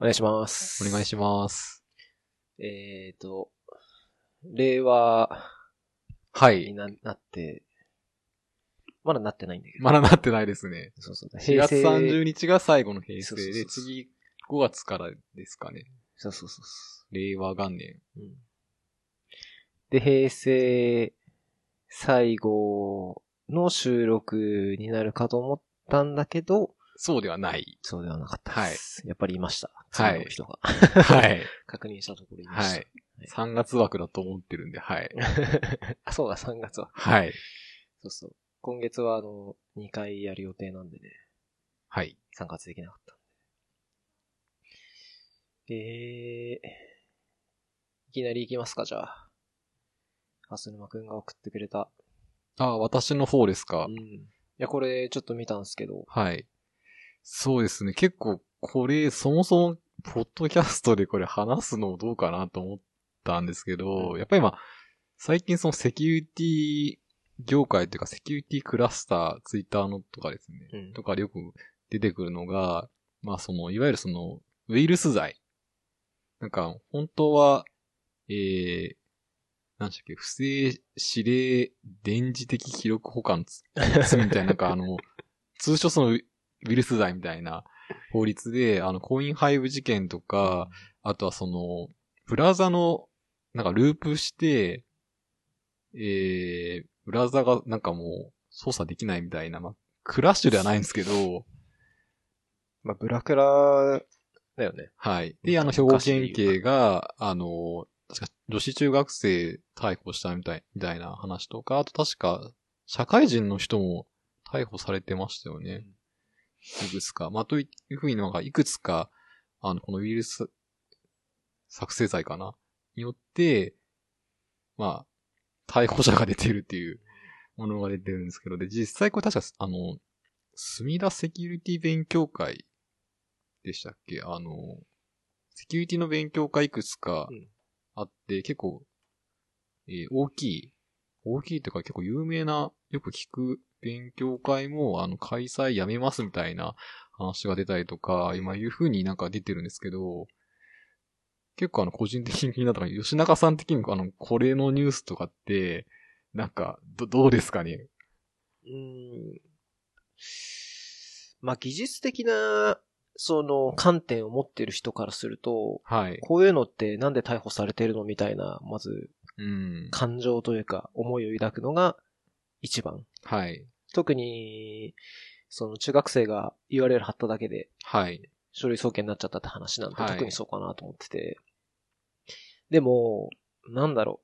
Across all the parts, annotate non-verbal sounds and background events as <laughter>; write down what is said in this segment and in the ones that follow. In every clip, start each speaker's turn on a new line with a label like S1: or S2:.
S1: お願いします。
S2: お願いします。
S1: えーと、令和
S2: はい
S1: に。ななって、まだなってないんだけど。
S2: まだなってないですね。
S1: そうそう。
S2: 4
S1: 平
S2: 月
S1: 成。
S2: 30日が最後の平
S1: そう
S2: 成
S1: そうそ
S2: で、
S1: うそう
S2: 次5月からですかね。
S1: そうそうそうそ
S2: 令和元年。
S1: う、うん。で、平成最後の収録になるかと思ったんだけど、
S2: そうではない。
S1: そうではなかったです。やっぱりいました。
S2: はい
S1: 次の人が。
S2: はい。
S1: 確認したところいまし
S2: は
S1: た。
S2: い。3月枠だと思ってるんで、はい。
S1: <laughs> あ、そうだ、3月は。
S2: はい。
S1: そうそう。今月は、あの、2回やる予定なんでね、
S2: はい。
S1: 参加できなかったんで。えー、いきなり行きますか、じゃあ。アスヌマくんが送ってくれた。
S2: あ、私の方ですか
S1: うん。。いや、これ、ちょっと見たんですけど。
S2: はい。そうですね。結構、これ、そもそも、ポッドキャストでこれ話すのどうかなと思ったんですけど、やっぱり今、最近そのセキュリティ業界というか、セキュリティクラスター、ツイッターのとかですね、
S1: うん
S2: とかでよく出てくるのが、まあその、いわゆるその、ウイルス剤。なんか、本当は、えー、なんでしたっけ、不正指令電磁的記録保
S1: <laughs>
S2: 管つ罪みたいな、なんかあの、通称そのウイルス罪みたいな法律で、あの、コインハイブ事件とか、あとはその、ブラウザの、なんかループして、えー、ブラウザがなんかもう操作できないみたいな、まあ、クラッシュではないんですけど、
S1: まあ、ブラクラだよね。
S2: はい。で、あの、兵庫県警が、あの、確か女子中学生逮捕したみたい、みたいな話とか、あと確か、社会人の人も逮捕されてましたよね。いくつか。まあ、というふうになんか、いくつか、あの、このウイルス、作成罪かなによって、まあ、逮捕者が出てるっていうものが出てるんですけど、で、実際これ確か、あの、墨田セキュリティ勉強会でしたっけあの、セキュリティの勉強会いくつか
S1: うん
S2: あって、結構、えー大きい、大きいというか結構有名な、よく聞く勉強会も、あの、開催やめますみたいな話が出たりとか、今いう風になんか出てるんですけど、結構あの、個人的に気になったのが、吉永さん的にあの、これのニュースとかって、なんか、ど、どうですかね
S1: うん。まあ、技術的な、その、観点を持ってる人からすると、
S2: はい。
S1: こういうのってなんで逮捕されてるのみたいな、まず
S2: うん。
S1: 感情というか思いを抱くのが一番。
S2: はい。
S1: 特に、その中学生が URL 貼っただけで
S2: はい。
S1: 書類送検になっちゃったって話なんで、
S2: はい
S1: 特にそうかなと思ってて。でも、なんだろ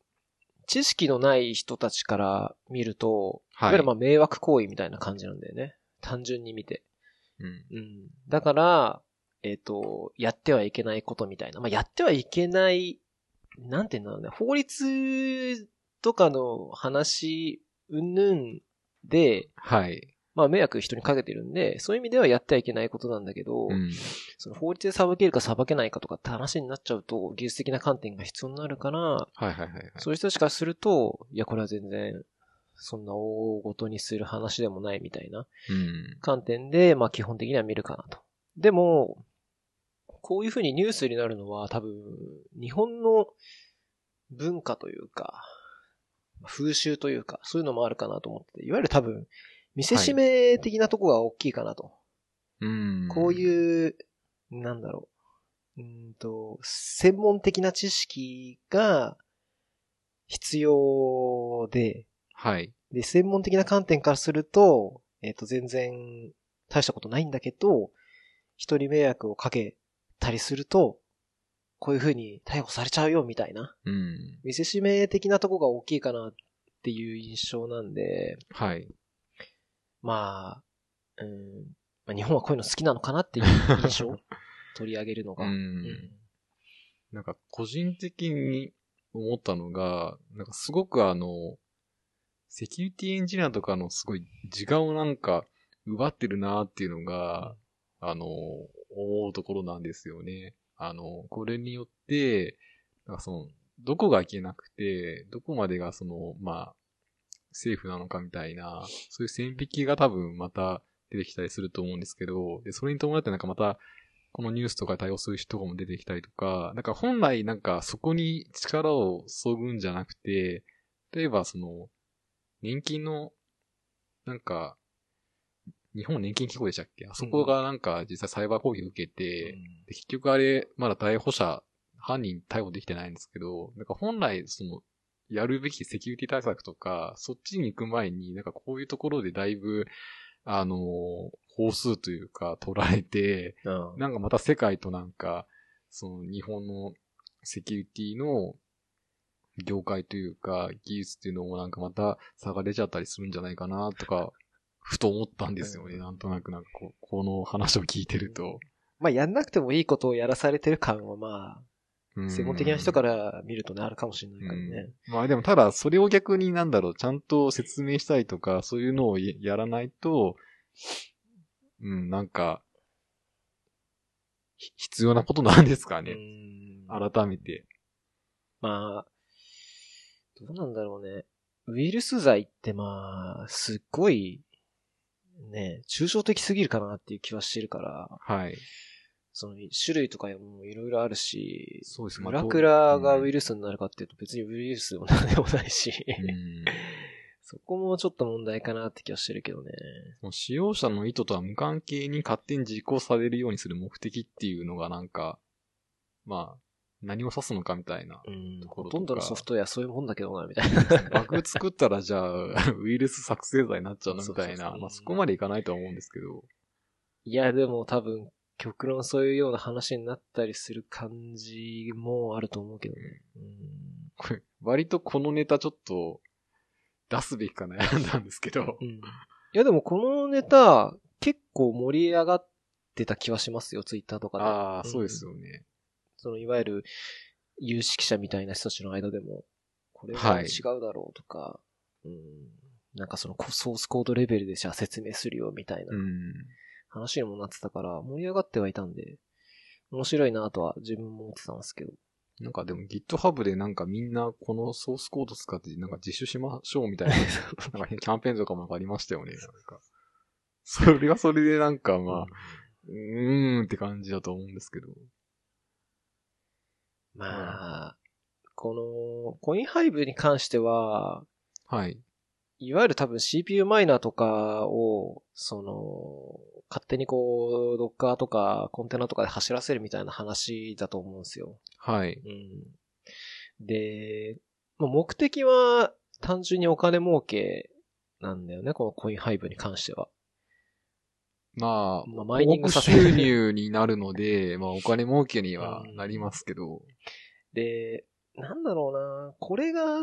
S1: う。知識のない人たちから見ると、い
S2: はい。
S1: わゆるまあ迷惑行為みたいな感じなんだよね。単純に見て。
S2: うん。
S1: うん。だから、えっ、と、やってはいけないことみたいな。まあ、やってはいけない、なんて言うんだろうね。法律とかの話、うんぬんで、
S2: はい。
S1: まあ、迷惑人にかけてるんで、そういう意味ではやってはいけないことなんだけど、
S2: うん。
S1: その法律で裁けるか裁けないかとかって話になっちゃうと、技術的な観点が必要になるから、
S2: はいはいはいはい。
S1: そういう人たちからすると、いや、これは全然、そんな大ごとにする話でもないみたいな。
S2: うん。
S1: 観点で、まあ基本的には見るかなと。でも、こういうふうにニュースになるのは多分、日本の文化というか、風習というか、そういうのもあるかなと思ってて、いわゆる多分、見せしめ的なとこが大きいかなと。
S2: うん。
S1: こう
S2: う。
S1: いう、なんだろう。うーんと、専門的な知識が必要で、
S2: はい。
S1: で、専門的な観点からすると、えっ、と、全然大したことないんだけど、人に迷惑をかけたりすると、こういう風に逮捕されちゃうよ、みたいな。
S2: うん。
S1: 見せしめ的なとこが大きいかなっていう印象なんで、
S2: はい。
S1: まあ、うん、まあ、日本はこういうの好きなのかなっていう印
S2: <laughs>
S1: 象取り上げるの
S2: う
S1: が。
S2: ん。なんか個人的に思ったのが、なんかすごくあの、セキュリティエンジニアとかのすごい時間をなんか奪ってるなっていうのが、あの、思うところなんですよね。あの、これによって、なんかその、どこがいけなくて、どこまでがその、まあ、セーフなのかみたいな、そういう線引きが多分また出てきたりすると思うんですけど、で、それに伴ってなんかまた、このニュースとかに対応する人も出てきたりとか、なんか本来なんかそこに力を注ぐんじゃなくて、例えばその、年金の、なんか、日本年金機構でしたっけあそこがなんか実際サイバー攻撃受けて、で結局あれ、まだ逮捕者、犯人逮捕できてないんですけど、なんか本来、その、やるべきセキュリティ対策とか、そっちに行く前に、なんかこういうところでだいぶ、あのー、法数というか、捉えて、
S1: うん。
S2: なんかまた世界となんか、その日本のセキュリティの業界というか、技術っていうのもなんかまた差が出ちゃったりするんじゃないかなとか、ふと思ったんですよね。なんとなくなんかこう、この話を聞いてると。
S1: まあ、やんなくてもいいことをやらされてる感はま
S2: うん
S1: あ、専門的な人から見るとね、あるかもしれないからね。
S2: まあでもただ、それを逆になんだろう、ちゃんと説明したりとか、そういうのをややらないと、うん、なんか、ひ必要なことなんですかね。
S1: うん
S2: 改めて。
S1: まあ、どうなんだろうね。ウイルス剤ってまあ、すっごい、ね、抽象的すぎるかなっていう気はしてるから、
S2: はい。
S1: その種類とかもいろいろあるし、
S2: そうです
S1: ムラクラがウイ
S2: ル
S1: ルスになるかっていうと別にウイルスでも何でもないし、
S2: うん、
S1: <laughs> そこもちょっと問題かなって気はしてるけどね。
S2: その使用者の意図とは無関係に勝手に実行されるようにする目的っていうのがなんか、まあ、何を指すのかみたいな。
S1: うん。
S2: とこ
S1: ほ
S2: ろとか
S1: とんどのソフトウェアそういうもんだけどな、みたいな。 <laughs>
S2: バグ作ったらじゃあ、 <laughs> ウイルス作成罪になっちゃうなみたい
S1: そうそう
S2: な
S1: そ。う
S2: まあそこまでいかないとは思うんですけど。
S1: いや、でも多分、極論そういうような話になったりする感じもあると思うけどね。
S2: これ、割とこのネタちょっと出すべきか悩んだんですけど
S1: う。ん。いや、でもこのネタ、結構盛り上がってた気はしますよ、ツイッターとかで。
S2: ああ、そうですよね。
S1: そのいわゆる有識者みたいな人たちの間でも、これ
S2: は
S1: はい違うだろうとか、うん、なんかそのこソースコードレベルでじゃあ説明するよみたいな
S2: うん。
S1: 話にもなってたから、盛り上がってはいたんで、面白いなとは自分も思ってたん
S2: <laughs>
S1: ですけど。
S2: なんかでも GitHub でなんかみんなこのソースコード使ってなんか自首しましょうみたいな、 <laughs> なんか変キャンペーンとかもなんかありましたよね。なん
S1: <laughs>
S2: か。それはそれでなんかまあ、うーんって感じだと思うんですけど。
S1: まあ、このコインハイブに関しては、
S2: はい。
S1: いわゆる多分 CPU マイナーとかを、その、勝手にこう、ドッカーとかコンテナとかで走らせるみたいな話だと思うんですよ。
S2: はい。
S1: うん。で、まあ目的は単純にお金儲けなんだよね、このコインハイブに関しては。
S2: まあ、
S1: まあ、マイニングさせ
S2: 広告収
S1: る。
S2: 入になるので、まあお金儲けにはなりますけど。
S1: で、なんだろうな、これが、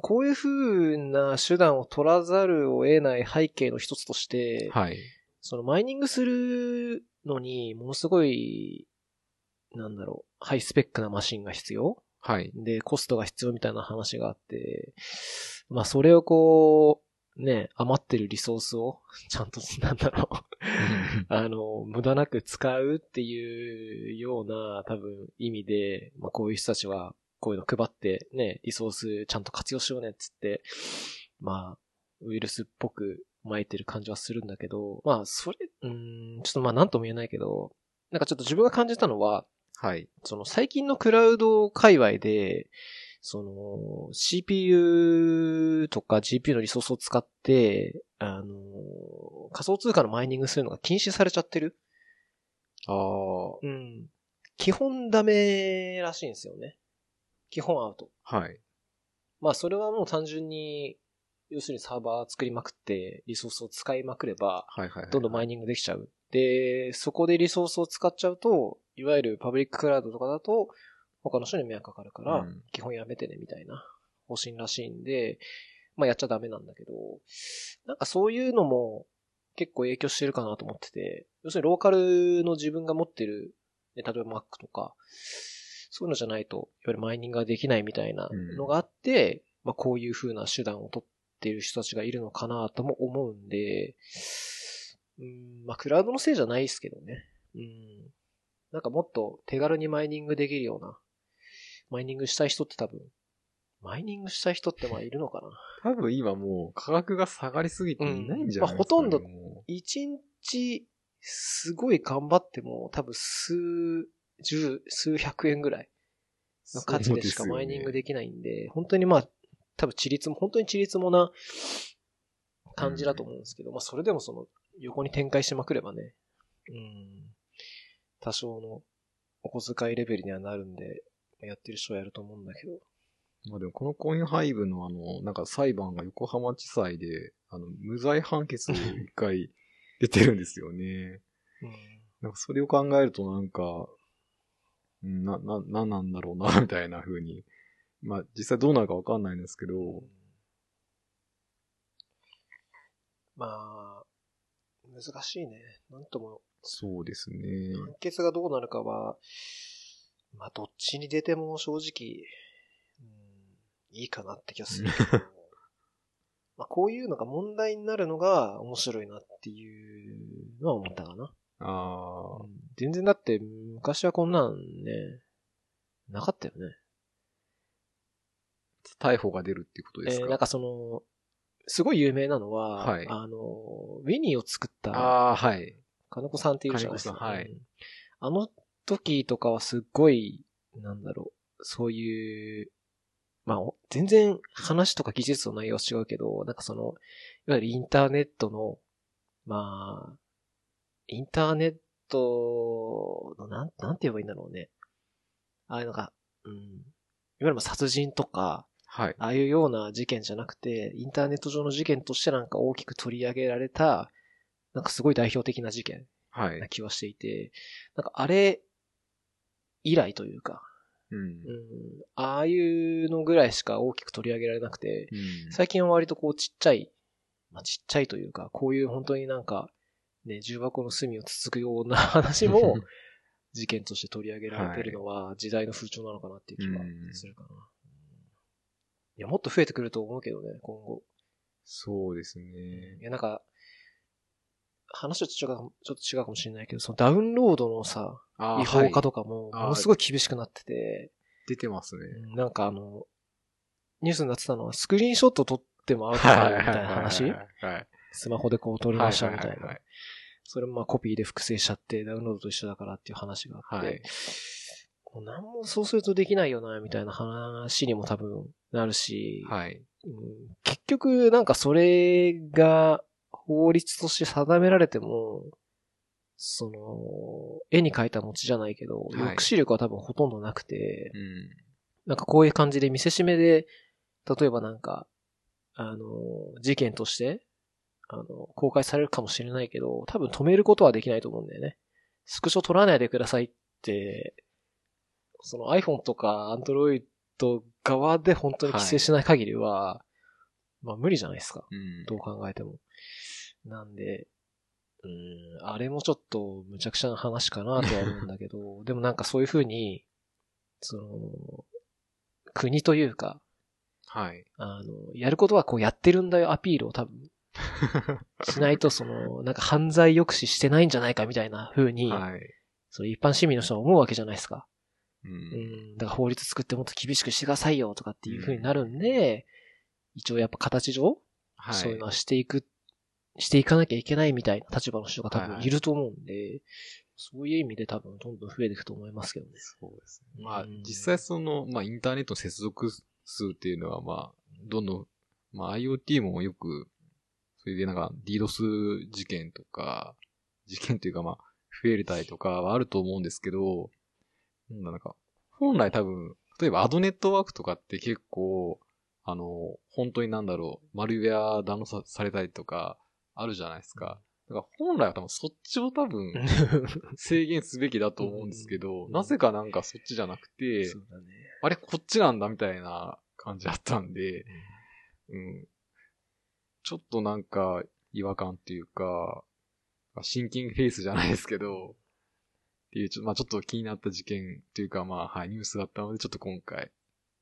S1: こういう風な手段を取らざるを得ない背景の一つとして、
S2: はい。
S1: そのマイニングするのに、ものすごい、なんだろう、ハイスペックなマシンが必要
S2: はい。 <laughs>
S1: で、コストが必要みたいな話があって、まあ、それをこう、ね、余ってるリソースを、ちゃんと、なんだろう、あの、無駄なく使うっていうような、多分、意味で、まあ、こういう人たちは、こういうの配って、ね、リソースちゃんと活用しようねっつって、まあ、ウイルスっぽく巻いてる感じはするんだけど、まあ、それ、うーん、ちょっとまあ、なんとも言えないけど、なんかちょっと自分が感じたのは、
S2: はい。
S1: その最近のクラウド界隈で、その CPU とか GPU のリソースを使って、あの、仮想通貨のマイニングするのが禁止されちゃってる
S2: ああ、
S1: うん。基本ダメらしいんですよね。基本アウト。
S2: はい。
S1: まあそれはもう単純に、要するにサーバー作りまくって、リソースを使いまくれば、
S2: はいはいはい。
S1: どんどんマイニングできちゃう。で、そこでリソースを使っちゃうと、いわゆるパブリッククラウドとかだと、他の人に迷惑かかるから、
S2: うん
S1: 基本やめてね、みたいな方針らしいんで、まあやっちゃダメなんだけど、なんかそういうのも結構影響してるかなと思ってて、要するにローカルの自分が持ってる、ね例えば Mac とか、そういうのじゃないと、いわゆるマイニングができないみたいなのがあって、まあこういう風な手段を取っている人たちがいるのかなとも思うんで、うん、まあクラウドのせいじゃないですけどね。うん。なんかもっと手軽にマイニングできるような、マイニングしたい人って多分、マイニングしたい人ってまあいるのかな。
S2: 多分今もう価格が下がりすぎていないんじゃないですか、ね
S1: うんまあほとんど
S2: も
S1: 1日すごい頑張っても、多分数十、数百円ぐらいの価値でしかマイニングできないんで、本当にまあ、多分地立も、本当に地立もな感じだと思うんですけど、まあそれでもその横に展開しまくればね、うん、多少のお小遣いレベルにはなるんで、やってる人はやると思うんだけど、
S2: まあでもこのコインハイブのあの、なんか裁判が横浜地裁で、あの、無罪判決を一回出てるんですよね。 <laughs>
S1: うん、
S2: なんかそれを考えるとなんか、うんな、な、なんなんだろうな、みたいな風に。まあ実際どうなるかわかんないんですけど、
S1: まあ、難しいね。なんとも、
S2: そうですね。
S1: 判決がどうなるかは、まあ、どっちに出ても正直、うん、いいかなって気がするけ
S2: <laughs>
S1: ど、まあ、こういうのが問題になるのが面白いなっていうのは思ったかな。
S2: ああ、
S1: 全然だって、昔はこんなんね、なかったよね。
S2: 逮捕が出るっていうことです
S1: え
S2: か、
S1: ーなんかその、すごい有名なのは、
S2: はい
S1: あの、ウィニーを作った、
S2: ああー、はい。
S1: 金子さんっていうじゃないですか。
S2: 金子さんはい
S1: うんあの時とかはすっごい、なんだろう、そういう、まあ、お全然話とか技術の内容は違うけど、なんかその、いわゆるインターネットの、まあ、インターネットの、なん、なんて言えばいいんだろうね。ああいうのが、うん。いわゆるまあ殺人とか、
S2: はい。
S1: ああいうような事件じゃなくて、インターネット上の事件としてなんか大きく取り上げられた、なんかすごい代表的な事件
S2: は。
S1: ない気はしていて、なんかあれ以来というか、
S2: うん。
S1: うん、ああいうのぐらいしか大きく取り上げられなくて、
S2: うん
S1: 最近は割とこうちっちゃい、まあ、ちっちゃいというか、こういう本当になんか、ね、重箱の隅をつつくような話 <laughs> も、事件として取り上げられてるのは時代の風潮なのかなっていう気はするかな。いや、もっと増えてくると思うけどね、今後。
S2: そうですね
S1: い。や、なんか、話はちょっと違うちょっと違うかもしれないけど、そのダウンロードのさ、
S2: あー
S1: 違法化
S2: はい
S1: とかも、
S2: あ
S1: ものすごい厳しくなってて、
S2: 出てますね。
S1: うんなんかあの、ニュースになってたのは、スクリーンショット撮ってもアウトだよみたいな話
S2: はい。はい。
S1: スマホでこう撮りましたみた
S2: はいいはいはい
S1: な
S2: はい。
S1: それもまあコピーで複製しちゃって、ダウンロードと一緒だからっていう話があっ
S2: はい
S1: て、もう何もそうするとできないよな、みたいな話にも多分なるし、
S2: はい。
S1: うん結局なんかそれが法律として定められても、その、絵に描いた餅じゃないけど、
S2: い
S1: 抑止力は多分ほとんどなくて、
S2: うん。
S1: なんかこういう感じで見せしめで、例えばなんか、あの、事件として、あの、公開されるかもしれないけど、多分止めることはできないと思うんだよね。スクショ取らないでくださいって、その iPhone とか Android 側で本当に規制しない限りは、まあ無理じゃないですか。
S2: うん。
S1: どう考えても。なんで、うーん、あれもちょっと無茶苦茶な話かなとは思うんだけ <laughs> ど、でもなんかそういうふうに、その、国というか、
S2: <laughs> はい。
S1: あの、やることはこうやってるんだよアピールを多分、しない <laughs> とその、なんか犯罪抑止してないんじゃないかみたいな風に、
S2: はい。
S1: その一般市民の人は思うわけじゃないですか。
S2: う。
S1: うんん、だから法律作ってもっと厳しくしてくださいよとかっていう風になるんで、一応やっぱ形上、
S2: はい。
S1: そういうのはしていく、していかなきゃいけないみたいな立場の人が多
S2: はい
S1: 分
S2: はい
S1: いると思うんで、そういう意味で多分どんどん増えていくと思いますけどね。
S2: そうですね。まあ
S1: うん、
S2: 実際その、まあ、インターネットの接続数っていうのは、まあ、どんどん、まあ、IoT もよく、それでなんか、DDoS 事件とか、事件というか、まあ、増えたりとかはあると思うんですけど、なんだなんか、本来多分、例えばアドネットワークとかって結構、あの、本当になんだろう、マルウェアダウンロードさされたりとか、あるじゃないですか。だから本来は多分そっちを多分、
S1: <laughs>
S2: 制限すべきだと思うんですけど、
S1: うん
S2: なぜかなんかそっちじゃなくて、
S1: そうだね。
S2: あれこっちなんだみたいな感じだったんで、うん。ちょっとなんか違和感っていうか、シンキングフェイスじゃないですけど、っていう、ちょまあちょっと気になった事件というか、まあはい、ニュースだったので、ちょっと今回、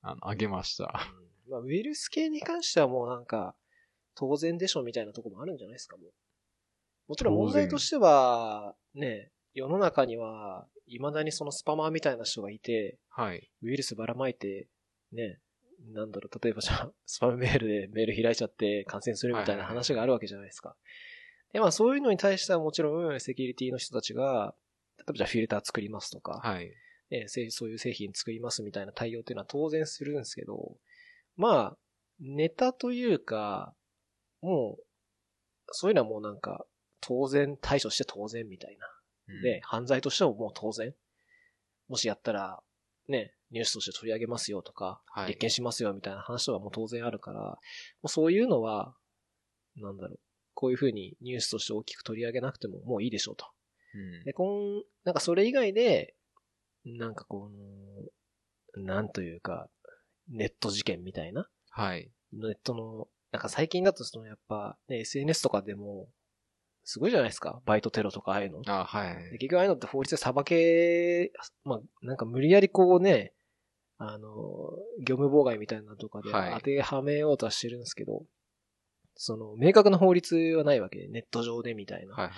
S2: あの、あげました。
S1: まあ、ウイルス系に関してはもうなんか、当然でしょみたいなとこもあるんじゃないですか、もう。もちろん問題としては、ね、世の中には、未だにそのスパマーみたいな人がいて、
S2: はい。
S1: ウイルスばらまいて、ね、なんだろう、 <laughs> 例えばじゃあ、スパムメールでメール開いちゃって感染するみたいな話があるわけじゃないですか。で、まあそういうのに対してはもちろんセキュリティの人たちが、例えばじゃあフィルター作りますとか、
S2: はい。
S1: ねせそういう製品作りますみたいな対応っていうのは当然するんですけど、まあ、ネタというか、もう、そういうのはもうなんか、当然、対処して当然みたいな。
S2: うん
S1: で、、犯罪としてももう当然。もしやったら、ね、ニュースとして取り上げますよとか、
S2: はい
S1: 立件しますよみたいな話とかも当然あるから、もうそういうのは、なんだろう、こういうふうにニュースとして大きく取り上げなくてももういいでしょうと。
S2: うん
S1: で、こん、なんかそれ以外で、なんかこの、なんというか、ネット事件みたいな
S2: はい。
S1: ネットの、なんか最近だとそのやっぱ、ね、SNS とかでも、すごいじゃないですか。バイトテロとかああいうの。
S2: あ、はい。
S1: で結局ああいうのって法律で裁け、まあ、なんか無理やりこうね、あの、業務妨害みたいなのとかで
S2: はい
S1: 当てはめようとはしてるんですけど、その、明確な法律はないわけで、ネット上でみたいな。
S2: はいはい。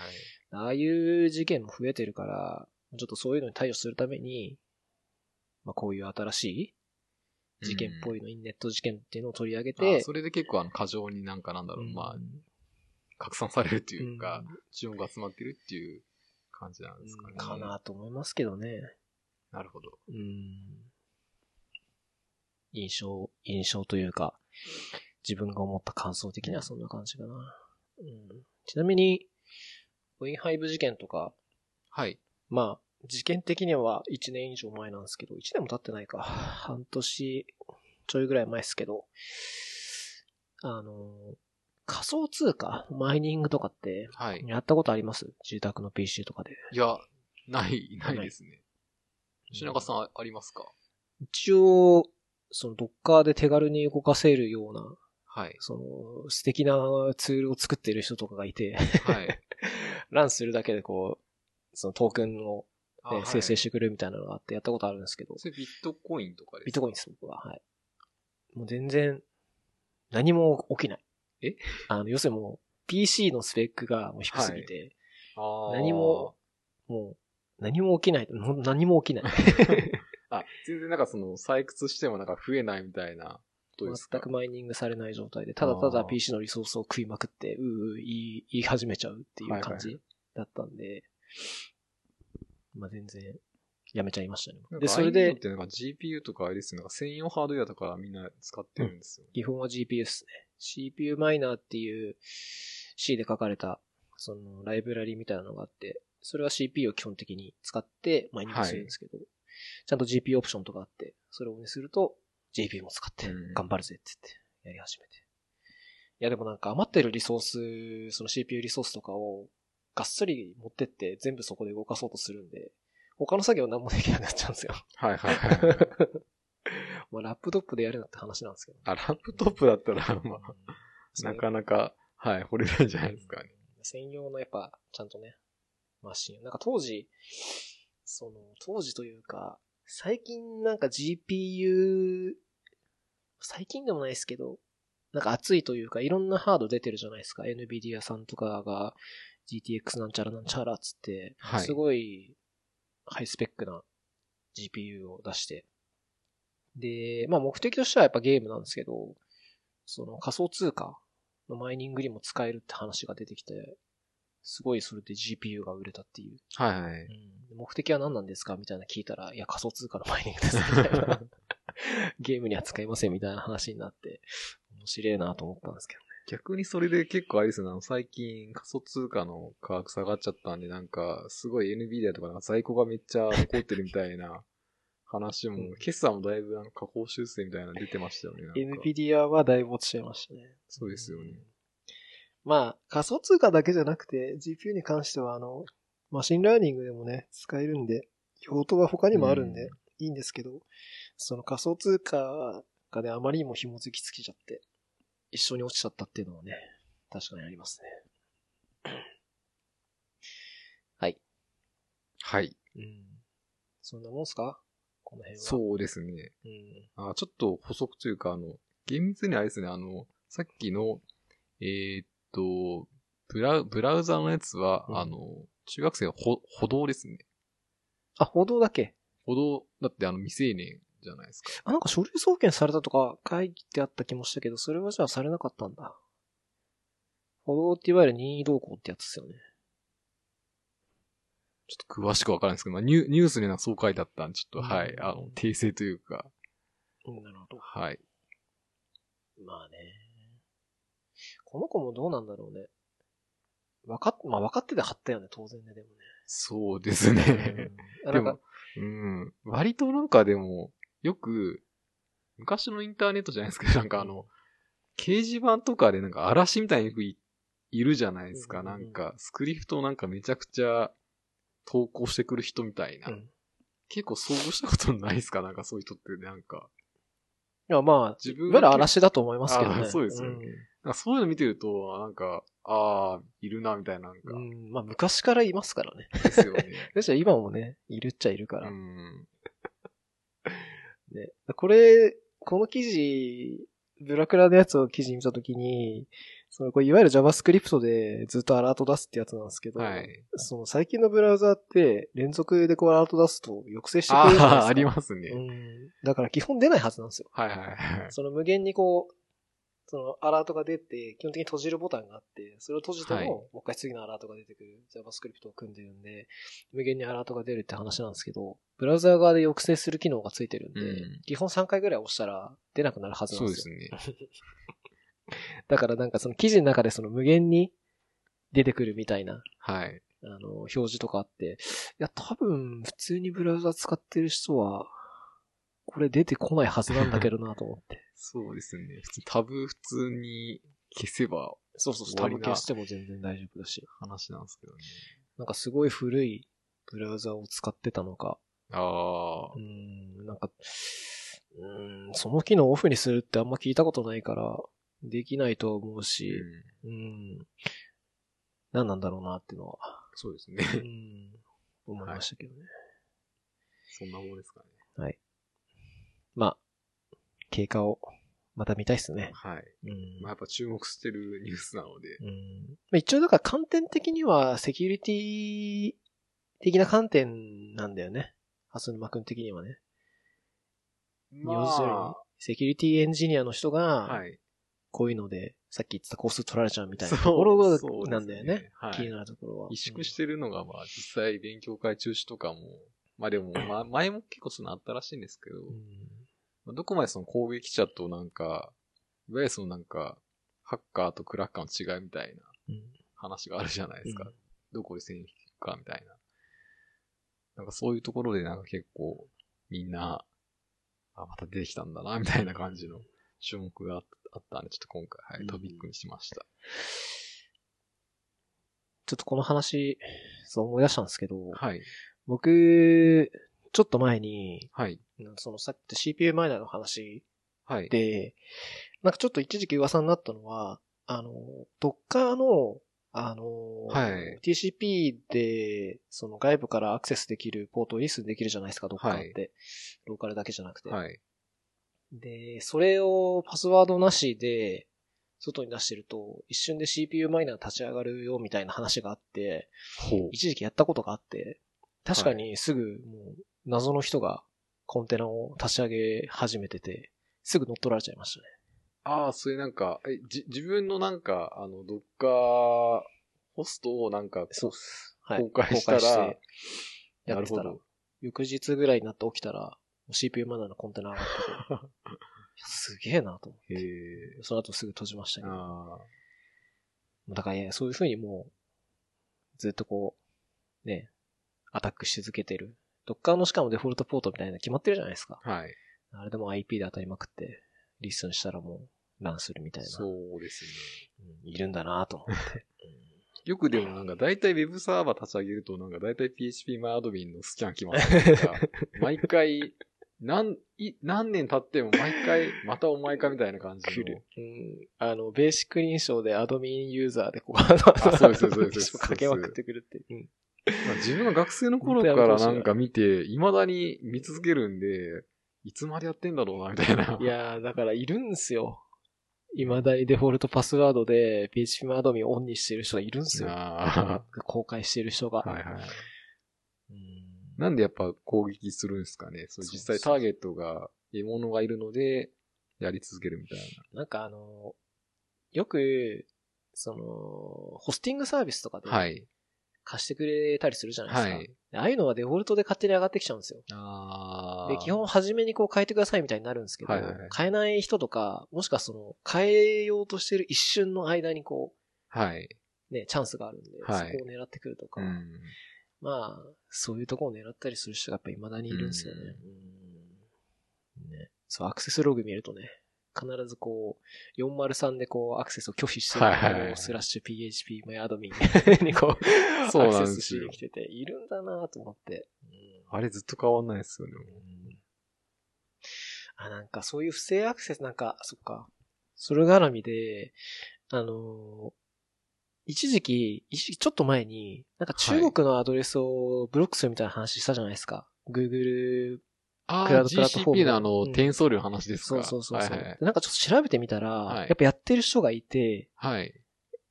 S1: ああいう事件も増えてるから、ちょっとそういうのに対応するために、まあ、こういう新しい事件っぽ
S2: い。
S1: いの、インネット事件っていうのを取り上げ
S2: で、
S1: て、
S2: それで結構あの、過剰になんかなんだろう、まあ
S1: う、ん
S2: 拡散されるっていうか、注目が集まってるっていう感じなんですかね。
S1: かなと思いますけどね。
S2: なるほど。
S1: うん印象、印象というか、自分が思った感想的にはそんな感じかな。うん、ちなみに、ウィンハイブ事件とか、
S2: はい。
S1: まあ、事件的には1年以上前なんですけど、1年も経ってないか。半年ちょいぐらい前ですけど、あの、仮想通貨、マイニングとかって、
S2: はい。
S1: やったことあります住宅の PC とかで。
S2: いや、ない、ないですね。
S1: い
S2: 吉永さんあありますか
S1: 一応、そのドッカーで手軽に動かせるような、
S2: はい。
S1: その素敵なツールを作っている人とかがいて、 <laughs>
S2: はい。
S1: ランするだけでこう、そのトークンを
S2: あ
S1: ね、
S2: はい
S1: 生成してくれるみたいなのがあってやったことあるんですけど、
S2: それビットコインとかです
S1: ビットコインです、僕は。はい。もう全然、何も起きない。
S2: え
S1: あの、要するにもう、PC のスペックがもう低すぎて、
S2: あー
S1: 何も。もう、何も起きない。もう何も起きない。
S2: あ、全然なんかその、採掘してもなんか増えないみたいなことですか
S1: 全くマイニングされない状態で、ただた
S2: あ
S1: だ
S2: ー
S1: PC のリソースを食いまくって、うーうー言い言い始めちゃうっていう感
S2: はい
S1: じだったんで、まあ全然やめちゃいましたね
S2: なん。か
S1: で、それ
S2: ああいうのっ
S1: で、
S2: てなんか GPU とかあれですよ。なんか専用ハードウェアとかみんな使ってるんですよ。
S1: 基本は GPU ですね。CPU マイナーっていう C で書かれた、そのライブラリみたいなのがあって、それは CPU を基本的に使ってマイニングするんですけど、ちゃんと GPU オプションとかあって、それをねすると GPU も使って
S2: うん
S1: 頑張るぜって言ってやり始めて。いやでもなんか余ってるリソース、その CPU リソースとかをがっそり持ってって全部そこで動かそうとするんで、他の作業何もできなくなっちゃうんですよ。
S2: はいはいはい。
S1: まあラップトップでやるなって話なんですけど。
S2: <laughs> あ、ラップトップだったら、 <laughs> まあ、
S1: そ
S2: な
S1: う
S2: かなか、はい、掘れないんじゃないですかね。
S1: うん専用のやっぱ、ちゃんとね、マシン。なんか当時、その、当時というか、最近なんか GPU、最近でもないですけど、なんか熱いというか、いろんなハード出てるじゃないですか。NVIDIA さんとかが GTX なんちゃらなんちゃらっつって、
S2: はい
S1: すごいハイスペックな GPU を出して。で、まあ目的としてはやっぱゲームなんですけど、その仮想通貨のマイニングにも使えるって話が出てきて、すごいそれで GPU が売れたっていう。
S2: はいはい。
S1: うん目的は何なんですかみたいな聞いたら、いや、仮想通貨のマイニングです。みたい <laughs> なゲームには使いませんみたいな話になって、面白いなと思ったんですけどね。
S2: 逆にそれで結構あれですよね、あの最近仮想通貨の価格下がっちゃったんで、なんか、すごい NVIDIA とかなんか在庫がめっちゃ残ってるみた
S1: <laughs>
S2: いな話も、今朝もだいぶあの下方修正みたいなの出てましたよね。なんか
S1: NVIDIA はだいぶ落ちちゃいましたね。
S2: そうですよね。
S1: まあ、仮想通貨だけじゃなくて、GPU に関しては、あの、マシンラーニングでもね、使えるんで、用途は他にもあるんで、
S2: う
S1: いいんですけど、その仮想通貨がね、あまりにも紐づきつきちゃって、一緒に落ちちゃったっていうのはね、確かにありますね。はい。
S2: はい。
S1: うん。そんなもんすかこの辺は。う。
S2: そうですね。
S1: うん。
S2: あちょっと補足というか、あの、厳密にあれですね、あの、さっきの、えーっと、ブラウブラウザのやつは、
S1: うん
S2: あの、中学生は歩歩道ですね。
S1: あ、報道だっけ
S2: 歩道、だってあの未成年じゃないですか。
S1: あ、なんか書類送検されたとか、会議ってあった気もしたけど、それはじゃあされなかったんだ。歩道っていわゆる任意同行ってやつですよね。
S2: ちょっと詳しくわからないですけど、まあ、ニュニュースにはそう書いてあったんで、ちょっと、
S1: うん
S2: はい、あの、訂正というか、
S1: なるほど。
S2: はい。
S1: まあね。この子もどうなんだろうね。わかっ、まあ分かってて貼ったよね、当然ね、でも
S2: そうです
S1: ね <laughs>
S2: ね。。
S1: うん
S2: で
S1: なんか
S2: も、、 <laughs> うん。割となんかでも、よく、昔のインターネットじゃないですけど、なん <laughs> かあの、掲示板とかでなんか嵐みたいによくいいるじゃないですか。
S1: うんうん
S2: な
S1: うん
S2: んか、スクリプトをなんかめちゃくちゃ投稿してくる人みたいな。
S1: うん
S2: 結構遭遇したことないですかなんかそういう人って、なんか。
S1: いや、まあ、
S2: 自
S1: い
S2: 分
S1: わゆる
S2: が
S1: 嵐だと思いますけど
S2: あ
S1: ね。
S2: ーそうですよねなんかそういうの見てると、なんか、ああ、いるな、みたいな、なん
S1: う
S2: か、
S1: ん。うんまあ、昔からいますからね。 <laughs>
S2: です <laughs> よね。
S1: むしろ今もね、いるっちゃいるか
S2: う
S1: ら。
S2: ん。
S1: ね、これ、この記事、ブラクラのやつを記事に見たときに、そのこれいわゆる JavaScript でずっとアラート出すってやつなんですけど、
S2: はい。
S1: その最近のブラウザーって連続でこうアラート出すと抑制してくれ
S2: あ
S1: るじゃないです
S2: <laughs> あー、
S1: か。
S2: ありますね。
S1: うん。だから基本出ないはずなんですよ。
S2: はいはいはい。
S1: その無限にこう、そのアラートが出て、基本的に閉じるボタンがあって、それを閉じても、
S2: はい
S1: もう一回次のアラートが出てくる JavaScript を組んでるんで、無限にアラートが出るって話なんですけど、ブラウザー側で抑制する機能がついてるんで、
S2: うん
S1: 基本3回ぐらい押したら出なくなるはずなん
S2: そう
S1: で
S2: です
S1: よ。
S2: すね。
S1: だからなんかその記事の中でその無限に出てくるみたいな、
S2: はい。
S1: あの、表示とかあって、いや、多分、普通にブラウザ使ってる人は、これ出てこないはずなんだけどなと思って。
S2: そうですね。普通にタブ普通に消せば
S1: そうそうそう、
S2: 終
S1: タ
S2: わ
S1: ブ
S2: り
S1: 消
S2: な
S1: しても全然大丈夫だし。
S2: 話なんですけどね。
S1: なんかすごい古いブラウザを使ってたのか、
S2: あ
S1: うーん、なんか、うーん、その機能をオフにするってあんま聞いたことないから、できないとは思う
S2: ー、う
S1: し、
S2: ん。
S1: うん、何なんだろうなっていうの
S2: <laughs>
S1: は、
S2: そうですね。
S1: うん、思いましたけどね。
S2: そんなもんですかね。
S1: まあ、経過を、また見たいっすね。
S2: はい。
S1: うん
S2: まあ、やっぱ注目してるニュースなので。
S1: うんまあ一応だから観点的にはセキュリティ的な観点なんだよね。蓮沼君的にはね。要するに
S2: ま、
S1: セキュリティエンジニアの人
S2: あ、
S1: が、
S2: はい。
S1: こういうので、さっき言ってたコース取られちゃうみたい
S2: そ
S1: な
S2: う
S1: ところが
S2: そうです
S1: なんだよね。
S2: はい
S1: 気になるところは。
S2: 萎縮しててるのが、まあ、実際勉強会中止とかも、まあでも、まあ、前も結構そのあったらしいんですけど、まあどこまでその攻撃者となんか、いわゆるそのなんか、ハッカーとクラッカーの違いみたいな話があるじゃないですか。
S1: うん
S2: どこで線引くかみたいな。なんかそういうところでなんか結構、みんな、あ、また出てきたんだな、みたいな感じの注目がああったんで、ちょっと今回、は
S1: うん
S2: い、トピックにしました。
S1: ちょっとこの話、そう思い出したんですけど、
S2: はい。
S1: 僕、ちょっと前に、
S2: はい。
S1: そのさっき言った CPU マイナーの話
S2: はい。
S1: で、なんかちょっと一時期噂になったのは、あの、Docker の、あの、
S2: はい
S1: TCP で、その外部からアクセスできるポートをリスンできるじゃないですか、Docker って。ローカルだけじゃなくて。
S2: はい。
S1: で、それをパスワードなしで、外に出してると、一瞬で CPU マイナー立ち上がるよみたいな話があって、
S2: ほ
S1: 一時期やったことがあって、確かにすぐもう謎の人がコンテナを立ち上げ始めてて、すぐ乗っ取られちゃいましたね。
S2: ああ、それなんか、え、じ、自分のなんか、あの、ドッカーホストをなんか、
S1: そうっす。は
S2: 公開したら
S1: 公開してや
S2: な
S1: っ
S2: る
S1: て
S2: ほ
S1: たら
S2: ど。、
S1: 翌日ぐらいになって起きたら、CPU マナーのコンテナ上が
S2: <laughs>
S1: ってて、すげえなと思
S2: へ
S1: って。
S2: え。
S1: その後すぐ閉じましたけど。
S2: あ
S1: だから、ね、そういう風にもう、ずっとこう、ね、アタックし続けてる。Docker のしかもデフォルトポートみたいなの決まってるじゃないですか。
S2: あ、はい。
S1: あれでも IP で当たりまくって、リスンしたらもう、ランするみたいな。
S2: そうですね。
S1: うんいるんだなと思って。
S2: よくでもなんか大体 Web サーバー立ち上げるとなんか大体 PHP マードビンのスキャン来ますねなんか毎回、何、い、何年経っても毎回、またお前かみたいな感じの。
S1: 来る。うん。あの、ベーシック認証でアドミンユーザーでこう、あの
S2: そうですそうです
S1: <laughs>
S2: そうで
S1: ア
S2: す
S1: ドミン認証かけまくってくるっていう。うん
S2: まあ自分が学生の頃からなんか見て、未だに見続けるんで、いつまでやってんだろうな、みたいな。
S1: いやー、だからいるんすよ。未だにデフォルトパスワードで PHP マードミンオンにしてる人がいるんすよ。
S2: あ
S1: 公開してる人が。
S2: あ。はいはい。
S1: うん
S2: なんでやっぱ攻撃するんですかね。そう
S1: そう
S2: 実際ターゲットが、獲物がいるので、やり続けるみたい
S1: なんかあの、よく、その、ホスティングサービスとかで
S2: はい。
S1: 貸してくれたりするじゃないです
S2: は
S1: か。
S2: い。
S1: ああいうのはデフォルトで勝手に上がってきちゃうんですよ。
S2: あ
S1: で、基本初めにこう変えてくださいみたいになるんですけど、
S2: はいはいはい
S1: 変えない人とか、もしくはその、変えようとしてる一瞬の間にこ
S2: はい。
S1: う、ね、チャンスがあるんで、
S2: はい
S1: そこを狙ってくるとか、
S2: うん。
S1: まあ、そういうとこを狙ったりする人がやっぱ未だにいるんですよね。うんね。そう、アクセスログ見るとね、必ずこう、403でこう、アクセスを拒否してる
S2: はいはいはい
S1: こうスラッシュ PHP マイアドミ
S2: <laughs>
S1: ン <laughs> にこう、
S2: そう
S1: ア
S2: なん
S1: ク
S2: ですよ
S1: セスしに来てて、いるんだなと思って。うん
S2: あれずっと変わんないですよね。
S1: あ、なんかそういう不正アクセスなんか、そっか。それ絡みで、あのー一時期、一時期ちょっと前に、なんか中国のアドレスをブロックするみたいな話したじゃないですか。Google、
S2: あ
S1: クラウ
S2: あ、
S1: ドプラットフォーム
S2: GCP のあの、
S1: うん
S2: 転送量の話です
S1: そ
S2: か
S1: うそうそうそう、
S2: はいはい
S1: でなんかちょっと調べてみたら、
S2: はい
S1: やっぱやってる人がいて、
S2: はい。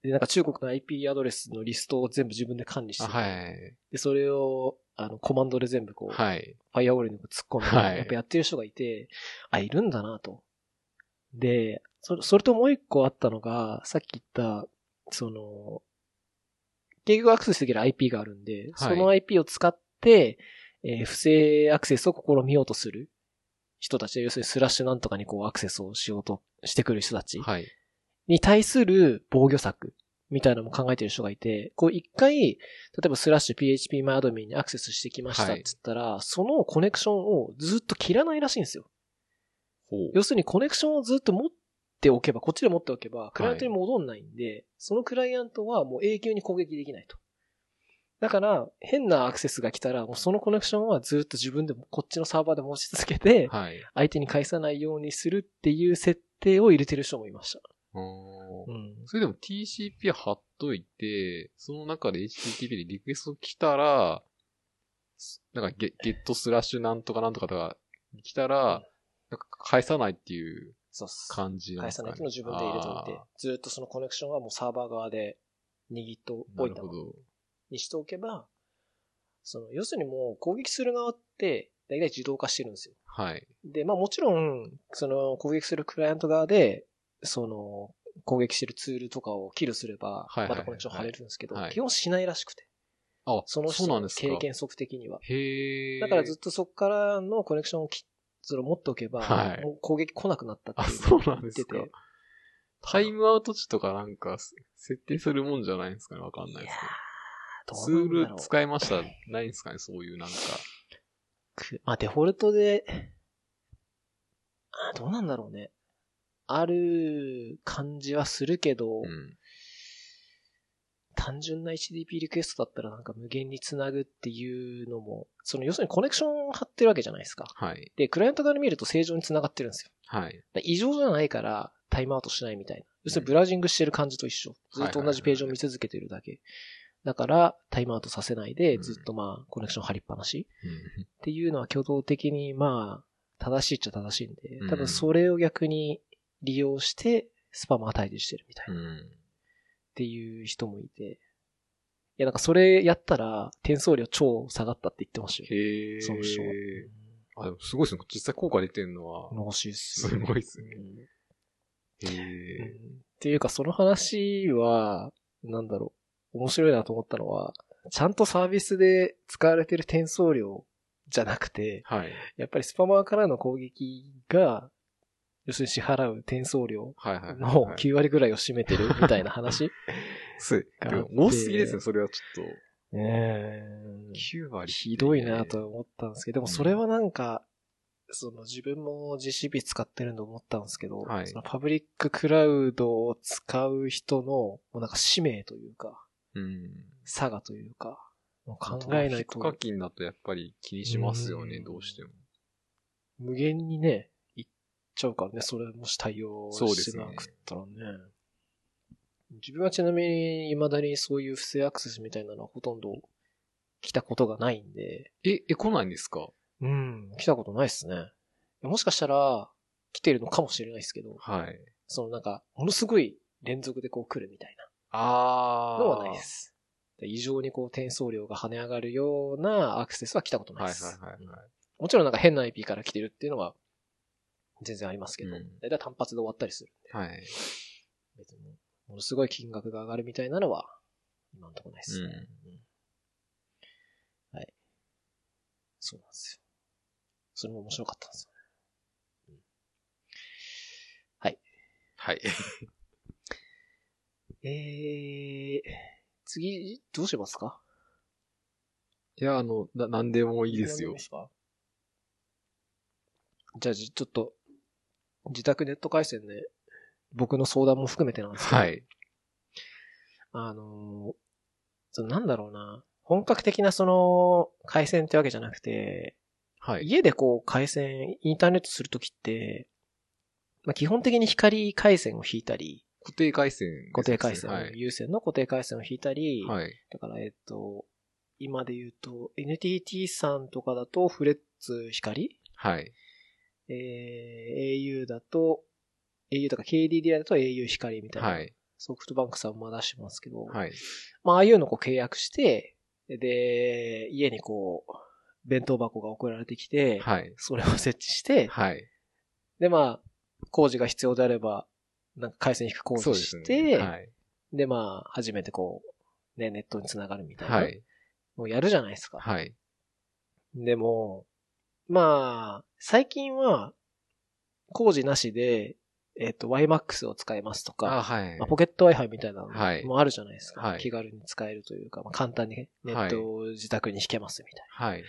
S1: で、なんか中国の IP アドレスのリストを全部自分で管理し
S2: あ
S1: てて、
S2: はい。
S1: で、それを、あの、コマンドで全部こう、
S2: はい。
S1: ファイアウォールに突っ込んで、
S2: はい
S1: やっぱやってる人がいて、あ、いるんだなと。で、そそれともう一個あったのが、さっき言った、その、結局アクセスできる IP があるんで、その IP を使って、えー不正アクセスを試みようとする人たち、要するにスラッシュなんとかにこうアクセスをしようとしてくる人たち
S2: はい。
S1: に対する防御策みたいなのも考えてる人がいて、こう一回、例えばスラッシュ PHP マイアドミンにアクセスしてきましたっつったら、そのコネクションをずっと切らないらしいんですよ。
S2: ほう。
S1: 要するにコネクションをずっと持っておけば、こっちで持っておけば、クライアントに戻んないんで、そのクライアントはもう永久に攻撃できないと。だから、変なアクセスが来たら、もうそのコネクションはずっと自分でもこっちのサーバーで持ち続けて、
S2: はい。
S1: 相手に返さないようにするっていう設定を入れてる人もいました。
S2: うーん
S1: うん。
S2: それでも TCP 貼っといて、その中で HTTP でリクエスト来たら、すなんかゲゲットスラッシュなんとかなんとかとか来たら、なんか返さないっていう
S1: そうっす。
S2: 感じなん
S1: 返
S2: です
S1: さ
S2: か、ね、
S1: ないの自分で入れといて、ずっとそのコネクションはもうサーバー側で握って
S2: あー
S1: おい
S2: な
S1: た
S2: るほ
S1: もの
S2: ど。
S1: にしておけば、その、要するにもう攻撃する側って、大体自動化してるんですよ。
S2: はい。
S1: で、まあもちろん、その攻撃するクライアント側で、その、攻撃してるツールとかをキルすれば、
S2: はいはいはい
S1: またコネクション貼れるんですけど
S2: は、い
S1: 基本しないらしくて。
S2: あ、
S1: その
S2: そう
S1: 人
S2: なん
S1: の
S2: ですか。
S1: 経験則的には。
S2: へえ。
S1: だからずっとそこからのコネクションをきそれを持っておけば、
S2: はい
S1: もう攻撃来なくなったって
S2: あ、
S1: いう
S2: そう
S1: のを
S2: なん
S1: 言
S2: で
S1: って
S2: す
S1: て
S2: か。。タイムアウト値とかなんかせ設定するもんじゃないんですかねわかんないですけど。ツ
S1: どうなんだろう
S2: ール使いましたないんですかねそういうなんか。
S1: くまあ、デフォルトで、あどうなんだろうね。ある感じはするけど、
S2: うん。
S1: 単純な HTTP リクエストだったらなんか無限に繋ぐっていうのも、その要するにコネクションを張ってるわけじゃないですか。
S2: はい。
S1: で、クライアント側に見ると正常に繋がってるんですよ。
S2: は
S1: だ
S2: い。
S1: から異常じゃないからタイムアウトしないみたいな。要するに
S2: うん
S1: ブラウジングしてる感じと一緒。ずっと同じページを
S2: はいはいはいはい
S1: 見続けてるだけ。だからタイムアウトさせないで、
S2: うん
S1: ずっとまあコネクション張りっぱなし。
S2: うん
S1: っていうのは挙動的に、まあ、正しいっちゃ正しいんで
S2: う、ん
S1: 多分それを逆に利用して、スパムを退治してるみたいな、っ
S2: うん。
S1: ていう人もいて、いや、なんかそれやったら、転送量超下がったって言ってましたよ。
S2: へえ。
S1: その人は。
S2: あ、でもすごいですね。実際効果出てるのは
S1: うん、欲しいっすよ。
S2: すごいです
S1: う
S2: ね。
S1: ん
S2: へ
S1: うんっ
S2: え。
S1: ていうか、その話は、なんだろう、面白いなと思ったのは、ちゃんとサービスで使われてる転送量じゃなくて、
S2: はい。
S1: やっぱりスパマーからの攻撃が、要するに支払う転送量
S2: はい
S1: <laughs>
S2: はいはい。
S1: の
S2: はい
S1: 9割ぐらいを占めてるみたいな話。
S2: そうでも多すぎですね、それはちょっ
S1: ね
S2: と。
S1: え
S2: 9割。
S1: ひどいなと。は思ったんですけど、でもそれはなんか、その自分も GCP 使ってるんで思ったんですけど、
S2: はい
S1: そのパブリッククラウドを使う人の、もうなんか使命というか、
S2: うん。
S1: 差がというか、もう考えない
S2: トラフィック課
S1: と
S2: 金だとやっぱり気にしますよね、
S1: うん
S2: どうしても。
S1: 無限にね、いっちゃうからね、それもし対応
S2: そうで
S1: し
S2: す
S1: て
S2: ね
S1: なくったらね。自分はちなみに未だにそういう不正アクセスみたいなのはほとんど来たことがないんで、
S2: え、え、来ないんですか
S1: うん、来たことないっすね。もしかしたら、来てるのかもしれないですけど、
S2: はい。
S1: そのなんか、ものすごい連続でこう来るみたい
S2: あ
S1: な
S2: ー。
S1: のはないで。す。で異常にこう転送量が跳ね上がるようなアクセスは来たことない
S2: はい
S1: で
S2: は
S1: す。
S2: いはいはい。
S1: もちろんなんか変な IP から来てるっていうのは、全然ありますけど、
S2: うん
S1: だいたい単発で終わったりするんで、
S2: はい。
S1: 別に。ものすごい金額が上がるみたいなのは、今のところないですね。うんはい。そうなんですよ。それも面白かったんですよ。
S3: はい。
S1: えー、次、どうしますか
S2: <laughs> いや、あの、な、なんでもい
S1: い
S2: いですよ。
S1: じゃあ、じちょっと、自宅ネット回線で、僕の相談も含めてなんですけど、
S2: はい。
S1: あのーそのなんだろうな、本格的なその、回線ってわけじゃなくて、
S2: はい。
S1: 家でこう、回線、インターネットするときって、まあ、基本的に光回線を引いたり、
S2: 固定回線ですね。
S1: 固定回線、
S2: はい。
S1: 有線の固定回線を引いたり、
S2: はい。
S1: だから、えっと、今で言うと、NTT さんとかだと、フレッツ光
S2: はい。
S1: えー、au だと、au とか KDDI だと au 光みたいな。
S2: はい。
S1: ソフトバンクさんも出してますけど、
S2: はい。
S1: まあ、ああいうのをこう契約して、で、家にこう、弁当箱が送られてきて、
S2: はい。
S1: それを設置して、
S2: はい。
S1: で、まあ、工事が必要であれば、なんか回線引く工
S2: そう
S1: 事
S2: で
S1: し
S2: す
S1: て、
S2: ね。はい。
S1: で、まあ、初めてこう、ね、ネットにつながるみたいな。
S2: はい。
S1: もうやるじゃないですか。
S2: はい。
S1: でも、まあ、最近は、工事なしで、えっ、と、YMAX を使えますとか、
S2: あ、はい
S1: まあ、。ポケット Wi-Fi みたいな
S2: はい
S1: のもあるじゃないですか。
S2: はい
S1: 気軽に使えるというか、まあ、簡単にネットを自宅に引けますみたい
S2: はい。
S1: な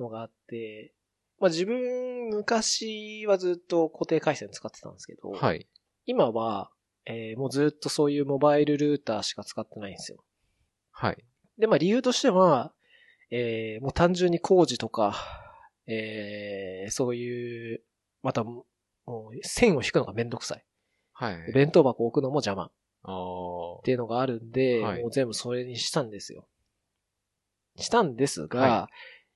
S1: のがあって、まあ自分、昔はずっと固定回線使ってたんですけど、
S2: はい。
S1: 今は、えーもうずっとそういうモバイルルーターしか使ってないんですよ。
S2: はい。
S1: で、まあ理由としては、えーもう単純に工事とか、えーそういう、また、もう線を引くのがめんどくさい。
S2: はい。
S1: 弁当箱置くのも邪魔っ
S2: ああ。
S1: ていうのがあるんで、
S2: はい
S1: もう全部それにしたんですよ。したんですが、
S2: は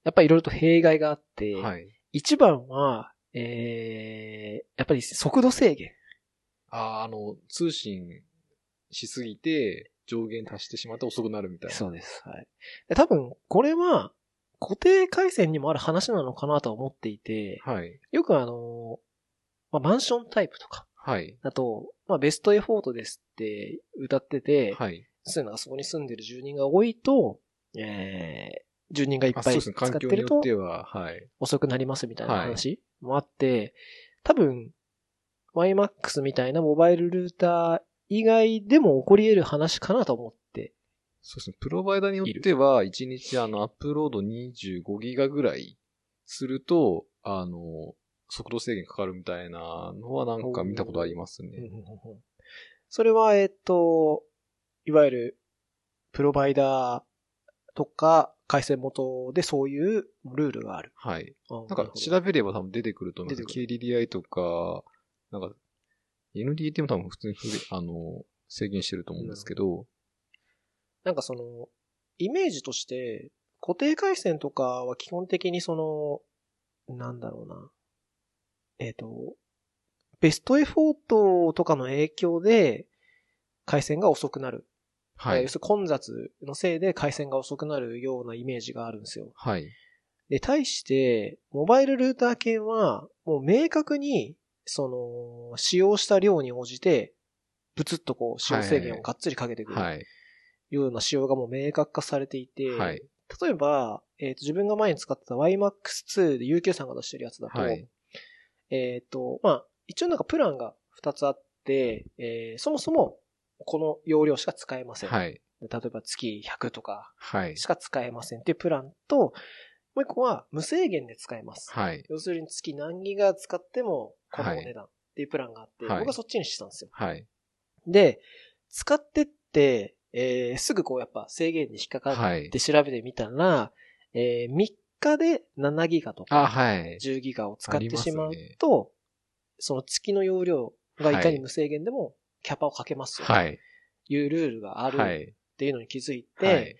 S1: やっぱりいろいろと弊害があって、
S2: はい。
S1: 一番は、えーやっぱり速度制限。
S2: あー、あの、通信しすぎて、上限足してしまって遅くなるみたいな。
S1: そうです。はい。で多分、これは、固定回線にもある話なのかなとは思っていて、
S2: はい。
S1: よくあの、まあ、マンションタイプとか、
S2: はい。
S1: だと、まあ、ベストエフォートですって歌ってて、
S2: はい。
S1: そういうのがそこに住んでる住人が多いと、えー、住人がいっ
S2: あ
S1: ぱ
S2: そう
S1: い
S2: で
S1: 使
S2: す
S1: っ
S2: ね。環
S1: て
S2: 境に
S1: る
S2: よ
S1: と
S2: っては、はい。
S1: 遅くなりますみたいな
S2: はい
S1: 話もあって、多分、YMAX みたいなモバイルルーター以外でも起こり得る話かなと思って、
S2: そうですね。プロバイダーによっては、1日あの、アップロード25ギガぐらいすると、あの、速度制限かかるみたいなのはなんか見たことありますね。
S1: それは、えっと、いわゆる、プロバイダーとか、回線元でそういうルールがある。
S2: はい。
S1: な
S2: なんか調べれば多分出てくると思う。
S1: 出てく
S2: KDDI とか、なんか、NDT も多分普通にふれ、あの、制限してると思うんですけど、
S1: なんかその、イメージとして、固定回線とかは基本的にその、なんだろうな。えっ、と、ベストエフォートとかの影響で、回線が遅くなる。
S2: は
S1: えー
S2: い
S1: 要。するに混雑のせいで回線が遅くなるようなイメージがあるんですよ。
S2: はい。
S1: で、対して、モバイルルーター系は、もう明確に、その、使用した量に応じて、ブツッとこう、使用制限をがっつりかけてく
S2: は
S1: る
S2: い。
S1: ような仕様がもう明確化されていて、
S2: はい。
S1: 例えば、えっ、と、自分が前に使ってた YMAX2 で UQ さんが出してるやつだと、
S2: はい
S1: えっ、と、まあ、一応なんかプランが2つあって、えーそもそも、この容量しか使えません。
S2: はい。
S1: で例えば月100とか
S2: はい。
S1: しか使えませんっていうプランと、もう一個は無制限で使えます。
S2: はい。
S1: 要するに月何ギガ使ってもこのお値段っていうプランがあって、
S2: はい
S1: 僕はそっちにしてたんですよ。
S2: はい。
S1: で、使ってって、えーすぐこうやっぱ制限に引っかかっ
S2: はい
S1: て。調べてみたら、えー3日で7ギガと
S2: あ、
S1: か
S2: はい。
S1: 10ギガを使ってしま
S2: あ
S1: う
S2: りますね
S1: と、その月の容量がいかに
S2: はい
S1: 無制限でもキャパをかけますよと
S2: はい。
S1: いうルールがある
S2: は
S1: っ
S2: い。
S1: ていうのに気づいて、
S2: はい。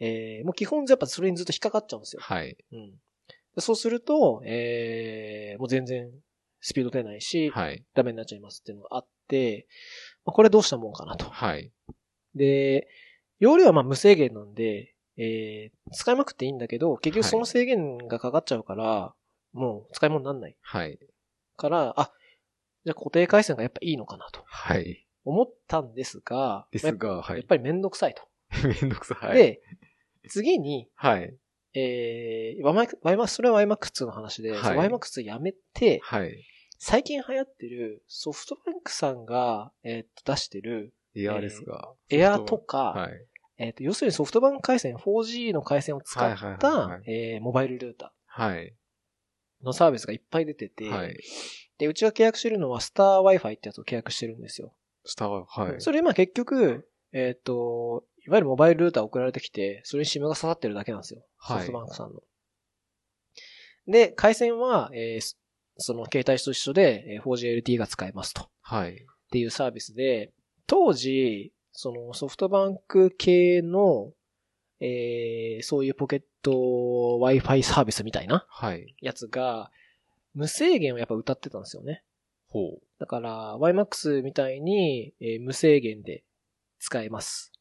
S1: えーもう基本やっぱそれにずっと引っかかっちゃうんですよ。
S2: はい。
S1: うん。でそうすると、えー、もう全然スピード出ないし、
S2: はい。
S1: ダメになっちゃいますっていうのがあって、まあ、これどうしたもんかなと。
S2: はい。
S1: で、容量はまあ無制限なんで、えー、使いまくっていいんだけど、結局その制限がかかっちゃうから、もう使い物になんない
S2: はい。
S1: から、あ、じゃあ固定回線がやっぱいいのかなと
S2: はい。
S1: 思ったんですが、
S2: ですが、は
S1: やっ
S2: い。
S1: ぱりめんどくさいと。
S2: めんどくさい。はい、
S1: で、次に、
S2: はい。
S1: えー、ワイマックワイマックス、それは YMAX2 の話で、
S2: はい
S1: ワイ YMAX やめて、
S2: はい。
S1: 最近流行ってるソフトバンクさんが、えー、と出してる
S2: エアーですが。
S1: エアと
S2: か。
S1: か、
S2: はい。
S1: えー、と要するにソフトバンク回線、4G の回線を使っ
S2: はいはいはいは
S1: た
S2: い
S1: えーモバイルルータ
S2: はい。
S1: ーのサービスがいっぱい出てて、
S2: はい。
S1: で、うちは契約してるのはスター Wi-Fi ってやつを契約してるんですよ。
S2: スターは、はい。
S1: それ今結局、えっ、と、いわゆるモバイルルーター送られてきて、それに SIM が刺さってるだけなんですよ。
S2: は
S1: ソフ
S2: い
S1: トバンクさんの。で、回線は、えーそその携帯と一緒でえー 4GLT が使えますと。っ
S2: はい。
S1: ていうサービスで、当時、そのソフトバンク系の、えーそういうポケット Wi-Fi サービスみたいな
S2: はい。
S1: やつが、無制限をやっぱ歌ってたんですよね。
S2: ほう。
S1: だから、YMAX みたいに、えー無制限で使えます。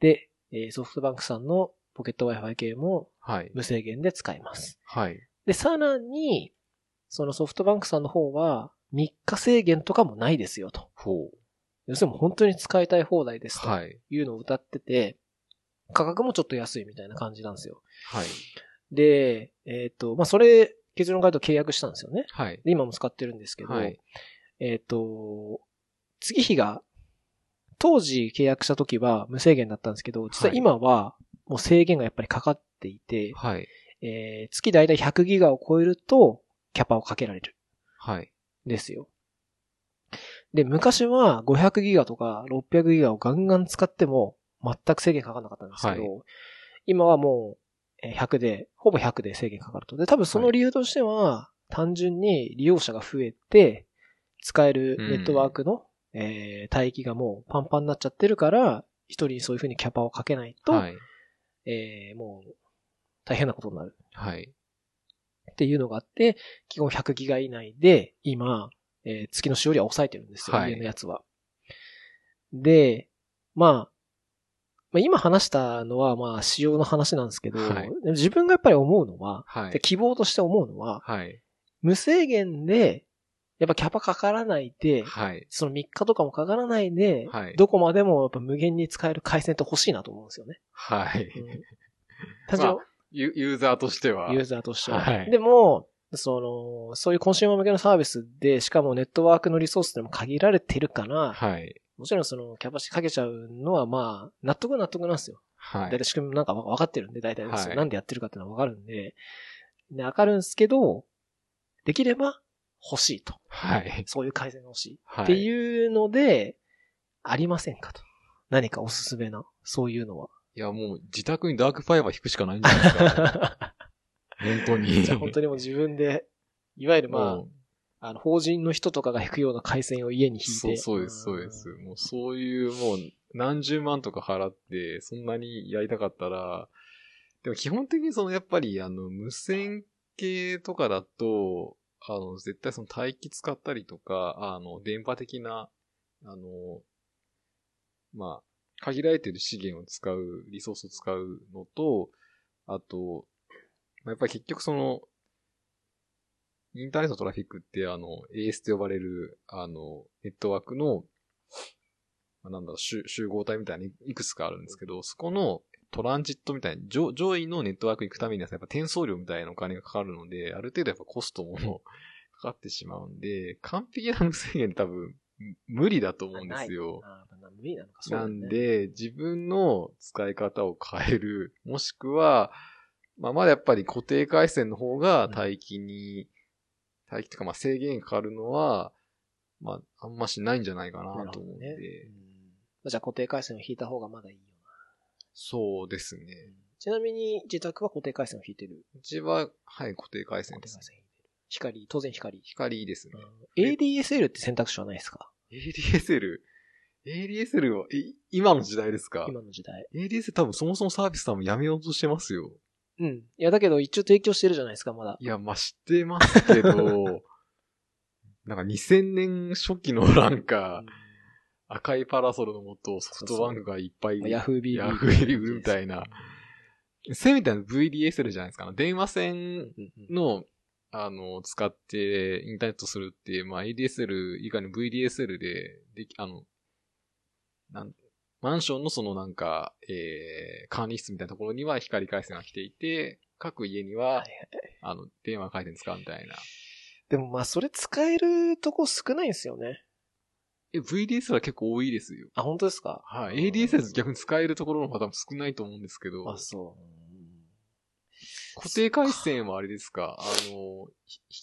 S1: で、えーソフトバンクさんのポケット Wi-Fi 系も
S2: はい。
S1: 無制限で使えます。
S2: はい。
S1: で、さらに、そのソフトバンクさんの方は、3日制限とかもないですよと。
S2: ほう。
S1: 要するに本当に使いたい放題ですと
S2: はい。
S1: いうのを歌ってて、価格もちょっと安いみたいな感じなんですよ。
S2: はい。
S1: で、えっ、と、まあ、それ、結論から言うと契約したんですよね。
S2: はい。
S1: で今も使ってるんですけど、
S2: はい
S1: えっ、と、月日が、当時契約した時は無制限だったんですけど、実は今はもう制限がやっぱりかかっていて、
S2: はい。
S1: えー月だいたい100ギガを超えると、キャパをかけられる
S2: はい。
S1: んですよ。で、昔は500ギガとか600ギガをガンガン使っても全く制限かかんなかったんですけど、
S2: は
S1: 今はもうえー100で、ほぼ100で制限かかると。で、多分その理由としては、単純に利用者が増えて、使えるネットワークの、えー帯域がもうパンパンになっちゃってるから、一人にそういう風にキャパをかけないと、
S2: はい。
S1: えーもう大変なことになる。
S2: はい。
S1: っていうのがあって、基本100ギガ以内で、今、えー月の使用量は抑えてるんですよ、
S2: はい
S1: 家のやつは。で、まあ、まあ、今話したのは、まあ、使用の話なんですけど、
S2: はい
S1: でも自分がやっぱり思うのは、
S2: は
S1: で
S2: い。
S1: 希望として思うのは、
S2: はい。
S1: 無制限で、やっぱキャパかからないで、
S2: はい。
S1: その3日とかもかからないで、
S2: はい
S1: どこまでもやっぱ無限に使える回線って欲しいなと思うんですよね。
S2: はい。 <laughs>
S1: うん、単純に
S2: ユユーザーとしては。
S1: ユーザーとしては。
S2: はい
S1: でも、その、そういうコンシューマー向けのサービスで、しかもネットワークのリソースでも限られてるから、
S2: はい。
S1: もちろんその、キャパシティかけちゃうのは、まあ、納得は納得なんですよ。
S2: は
S1: だいた
S2: い。
S1: い仕組みもなんかわ分かってるんで、だいたい
S2: はい
S1: なんでやってるかっていうのはわかるんで、で、わかるんですけど、できれば欲しいと。
S2: はい。
S1: そういう改善が欲しい。
S2: はい。
S1: っていうので、ありませんかと。何かおすすめな、そういう
S2: <laughs>
S1: のは。
S2: いや、もう自宅にダークファイバー引くしかないんじゃな
S1: <laughs>
S2: いですか。本当に。
S1: じゃあ本当にもう自分で、いわゆるまあ
S2: も、う
S1: あの、法人の人とかが引くような回線を家に引いて。
S2: そうそうです、そうです。もうそういう、もう何十万とか払って、そんなにやりたかったら、でも基本的にそのやっぱり、あの、無線系とかだと、あの、絶対その帯域使ったりとか、あの、電波的な、あの、まあ、限られてる資源を使う、リソースを使うのと、あと、まあやっぱり結局その、インターネットのトラフィックって、あの、AS と呼ばれる、あの、ネットワークの、まあなんだろう集、集合体みたいにいくつかあるんですけど、そこのトランジットみたいに、上上位のネットワークに行くためには、やっぱ転送料みたいなお金がかかるので、ある程度やっぱコストも <laughs> かかってしまうんで、完璧な無制限って多分、無理だと思うんですよ。
S1: あーまあ無理なのか、そうだ
S2: な
S1: よね
S2: ん、で、自分の使い方を変える、もしくは、まあ、まだやっぱり固定回線の方が待域に、待機とかまあ制限かかるのは、まあ、あんましないんじゃないか
S1: なる
S2: なと
S1: ほど
S2: 思うん
S1: ね
S2: で、
S1: うんじゃあ固定回線を引いた方がまだいいよ
S2: そうです
S1: な
S2: ね。。
S1: ちなみに自宅は固定回線を引いてる。
S2: うちは、はい、固定回線
S1: 固
S2: で
S1: 定
S2: す
S1: 回。線引いてる。光、当然光。
S2: 光ですね。
S1: うん ADSL って選択肢はないですか
S2: ADSL、ADSL は、え今の時代ですか
S1: 今の時代。
S2: ?ADSL 多分そもそもサービスさんもやめようとしてますよ。
S1: うん。いや、だけど一応提供してるじゃないですか、まだ。
S2: いや、まあ、知ってますけ <laughs> ど、なんか2000年初期のなんか、赤いパラソルのもとソフトバンクがいっぱい、
S1: ヤフービー
S2: ヤフービーみたいな。せめてあの VDSL じゃないですか。あの電話線
S1: うんうんうん
S2: の、あの、使ってインターネットするって、まあ ADSL 以外の VDSL で、でき、あの、なん、マンションのそのなんか、えー、管理室みたいなところには光回線が来ていて、各家には、あの、電話回線使うみたいな。
S1: でもまあ、それ使えるとこ少ないんですよね。
S2: え、VDS は結構多いですよ。
S1: あ、本当ですか
S2: はい。ADS は逆に使えるところの方多分少ないと思うんですけど、
S1: あ、そう。
S2: 固定回線はあれですかあの、ひひ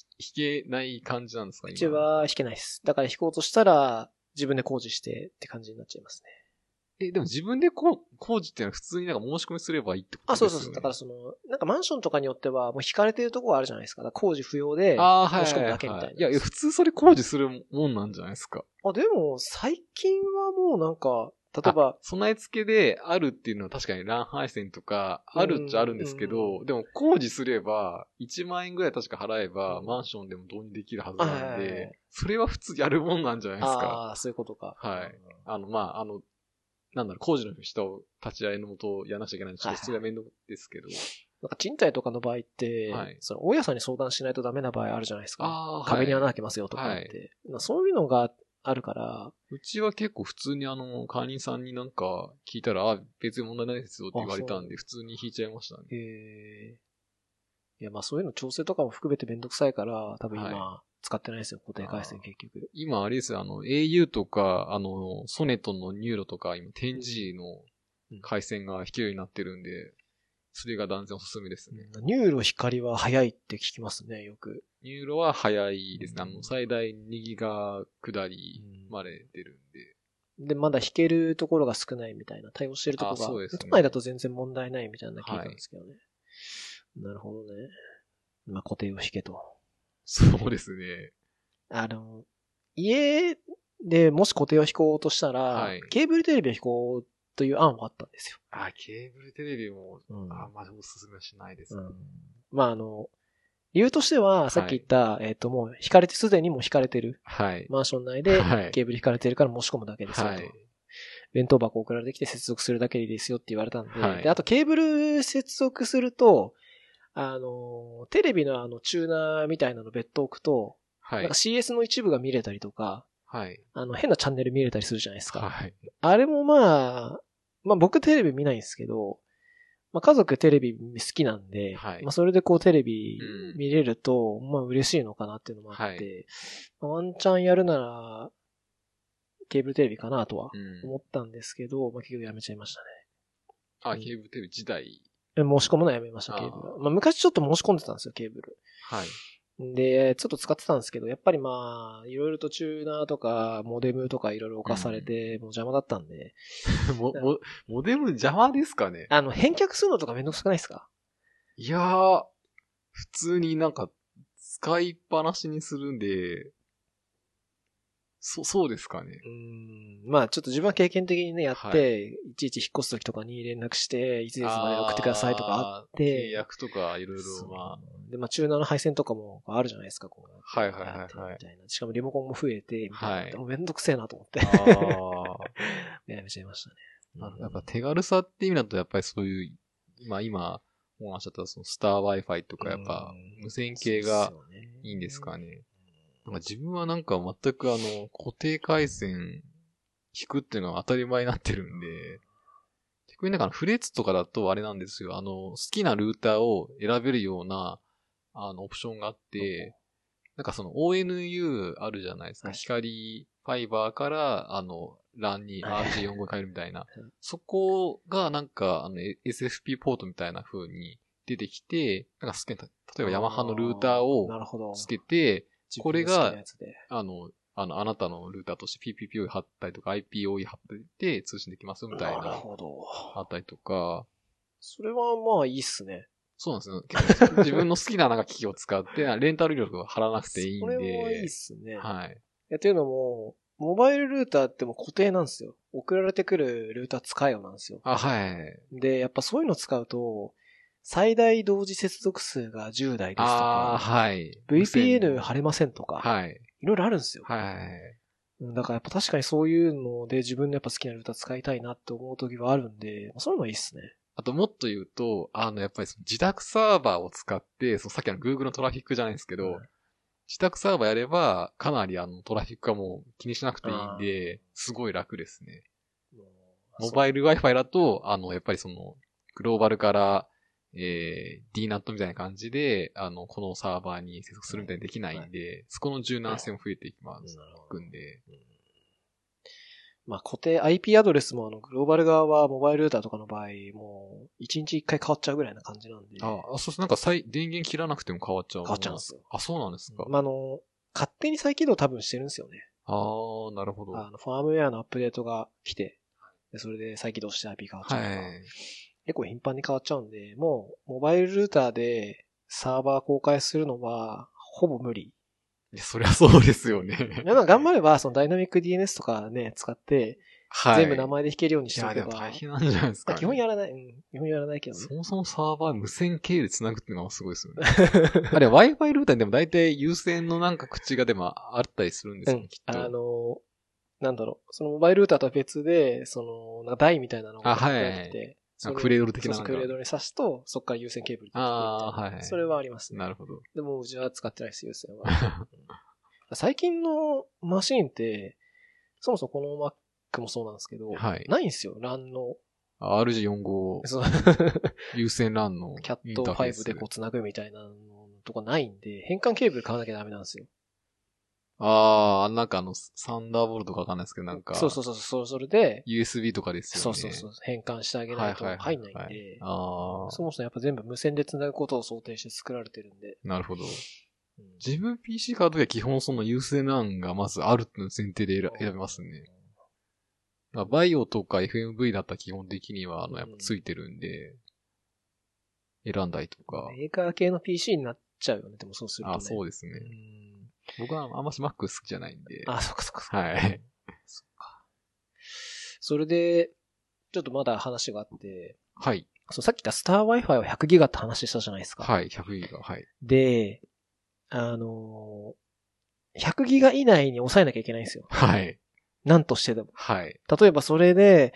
S2: 引けない感じなんですか
S1: う
S2: 今
S1: ちは引けないです。だから引こうとしたら、自分で工事してって感じになっちゃいますね。
S2: え、でも自分でこう、工事っていうのは普通になんか申し込みすればいいってこと
S1: あ、
S2: です
S1: そう
S2: よね。
S1: そうそう。だからその、なんかマンションとかによっては、もう引かれてるとこがあるじゃないですか。だから工事不要で。あ、
S2: ああー、はい
S1: 申し
S2: は
S1: 込
S2: い、
S1: む
S2: は。
S1: だけみたいない
S2: いや、いや普通それ工事するもんなんじゃないですか。
S1: でも、最近はもうなんか、例えば、
S2: 備え付けであるっていうのは確かに乱配線とかあるっちゃあるんですけ
S1: うんう
S2: ど、でも工事すれば、1万円ぐらい確か払えば、
S1: うん
S2: マンションでも導入できるはずなん
S1: はいはいは
S2: で、それは普通やるもんなんじゃないですか。
S1: ああー、そういうことか。
S2: は
S1: う
S2: い
S1: ん。
S2: あの、まあ、あの、なんだろう、工事の人を立ち会いのもとやらなきゃいけないんで、ちょっとそれは面倒ですけど。
S1: なんか賃貸とかの場合って、
S2: はい
S1: その大家さんに相談しないとダメな場合あるじゃないですか。
S2: あー
S1: 壁に
S2: はい
S1: 穴開けますよとか言って。まあそういうのがあるから、
S2: うちは結構普通にあの、管理人さんになんか聞いたら、あ、別に問題ないですよって言われたんで、普通に引いちゃいましたね。
S1: ええいや、まあそういうの調整とかも含めてめんどくさいから、多分今使ってないですよ、固定回線結局。
S2: 今あれですよ、あの、au とか、あの、ソネトのニューロとか、今、10 g の回線が引けるようになってるんで、それが断然おすすめですね。
S1: ニューロ光は早いって聞きますね、よく。
S2: ニューロは早いですね。あ
S1: う
S2: の、
S1: ん
S2: 最大2ギガ下りまで出るんで。
S1: で、まだ弾けるところが少ないみたいな、対応してるところが、
S2: あそうですね
S1: 都内だと全然問題ないみたいなの聞いたんですけどね。なるほどね。まあ固定を弾けと。
S2: そうですね。
S1: あの、家でもし固定を弾こうとしたら、
S2: はい
S1: ケーブルテレビを弾こうという案はあったんですよ。
S2: あ、ケーブルテレビも、
S1: うん
S2: あんまりおすすめはしないです
S1: う
S2: ね。
S1: んまああの、理由としては、さっき言った、えっ、ともう引かれて、すでにもう引かれてる。
S2: はい。
S1: マンション内で
S2: はい
S1: ケーブル引かれてるから申し込むだけですよと。
S2: はい
S1: 弁当箱送られてきて接続するだけでいいですよって言われたんで。
S2: はい
S1: で、あとケーブル接続すると、あの、テレビのあの、チューナーみたいなの別途置くと、
S2: は
S1: なん
S2: い
S1: か。CS の一部が見れたりとか、
S2: はい。
S1: あの、変なチャンネル見れたりするじゃないですか。
S2: はい。
S1: あれもまあ、まあ僕テレビ見ないんですけど、まあ家族テレビ好きなんで、
S2: はい
S1: まあそれでこうテレビ
S2: うん
S1: 見れると、まあ嬉しいのかなっていうのもあって、
S2: はい
S1: まあワンチャンやるなら、ケーブルテレビかなとは
S2: うん。
S1: 思ったんですけど、まあ結局やめちゃいましたね。
S2: あ、ケーブルテレビ自体。
S1: え申し込むのやめました、ケーブルは。
S2: あ
S1: まあ昔ちょっと申し込んでたんですよ、ケーブル。
S2: はい。
S1: で、ちょっと使ってたんですけど、やっぱりまあ、いろいろとチューナーとか、モデムとかいろいろ犯されて、もう邪魔だったんで、
S2: <laughs> も、も、モデル邪魔ですかね
S1: あの、返却するのとかめんどくさくないですか
S2: いやー、普通になんか、使いっぱなしにするんで、そ、そうですかね。
S1: うーんまあちょっと自分は経験的にね、やって、、
S2: はい
S1: ちいち引っ越す時とかに連絡して、いついつまで送ってくださいとかあっ
S2: あ
S1: て
S2: ー契約とかいろいろ、ま
S1: で、まあチューナーの配線とかもあるじゃないですか、こう。
S2: はいはいはいはい
S1: やってみたなしかもリモコンも増えて、みたいな。
S2: はい
S1: もうめんどくせえなと思って <laughs>
S2: あ。、ああ。
S1: やめちゃいましたね。 <laughs>
S2: なるほどやっぱ手軽さって意味だと、やっぱりそういう、まあ今、お話しちゃったそのスター Wi-Fi とかやっぱ
S1: うん
S2: 無線系がいいんですかね。なんか自分はなんか全くあの固定回線引くっていうのが当たり前になってるんで、逆になんかあのフレッツとかだとあれなんですよ。あの好きなルーターを選べるようなあのオプションがあって、なんかその ONU あるじゃないですか。
S1: はい
S2: 光ファイバーからあの LAN に
S1: はい
S2: RJ45 変えるみたいな
S1: うん。
S2: そこがなんかあの SFP ポートみたいな風に出てきて、なんか好きな、例えばヤマハのルーターを
S1: なるほど。
S2: つけて、これ
S1: 自分の好
S2: が
S1: きなやつで
S2: あの、あの、あなたのルーターとして PPPoE 貼ったりとか IPOE 貼ったりで通信できますよみたい
S1: なる
S2: な、
S1: ほど。
S2: あったりとか、
S1: それはまあいいっすね。
S2: そうなんですよ。自分の好きななんか機器を使って、 <laughs> レンタル料とか貼らなくていいん
S1: こ
S2: で。
S1: れはいいっすね。
S2: はい。
S1: いや、というのも、モバイルルーターってもう固定なんですよ。送られてくるルーター使えよなんですよ。
S2: あ、はい。
S1: で、やっぱそういうの使うと、最大同時接続数が10台ですと
S2: ああ、
S1: か、
S2: はい。
S1: VPN 貼れませんとか、
S2: はい。
S1: いろいろあるんですよ。
S2: はい。
S1: うんだからやっぱ確かにそういうので自分のやっぱ好きなルーター使いたいなって思う時はあるんで、まあそういうのはいいっすね。
S2: あともっと言うと、あの、やっぱりその自宅サーバーを使って、そのさっきの Google のトラフィックじゃないですけど、うん自宅サーバーやれば、かなりあの、トラフィックはもう気にしなくていいんで、すごい楽ですね。モバイル Wi-Fi だと、あの、やっぱりその、グローバルから、えー、DNAT みたいな感じで、あの、このサーバーに接続するみたいにできないんで、はいはい、そこの柔軟性も増えていきます。はい、んで。うん、
S1: まあ、固定 IP アドレスも、あの、グローバル側はモバイルルーターとかの場合、もう、1日1回変わっちゃうぐらいな感じなんで。
S2: ああ、そうなんか再、電源切らなくても変わっちゃう。
S1: 変わっちゃうんですよ。
S2: あ、そうなんですか。
S1: まあ、あの、勝手に再起動多分してるんですよね。
S2: ああ、なるほど。
S1: あの、ファームウェアのアップデートが来て、でそれで再起動して IP 変わっちゃうから、はい、結構頻繁に変わっちゃうんで、もう、モバイルルーターでサーバー公開するのは、ほぼ無理。
S2: いや、そりゃそうですよね。
S1: 頑
S2: <laughs>
S1: 張れば、そのダイナミック DNS とかね、使って、はい、全部名前で弾けるようにしておけば。いや、
S2: でも大変なんじゃないですか、ね、
S1: 基本やらない、うん、基本やらないけど、ね、
S2: そもそもサーバー無線経由で繋ぐっていうのはすごいですよ
S1: <laughs>
S2: ね。あれ、Wi-Fi ルーターにでも大体有線のなんか口がでもあったりするんですよ、ね、うん、きっと。
S1: あの、なんだろう、そのモバイルルーターとは別で、その、な台みたいなのが
S2: あって、はい、クレードル的な
S1: クレードルに挿すと、そこから有線ケーブル
S2: ああ、はい。
S1: それはありますね。
S2: なるほど。 <laughs>
S1: でも、うちは使ってないです、有線は。最近のマシンって、そもそもこの Mac もそうなんですけど、
S2: はい、
S1: ないんですよ、LAN の。
S2: RG45。 <laughs>
S1: そう。
S2: 有線 LAN の。
S1: キャット5でこう繋ぐみたいなのとかないんで、変換ケーブル買わなきゃダメなんですよ。
S2: ああ、なんかあの、サンダーボルトかわかんないですけど、なんか。
S1: そうそうそう、そそれで。
S2: USB とかですよね。
S1: そうそうそう、変換してあげないと入んないんで。はいはいはいはい、あそもそもやっぱ全部無線で繋ぐことを想定して作られてるんで。
S2: なるほど。うん、自分 PC 買うときは基本その優先欄がまずあるっていう前提で選べますね。バイオとか FMV だったら基本的には、あの、やっぱついてるんで、選んだりとか。
S1: メーカー系の PC になっちゃうよね、でもそうすると、ね。
S2: あ、そうですね。僕はあんまし Mac 好きじゃないんで。
S1: あ、そっかそっかそ
S2: っか。はい。
S1: そっか。それで、ちょっとまだ話があって、
S2: はい。
S1: そう、さっき言ったスター Wi-Fi は100ギガって話したじゃないですか。
S2: はい、100ギガ、はい。
S1: で、あのー、100ギガ以内に抑えなきゃいけないんですよ。
S2: はい。
S1: なんとしてでも。
S2: はい。
S1: 例えばそれで、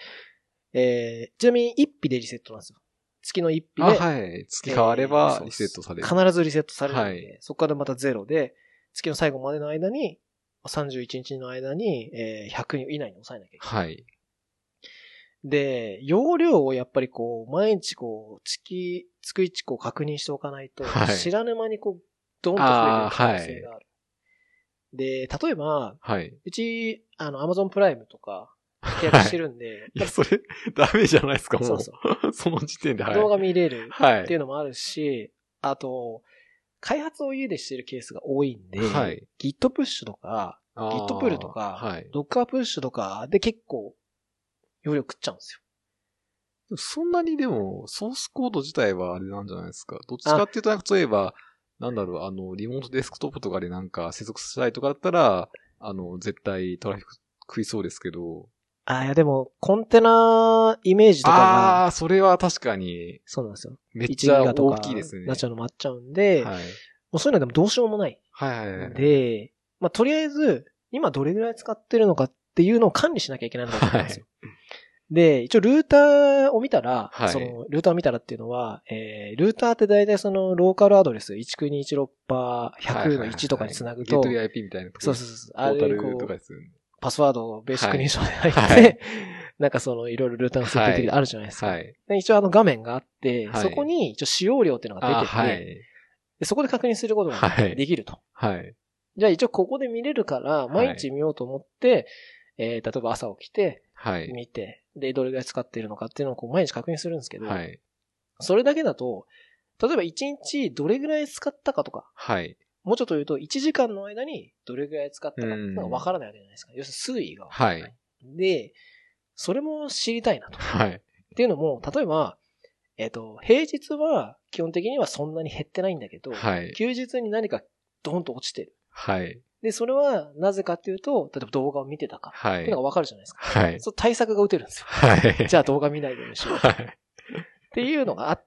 S1: えー、ちなみに1匹でリセットなんですよ。月の1匹で。あ、
S2: はい。月変わればリセットされる。
S1: えー、必ずリセットされるはい、そこからまた0で、月の最後までの間に、31日の間に、えー、100以内に抑えなきゃいけない。
S2: はい。
S1: で、容量をやっぱりこう、毎日こう、月、月1個確認しておかないと、はい、知らぬ間にこう、ドンと増えてる可能性がある。あはい、で、例えば、
S2: はい、
S1: うち、あの、アマゾンプライムとか、契約してるんで。はい
S2: <laughs> 、いや、それ、ダメじゃないですか、もう。そうそう。その時点で、
S1: はい、動画見れるっていうのもあるし、あと、開発を家でしてるケースが多いんで、
S2: はい、
S1: Git プッシュとか、Git プールとか、
S2: はい、
S1: Docker プッシュとかで結構、容量食っちゃうんですよ。
S2: そんなにでも、ソースコード自体はあれなんじゃないですか。どっちかっていうと、例えば、なんだろう、あの、リモートデスクトップとかでなんか接続したいとかだったら、あの、絶対トラフィック食いそうですけど。
S1: ああ、いやでも、コンテナイメージとかが。
S2: ああ、それは確かに。
S1: そうなんですよ。
S2: めっちゃ大きいですね。
S1: なっちゃうのもあっちゃうんで、
S2: はい、も
S1: うそういうのでもどうしようもない。
S2: はいはいはい。
S1: で、まあ、とりあえず、今どれぐらい使ってるのかっていうのを管理しなきゃいけないんだと思うんですよ。はいで、一応ルーターを見たら、
S2: はい、
S1: その、ルーターを見たらっていうのは、えー、ルーターって大体その、ローカルアドレス、19216%、100の1とかにつなぐと、
S2: はいはいはい、ゲート IP みたいな
S1: そうそうそう、
S2: あれこう、
S1: パスワードをベーシック認証で入って、はい、 <laughs> なんかその、いろいろルーターの設定的あるじゃないですか。
S2: はい、
S1: 一応あの画面があって、そこに一応使用量っていうのが出てて、はい、でそこで確認することができると。
S2: はい、
S1: じゃあ一応ここで見れるから、毎日見ようと思って、えー、例えば朝起きて、
S2: はい。
S1: 見て、で、どれぐらい使ってるのかっていうのをこう毎日確認するんですけど、
S2: はい。
S1: それだけだと、例えば1日どれぐらい使ったかとか、
S2: はい。
S1: もうちょっと言うと、1時間の間にどれぐらい使ったかっていうのがわからないわけじゃないですか。要するに数位が。
S2: はい。
S1: で、それも知りたいなと。
S2: はい。
S1: っていうのも、例えば、えっ、ー、と、平日は基本的にはそんなに減ってないんだけど、
S2: はい。
S1: 休日に何かドンと落ちてる。
S2: はい。
S1: で、それはなぜかっていうと、例えば動画を見てたか。
S2: はい。
S1: っていうのがわかるじゃないですか。
S2: はい。
S1: そう対策が打てるんですよ。
S2: はい。
S1: じゃあ動画見ないように
S2: <laughs>
S1: しよう。はい。っていうのがあって、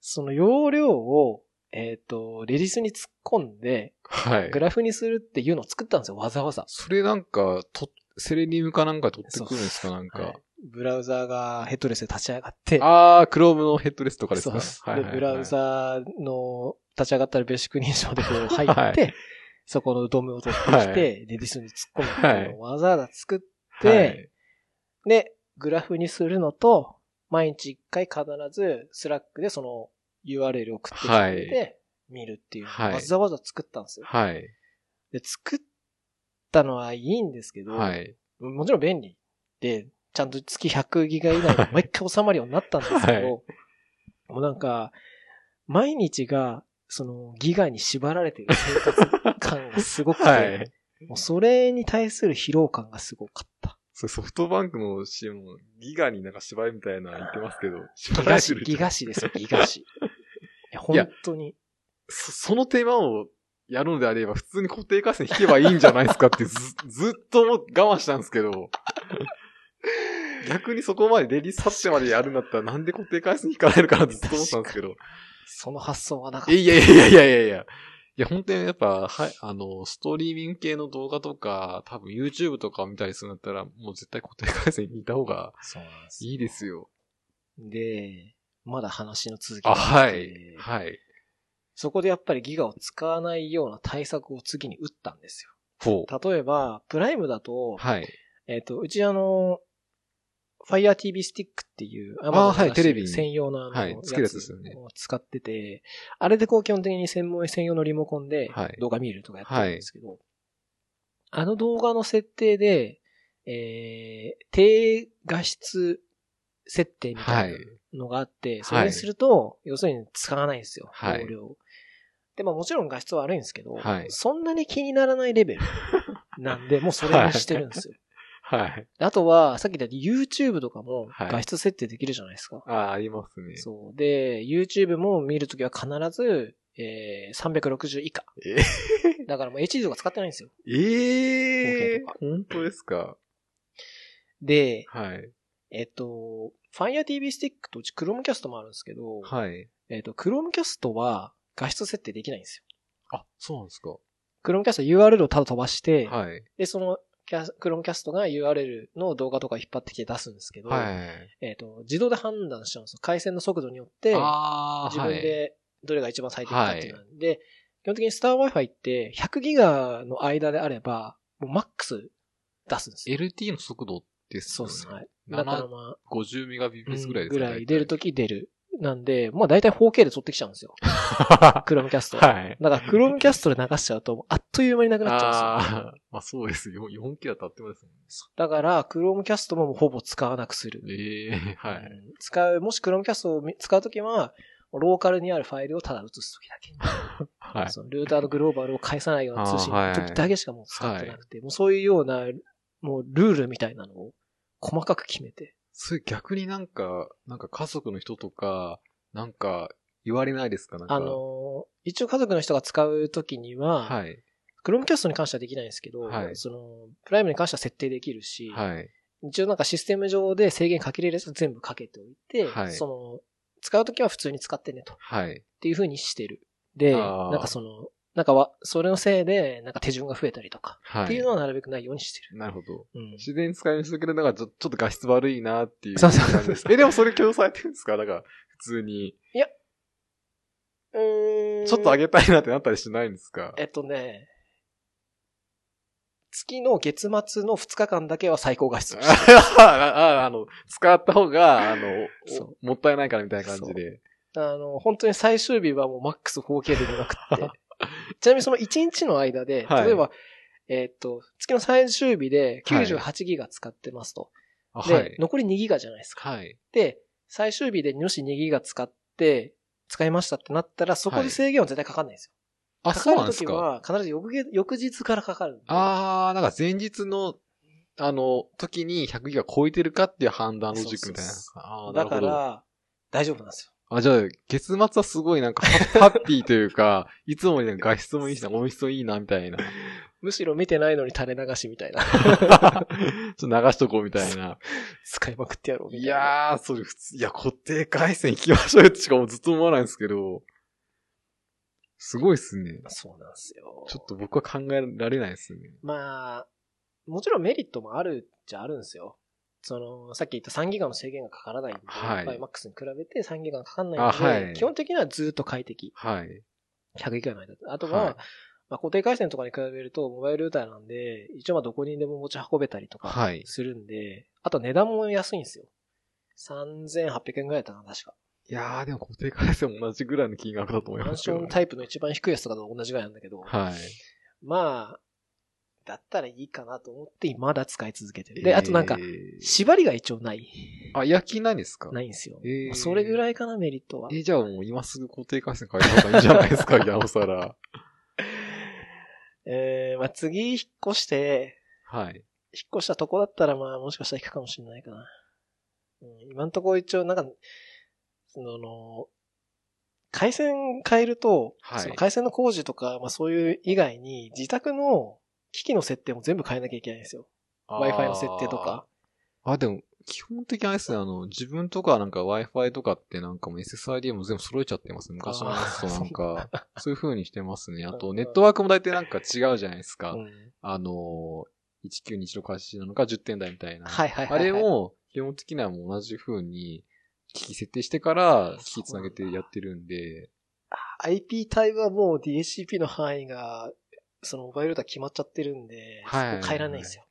S1: その容量を、えっ、ー、と、レディスに突っ込んで、
S2: はい。
S1: グラフにするっていうのを作ったんですよ、わざわざ。
S2: それなんか、と、セレニウムかなんか取ってくるんですか、なんか。はい、
S1: ブラウザーがヘッドレスで立ち上がって、
S2: あー、クロームのヘッドレスとかです
S1: そう
S2: か
S1: です。で、ブラウザーの立ち上がったらベーシック認証でこう入って、
S2: はい
S1: そこのドムを取ってきて、
S2: はい
S1: で、ディスに突っ込むっていうのをわざわざ作って、
S2: はい
S1: で、グラフにするのと、毎日一回必ずスラックでその URL を送ってきてくれて、見るっていうのを
S2: はい
S1: わざわざ作ったんですよ。
S2: はい。
S1: で、作ったのはいいんですけど、
S2: はい。
S1: もちろん便利で、ちゃんと月100ギガ以内に毎回収まるようになったんですけど、
S2: はい
S1: もうなんか、毎日が、その、ギガに縛られてる生活感がすごくて、
S2: <laughs> はい。
S1: もうそれに対する疲労感がすごかった。
S2: それソフトバンクの CM もギガになんか縛りみたいなの言ってますけど、縛
S1: ギ
S2: ら
S1: ガ
S2: れて <laughs>
S1: 市、
S2: る
S1: ギガ市ですよ、ギガ
S2: <laughs>
S1: 市。いや、
S2: いや
S1: 本当に。
S2: そその手間をやるのであれば、普通に固定回線引けばいいんじゃないですかっ
S1: <laughs>
S2: てず、ずっと我慢したんですけど、逆にそこまでデリサってまでやるんだったら、なんで固定回線引かないのかなってずっと思ってたんですけど、
S1: その発想はなかった。
S2: いやいやいやいやいやいや。いや、本当にやっぱ、はい、あの、ストリーミング系の動画とか、多分 YouTube とかを見たりするんだったら、もう絶対固定回線引いた方が
S1: そうなんです
S2: いいですよ。
S1: で、まだ話の続きが
S2: あ、
S1: あって
S2: はい。はい。
S1: そこでやっぱりギガを使わないような対策を次に打ったんですよ。
S2: ほう。
S1: 例えば、プライムだと、
S2: はい。
S1: えっ、と、うちあの、Fire TV Stick っていう、あ
S2: あーはいテレビに
S1: 専用のあの、
S2: はいつけるやつですよね
S1: を使ってて、あれでこう基本的に専門専用のリモコンで
S2: はい
S1: 動画見るとかやってるんですけど、あの動画の設定で、えー、低画質設定みた
S2: はいい
S1: な。のがあって、それにすると、要するに使わないんですよ、
S2: はい
S1: 容量を。で、まあもちろん画質は悪いんですけど、
S2: はい
S1: そんなに気にならないレベルなんで、もうそれにしてるんですよ。
S2: はい。
S1: あとは、さっき言った YouTube とかも
S2: はい
S1: 画質設定できるじゃないですか。
S2: ああ、ありますね。
S1: そう。で、YouTube も見るときは必ず、えー、360以下。
S2: え
S1: <laughs> だからもう HD とか使ってないんですよ。貢
S2: ええ
S1: 献とか
S2: 本当ですか
S1: で、
S2: はい。
S1: えっと、Fire TV Stick とうち Chromecast もあるんですけど、
S2: はい。
S1: えっと、Chromecast は画質設定できないんですよ。
S2: あ、そうなんですか
S1: Chromecast は URL をただ飛ばして、
S2: はい。
S1: で、そのキャ、Chromecast が URL の動画とか引っ張ってきて出すんですけど、
S2: はい。
S1: えっと、自動で判断しちゃうんですよ。回線の速度によって、
S2: あ
S1: 自分でどれが一番最適かっていうのは、で、基本的にスター Wi-Fi って100ギガの間であれば、もうマックス出すんですよ。
S2: LT の速度です
S1: そ
S2: よ
S1: う
S2: ね。
S1: です。はい。だから
S2: 7
S1: まあ、
S2: 50メガ bps ぐらいで
S1: ぐ
S2: すか、
S1: らい出るとき出る。なんで、まあ大体 4K で撮ってきちゃうんですよ。
S2: <laughs> は
S1: Chromecast を。
S2: い。
S1: だから Chromecast で流しちゃうと、あっという間になくなっちゃうんですよ。
S2: ああ、 <laughs> まあそうですよ。4K だったらあってますもんね。
S1: だから、Chromecast ももうほぼ使わなくする。
S2: ええはい。
S1: うん使う、もし Chromecast を使うときは、ローカルにあるファイルをただ移すときだけ。
S2: はい。
S1: そのルーターのグローバルを返さないような通信の時だけしかもう使ってなくて、もうそういうような、もうルールみたいなのを細かく決めて。
S2: それ逆になんか、なんか家族の人とか、なんか言われないですかなんか。
S1: あのー、一応家族の人が使う時には、
S2: はい。
S1: Chromecast に関してはできないんですけど、
S2: はい
S1: その、プライムに関しては設定できるし、
S2: はい。
S1: 一応なんかシステム上で制限かけれるやつは全部かけておいて、
S2: はい
S1: その、使う時は普通に使ってねと。
S2: はい。
S1: っていう風にしてる。で、
S2: あー
S1: なんかその、なんかわ、それのせいで、なんか手順が増えたりとか、
S2: はい。
S1: っていうのはなるべくないようにしてる。
S2: なるほど。
S1: うん。
S2: 自然に使い道すけど、なんかちょちょっと画質悪いなっていう
S1: そう
S2: 感
S1: そう
S2: じです。え、でもそれ許容されてるんですかなんか、普通に。
S1: うーん
S2: ちょっと上げたいなってなったりしないんですか
S1: えっとね、月の月末の2日間だけは最高画質
S2: <laughs> あ
S1: にしてる
S2: ああの、使った方が、あの、
S1: そ
S2: おもったいないからみたいな感じで。
S1: あの、本当に最終日はもうマックス 4K で出なくって。 <laughs> ちなみにその1日の間で、
S2: <laughs> はい
S1: 例えば、えっと、月の最終日で98ギガ使ってますと。
S2: あ
S1: で、
S2: はい。
S1: 残り2ギガじゃないですか。
S2: はい。
S1: で、最終日でもし2ギガ使って、使いましたってなったら、そこで制限は絶対かかんないんですよ。
S2: あ、
S1: か
S2: そう
S1: か
S2: なん
S1: ると
S2: です
S1: き
S2: か。
S1: は、必ず翌月翌日からかかるんで。
S2: ああ、なんか前日の、あの、時に100ギガ超えてるかっていう判断ロジックみたいな
S1: そうそ。
S2: ああ、
S1: だ
S2: なるほ
S1: か
S2: ど。
S1: ら、大丈夫なんですよ。
S2: あ、じゃあ、月末はすごいなんかハ、ハッピーというか、いつもよりなんか画質もいいしな、音質もいいな、みたいな。 <laughs> ち
S1: むしろ見てないのに垂れ流しみたいな。 <laughs>
S2: ょっと流しとこうみたいな。
S1: 使いまくってやろうみ
S2: い
S1: たいな。
S2: やー、それ普通、いや、固定回線行きましょうよってしかもうずっと思わないんですけど、すごいっすね。
S1: そうなんですよ。
S2: ちょっと僕は考えられないですね。
S1: まあ、もちろんメリットもあるっちゃあるんですよ。その、さっき言った3ギガの制限がかからないんで、
S2: はい
S1: iMax に比べて3ギガがかかんないの
S2: あ
S1: で、
S2: はい
S1: 基本的にはずっと快適。
S2: はい。
S1: 100ギガの間。あとは、
S2: はい
S1: まあ、固定回線とかに比べると、モバイルルーターなんで、一応まあどこにでも持ち運べたりとか
S2: はい。
S1: するんで、あと値段も安いんですよ。3800円ぐらいだったな、確か。
S2: いやー、でも固定回線も同じぐらいの金額だと思い
S1: マ
S2: ま
S1: ン
S2: す
S1: シ
S2: けど
S1: ョ
S2: ね
S1: ンタイプの一番低いやつとかと同じぐらいなんだけど、
S2: はい。
S1: まあ、だったらいいかなと思って、まだ使い続けてる。で、あとなんか
S2: え、ー、
S1: 縛りが一応ない。
S2: あ、夜勤ないんですか
S1: ないんですよ。
S2: えー
S1: まあそれぐらいかな、メリットは
S2: え。ーじゃあもう今すぐ固定回線変えた方がいいんじゃないです
S1: <laughs>
S2: か、なおさら。
S1: えー、まあ次引っ越して、
S2: はい。
S1: 引っ越したとこだったら、まあ、もしかしたら行くかもしれないかな。うん、今んとこ一応、なんか、その、回線変えると、
S2: はい
S1: その回線の工事とか、まあそういう以外に、自宅の機器の設定も全部変えなきゃいけないんですよ。Wi-Fi の設定とか。
S2: あ、でも、基本的にあれですね、あの、自分とかなんか Wi-Fi とかってなんかもう SSID も全部揃えちゃってますね。昔のやつとな
S1: <laughs>
S2: んか、そういう風にしてますね。あと、ネットワークも大体なんか違うじゃないですか
S1: う。ん
S2: あのー、1926開始なのか10点台みたいな。
S1: はいはいはい、は
S2: あ
S1: い。
S2: れも、基本的にはもう同じ風に、機器設定してから、機器つなげてやってるんで、
S1: IP 帯はもう DHCP の範囲が、そのモバイルルーター決まっちゃってるんで、
S2: はいはいはい
S1: そこ変えられないんですよ。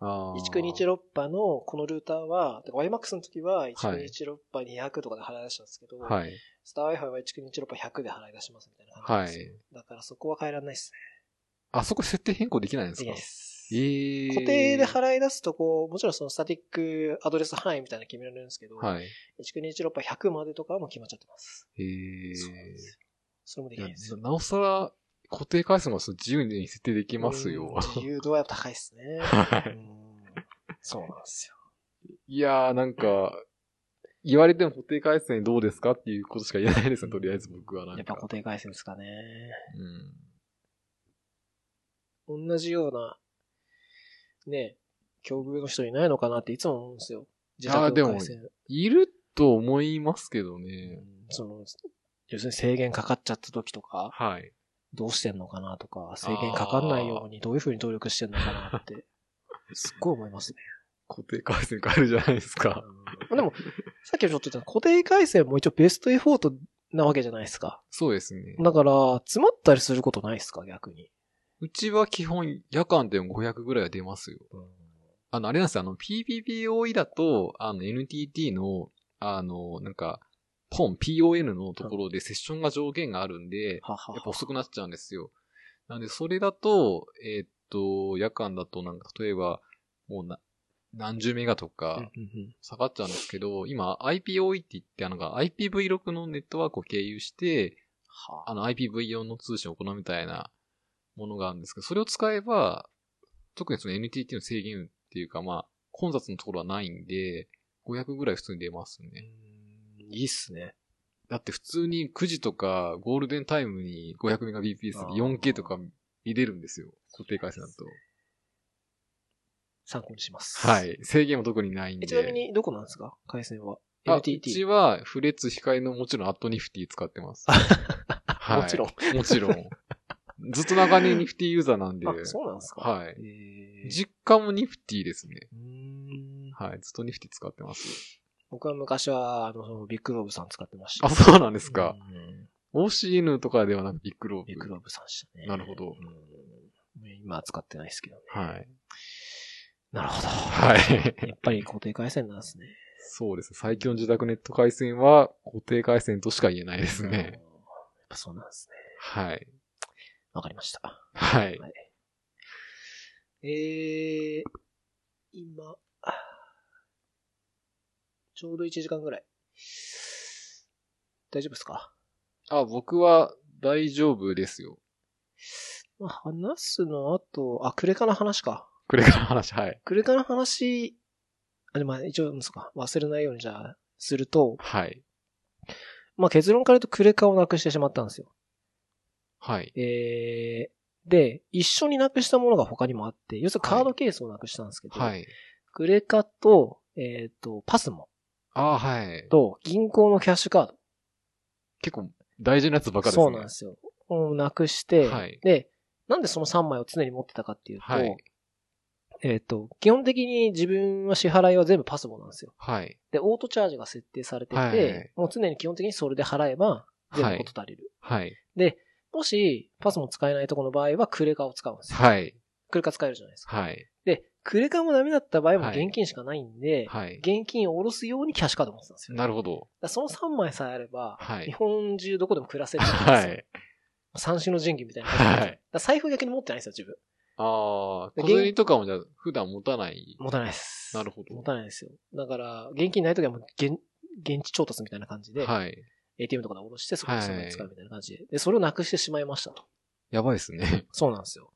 S2: あー
S1: 1916波のこのルーターは、てか YMAX の時は1916波200とかで払い出したんですけど、
S2: はい。
S1: スター Wi-Fi は1916波100で払い出しますみたいな感
S2: は
S1: じです。
S2: い。
S1: だからそこは変えられないです
S2: あそこ設定変更できないん
S1: ね。
S2: です
S1: い
S2: か
S1: いです。
S2: えー
S1: 固定で払い出すとこう、もちろんそのスタティックアドレス範囲みたいなの決められるんですけど、
S2: はい。
S1: 1916波100までとかはもう決まっちゃってます。
S2: え
S1: そうなん
S2: ー
S1: ですよそれもで
S2: い
S1: きな
S2: や
S1: いです。
S2: なおさら、固定回数もそう自由に設定できます
S1: うん
S2: よ。
S1: 自由度はやっぱ高い
S2: <laughs>
S1: ですね。
S2: はい
S1: うんそうなんですよ。
S2: いやー、なんか、言われても固定回線どうですかっていうことしか言えないですね、とりあえず僕はなんか。
S1: やっぱ固定回線ですかね。
S2: うん。
S1: 同じような、ね、境遇の人いないのかなっていつも思うんですよ。自
S2: あー
S1: 宅
S2: で
S1: の
S2: も
S1: 回線。
S2: いると思いますけど
S1: う
S2: ね。
S1: んその、要するに制限かかっちゃった時とか、
S2: はい。
S1: どうしてんのかなとか、制限かかんないようにどういう風に努力してんのかな
S2: <laughs>
S1: って、すっごい思いますね。
S2: 固定回線変えるじゃないですか。
S1: うんでも、さっきもちょっと言った固定回線も一応ベストエフォートなわけじゃないですか。
S2: そうですね。
S1: だから、詰まったりすることないですか、逆に。
S2: うちは基本夜間でも500ぐらいは出ますよ。
S1: うん
S2: あの、あれなんですよ、あの、PPPOE だと、あの、NTT の、あの、なんか、ポン、PON のところでセッションが上限があるんで、
S1: はは
S2: やっぱ遅くなっちゃうんですよ。なんで、それだと、えーっと、夜間だと、なんか、例えば、もうな、何十メガと
S1: うん
S2: か
S1: うんうん
S2: 下がっちゃうんですけど、今、IPOE って言って、あの、なんか IPv6 のネットワークを経由して、
S1: はあ
S2: あの、IPv4 の通信を行うみたいなものがあるんですけど、それを使えば、特にその NTT の制限っていうか、まあ、混雑のところはないんで、500ぐらい普通に出ますね。
S1: うんいいっすね。
S2: だって普通に9時とかゴールデンタイムに 500Mbps で
S1: あー
S2: 4K とか見れるんですよ。固定回線だと。
S1: 参考にします。
S2: は。い。制限も特にないん
S1: え
S2: で。
S1: ちなみに、どこなんですか回線は。
S2: あうち
S1: NTT。
S2: はフレッツ光のもちろんアットニフティ使ってます。はい
S1: <laughs> もちろん。
S2: もちろん。ずっと長年ニフティユーザーなんで。
S1: あ、そうなんですか
S2: は
S1: え
S2: い。
S1: ー
S2: 実家もニフティですね。
S1: うーん
S2: はい。ずっとニフティ使ってます。
S1: 僕は昔は、あの、そのビッグローブさん使ってました。
S2: あ、 <laughs> そうなんで
S1: です
S2: か。。
S1: うん
S2: OCN とかではなくビッグロー
S1: ビッグ
S2: ブ。
S1: ローブさんでしたね。
S2: なるほど
S1: うん。今は使ってないですけどね。
S2: はい。
S1: なるほど。。
S2: はいい。
S1: やっぱり固定回線なんですね。
S2: そうですね。最強の自宅ネット回線は固定回線としか言えないです
S1: うんやっ
S2: ね。
S1: ぱそうなんですね。
S2: はい。
S1: わかりました。
S2: はい。
S1: えー、今、あちょうど1時間ぐらい。大丈夫ですか
S2: あ、僕は大丈夫ですよ。
S1: まあ、話すのあと、あ、クレカの話か。
S2: これからの話、はい。
S1: クレカの話、あ、でもまあ一応、そうか、忘れないようにじゃあ、すると、
S2: はい。
S1: まあ結論から言うとクレカをなくしてしまったんですよ。
S2: はい。
S1: えー、で、一緒になくしたものが他にもあって、要するにカードケースをなくしたんですけど、
S2: はい。
S1: クレカと、えっ、と、パスモ
S2: あはい。
S1: と、銀行のキャッシュカード。
S2: 結構大事なやつばかりですね。
S1: そうなんですよ。をなくして、
S2: はい
S1: で、なんでその3枚を常に持ってたかっていうと、
S2: はい
S1: えっ、と、基本的に自分は支払いは全部パスモなんですよ。
S2: はい。
S1: で、オートチャージが設定されてて、
S2: はいはいはい
S1: もう常に基本的にそれで払えば、全部こと足りる。
S2: はい。
S1: もし、パスモ使えないとこの場合は、クレカを使うんですよ。
S2: はい。
S1: クレカ使えるじゃないですか。
S2: はい。
S1: で、クレカもダメだった場合も
S2: はい
S1: 現金しかないんで、
S2: はい。
S1: 現金を下ろすようにキャッシュカード持ってたんですよ。だか
S2: なるほど。
S1: らその3枚さえあれば、
S2: は
S1: 日
S2: い。
S1: 本中どこでも暮らせるんですよ。
S2: はい。
S1: 三種の神器みたいな感じで。
S2: は
S1: だか
S2: い。
S1: ら財布逆に持ってないんですよ、自分。
S2: ああ、
S1: で
S2: 小銭とかもじゃあ普段持たない。
S1: 持たないです。
S2: なるほど
S1: 持たないですよ。だから、現金ないときはもう現、現地調達みたいな感じで、
S2: はい。
S1: ATM とかで下ろして、そこで
S2: はい
S1: そのまま使うみたいな感じで。で、それをなくしてしまいましたと。
S2: やばいですね。 <laughs>
S1: そうなんですよ。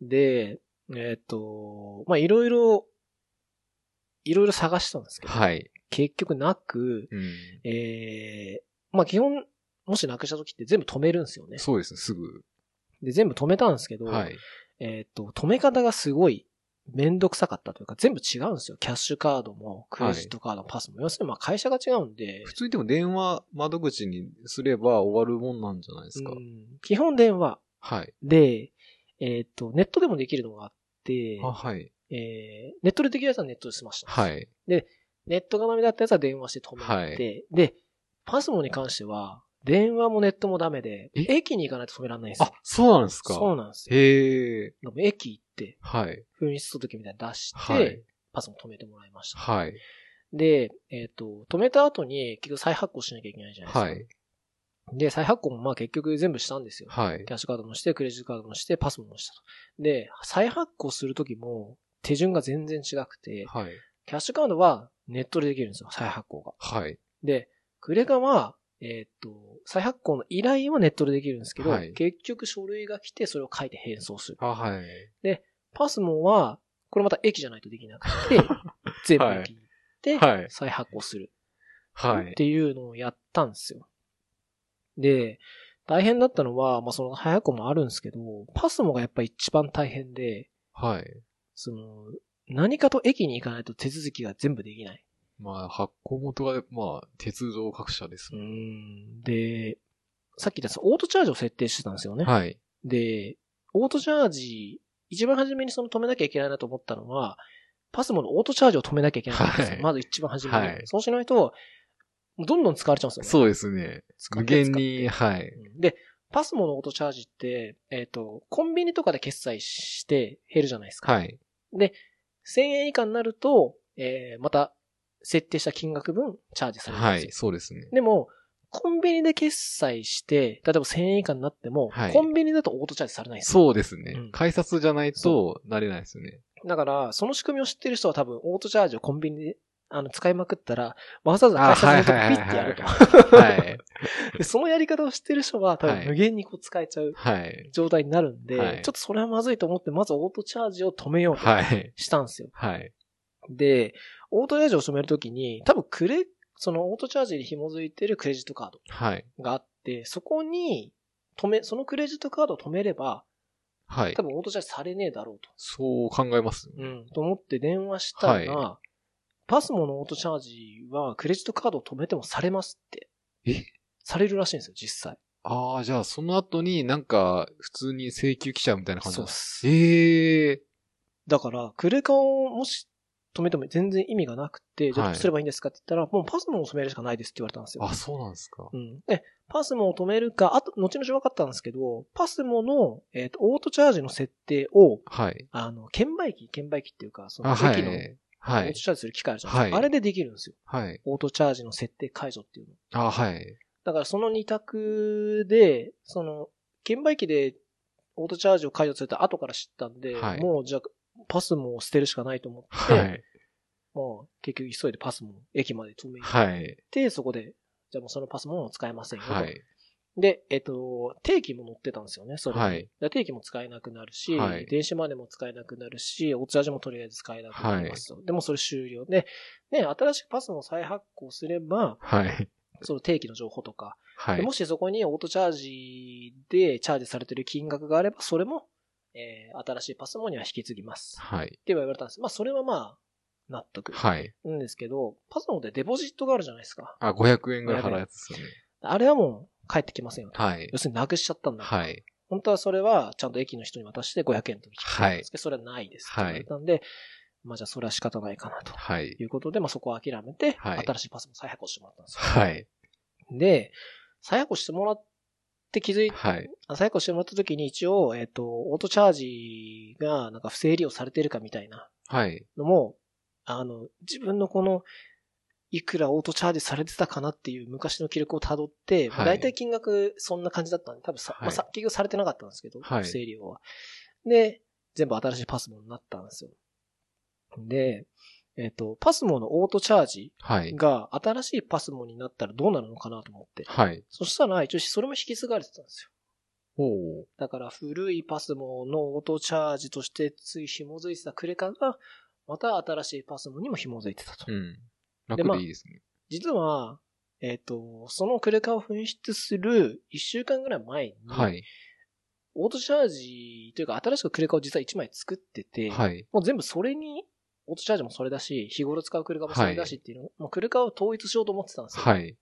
S1: で、えーっと、まあ、いろいろ、いろいろ探したんですけど、
S2: はい。
S1: 結局なく、
S2: うん。
S1: えー、まあ、基本、もしなくした時って全部止めるんですよね。
S2: そうですね、すぐ。
S1: で、全部止めたんですけど、
S2: はい。
S1: えーっと、止め方がすごいめんどくさかったというか、全部違うんですよ。キャッシュカードも、クレジットカードも、パスも。要するに、まあ、会社が違うんで、
S2: 普通にでも電話窓口にすれば終わるもんなんじゃないですか
S1: う。ん基本電話
S2: はい。
S1: で、えーっと、ネットでもできるのがあって、
S2: あ、はい。
S1: えーネットでできるやつはネットで済ました。
S2: はい。
S1: ネットがダメだったやつは電話して止めて、
S2: はい
S1: で、パスモに関しては、電話もネットもダメで、
S2: え
S1: 駅に行かないと止められないんですよ
S2: あ。、そうなんですか。
S1: そうなんですよ。
S2: へえ。
S1: でも駅行って、
S2: はい。
S1: 紛失届みたいなの出して、
S2: はい
S1: パスモ止めてもらいました。
S2: はい。
S1: で、えっ、と、止めた後に結局再発行しなきゃいけないじゃないですか。
S2: はい。
S1: で、再発行もまあ結局全部したんですよ。
S2: はい。
S1: キャッシュカードもして、クレジットカードもして、パスモもしたと。で、再発行するときも、手順が全然違くて、
S2: はい。
S1: キャッシュカードはネットでできるんですよ、再発行が。
S2: はい。
S1: で、クレカは、えーっと、再発行の依頼はネットでできるんですけど、
S2: はい
S1: 結局書類が来てそれを書いて返送する。
S2: あ、はい。
S1: パスモは、これまた駅じゃないとできなく
S2: <laughs>
S1: て、全部駅行って、
S2: はい
S1: 再発行する。
S2: は
S1: っ
S2: い。
S1: ていうのをやったんですよ。で、大変だったのは、まあ、その早くもあるんですけど、パスモがやっぱ一番大変で、
S2: はい。
S1: その、何かと駅に行かないと手続きが全部できない。
S2: まあ、発行元が、まあ、鉄道各社です
S1: う
S2: もん
S1: ん。で、さっき言ったそのオートチャージを設定してたんですよね。
S2: はい。
S1: で、オートチャージ、一番初めにその止めなきゃいけないなと思ったのは、パスモのオートチャージを止めなきゃいけないんですよ。
S2: はい
S1: まず一番初めに。
S2: はい
S1: そうしないと、どんどん使われちゃうんですよね。
S2: そうですね。
S1: 使っ
S2: 無
S1: て
S2: 限に、はい。
S1: うんで、パスモのオートチャージって、えっ、と、コンビニとかで決済して減るじゃないですか。
S2: はい。
S1: 1000円以下になると、えーまた設定した金額分チャージされるん
S2: は
S1: ですよ。
S2: い。そうですね。
S1: でも、コンビニで決済して、例えば1000円以下になっても、
S2: はい
S1: コンビニだとオートチャージされないんですよ。
S2: そうですね
S1: うん。
S2: 改札じゃないと、なれないですよね。
S1: だから、その仕組みを知ってる人は多分、オートチャージをコンビニで、あの、使いまくったら、わざわざ会社のとこピッてやると。
S2: はい。
S1: でそのやり方を知ってる人は多
S2: は
S1: 分、
S2: い
S1: 無限にこう使えちゃう
S2: はい。
S1: 状態になるんで、
S2: はい
S1: ちょっとそれはまずいと思って、まずオートチャージを止めようと
S2: はい。
S1: したんですよ。
S2: はい。
S1: で、オートチャージを止めるときに、多分クレ、そのオートチャージに紐づいてるクレジットカー
S2: はい。
S1: ドがあって、そこに止め、そのクレジットカードを止めれば、
S2: はい
S1: 多。分オートチャージされねえだろうと。
S2: そう考えます。
S1: うん、と思って電話したら、
S2: は
S1: パスモのオートチャージはクレジットカードを止めてもされますって。
S2: え
S1: されるらしいんですよ、実際。
S2: ああ、じゃあ、その後になんか、普通に請求来ちゃうみたいな感じ
S1: そ
S2: な
S1: うんっ
S2: です
S1: す。
S2: ええ
S1: だから、クレカをもし止めても全然意味がなくて、じゃあ
S2: は
S1: ど
S2: いう
S1: すればいいんですかって言ったら、もうパスモを止めるしかないですって言われたんですよ。
S2: あ、そうなんですか
S1: う。ん。で、パスモを止めるか、あと、後々分かったんですけど、パスモの、えっ、と、オートチャージの設定を、
S2: はい。
S1: あの、券売機、券売機っていうか、その、
S2: あ、は
S1: 駅の、
S2: い。
S1: オ
S2: は
S1: ート
S2: い。
S1: チャージする機械あるじゃないですか。
S2: はい
S1: あれでできるんですよ。
S2: はい。
S1: オートチャージの設定解除っていうの。
S2: あ、はい。
S1: だからその二択で、その、券売機でオートチャージを解除された後から知ったんで、
S2: はい
S1: もうじゃあ、パスモを捨てるしかないと思って、
S2: はい。
S1: もう結局急いでパスモを駅まで止めに行っ
S2: はい。
S1: て、そこで、じゃあもうそのパスモを使えませんよと。
S2: はい。
S1: で、えっと、定期も載ってたんですよね、それに。
S2: はい
S1: だから定期も使えなくなるし、
S2: はい
S1: 電子マネーも使えなくなるし、オートチャージもとりあえず使えなくなりますと。でもそれ終了で、ね、新しくパスモを再発行すれば、
S2: はい。
S1: その定期の情報とか、
S2: は
S1: で
S2: い
S1: も。しそこにオートチャージでチャージされてる金額があれば、それも、えー新しいパスモには引き継ぎます。っ
S2: はい。
S1: て言われたんです。まあ、それはまあ、納得。
S2: はい。
S1: んですけど、パスモってデポジットがあるじゃないですか。
S2: あ、500円ぐらい払うやつですよね。
S1: あれはもう、返ってきませんよと。
S2: はい
S1: 要。するになくしちゃったんだ。
S2: はい。
S1: 本当はそれはちゃんと駅の人に渡して500円と引き換えるんですけど、それはないです。
S2: はい
S1: なので、まあじゃあそれは仕方ないかなと
S2: はい。
S1: いうことで、まあそこは諦めて、
S2: はい
S1: 新しいパスも再発行してもらったんですよ。
S2: はい。
S1: で、再発行してもらって気づい、
S2: はい。
S1: あ再発行してもらった時に一応、えっ、と、オートチャージがなんか不正利用されてるかみたいな
S2: はい。
S1: のも、あの、自分のこの、いくらオートチャージされてたかなっていう昔の記録をたどって、
S2: はい
S1: 大体金額そんな感じだったんで、多分さ、
S2: は
S1: ま
S2: い
S1: あさ、結局されてなかったんですけど、
S2: はい
S1: 不正利用は。で、全部新しいパスモになったんですよ。で、えっ、と、パスモのオートチャージ
S2: はい。
S1: が新しいパスモになったらどうなるのかなと思って。
S2: はい。
S1: そしたら、一応それも引き継がれてたんですよ。
S2: おー
S1: だから古いパスモのオートチャージとしてつい紐づいてたクレカが、また新しいパスモにも紐づいてたと。
S2: うん。
S1: でま
S2: 楽
S1: あ
S2: でいいですね。
S1: 実は、えっ、と、そのクレカを紛失する1週間ぐらい前に、
S2: はい。
S1: オートチャージというか新しくクレカを実は1枚作ってて、
S2: はい。
S1: もう全部それに、オートチャージもそれだし、日頃使うクレカもそれだしっていうの、もうクレカを統一しようと思ってたんですよ。
S2: はい。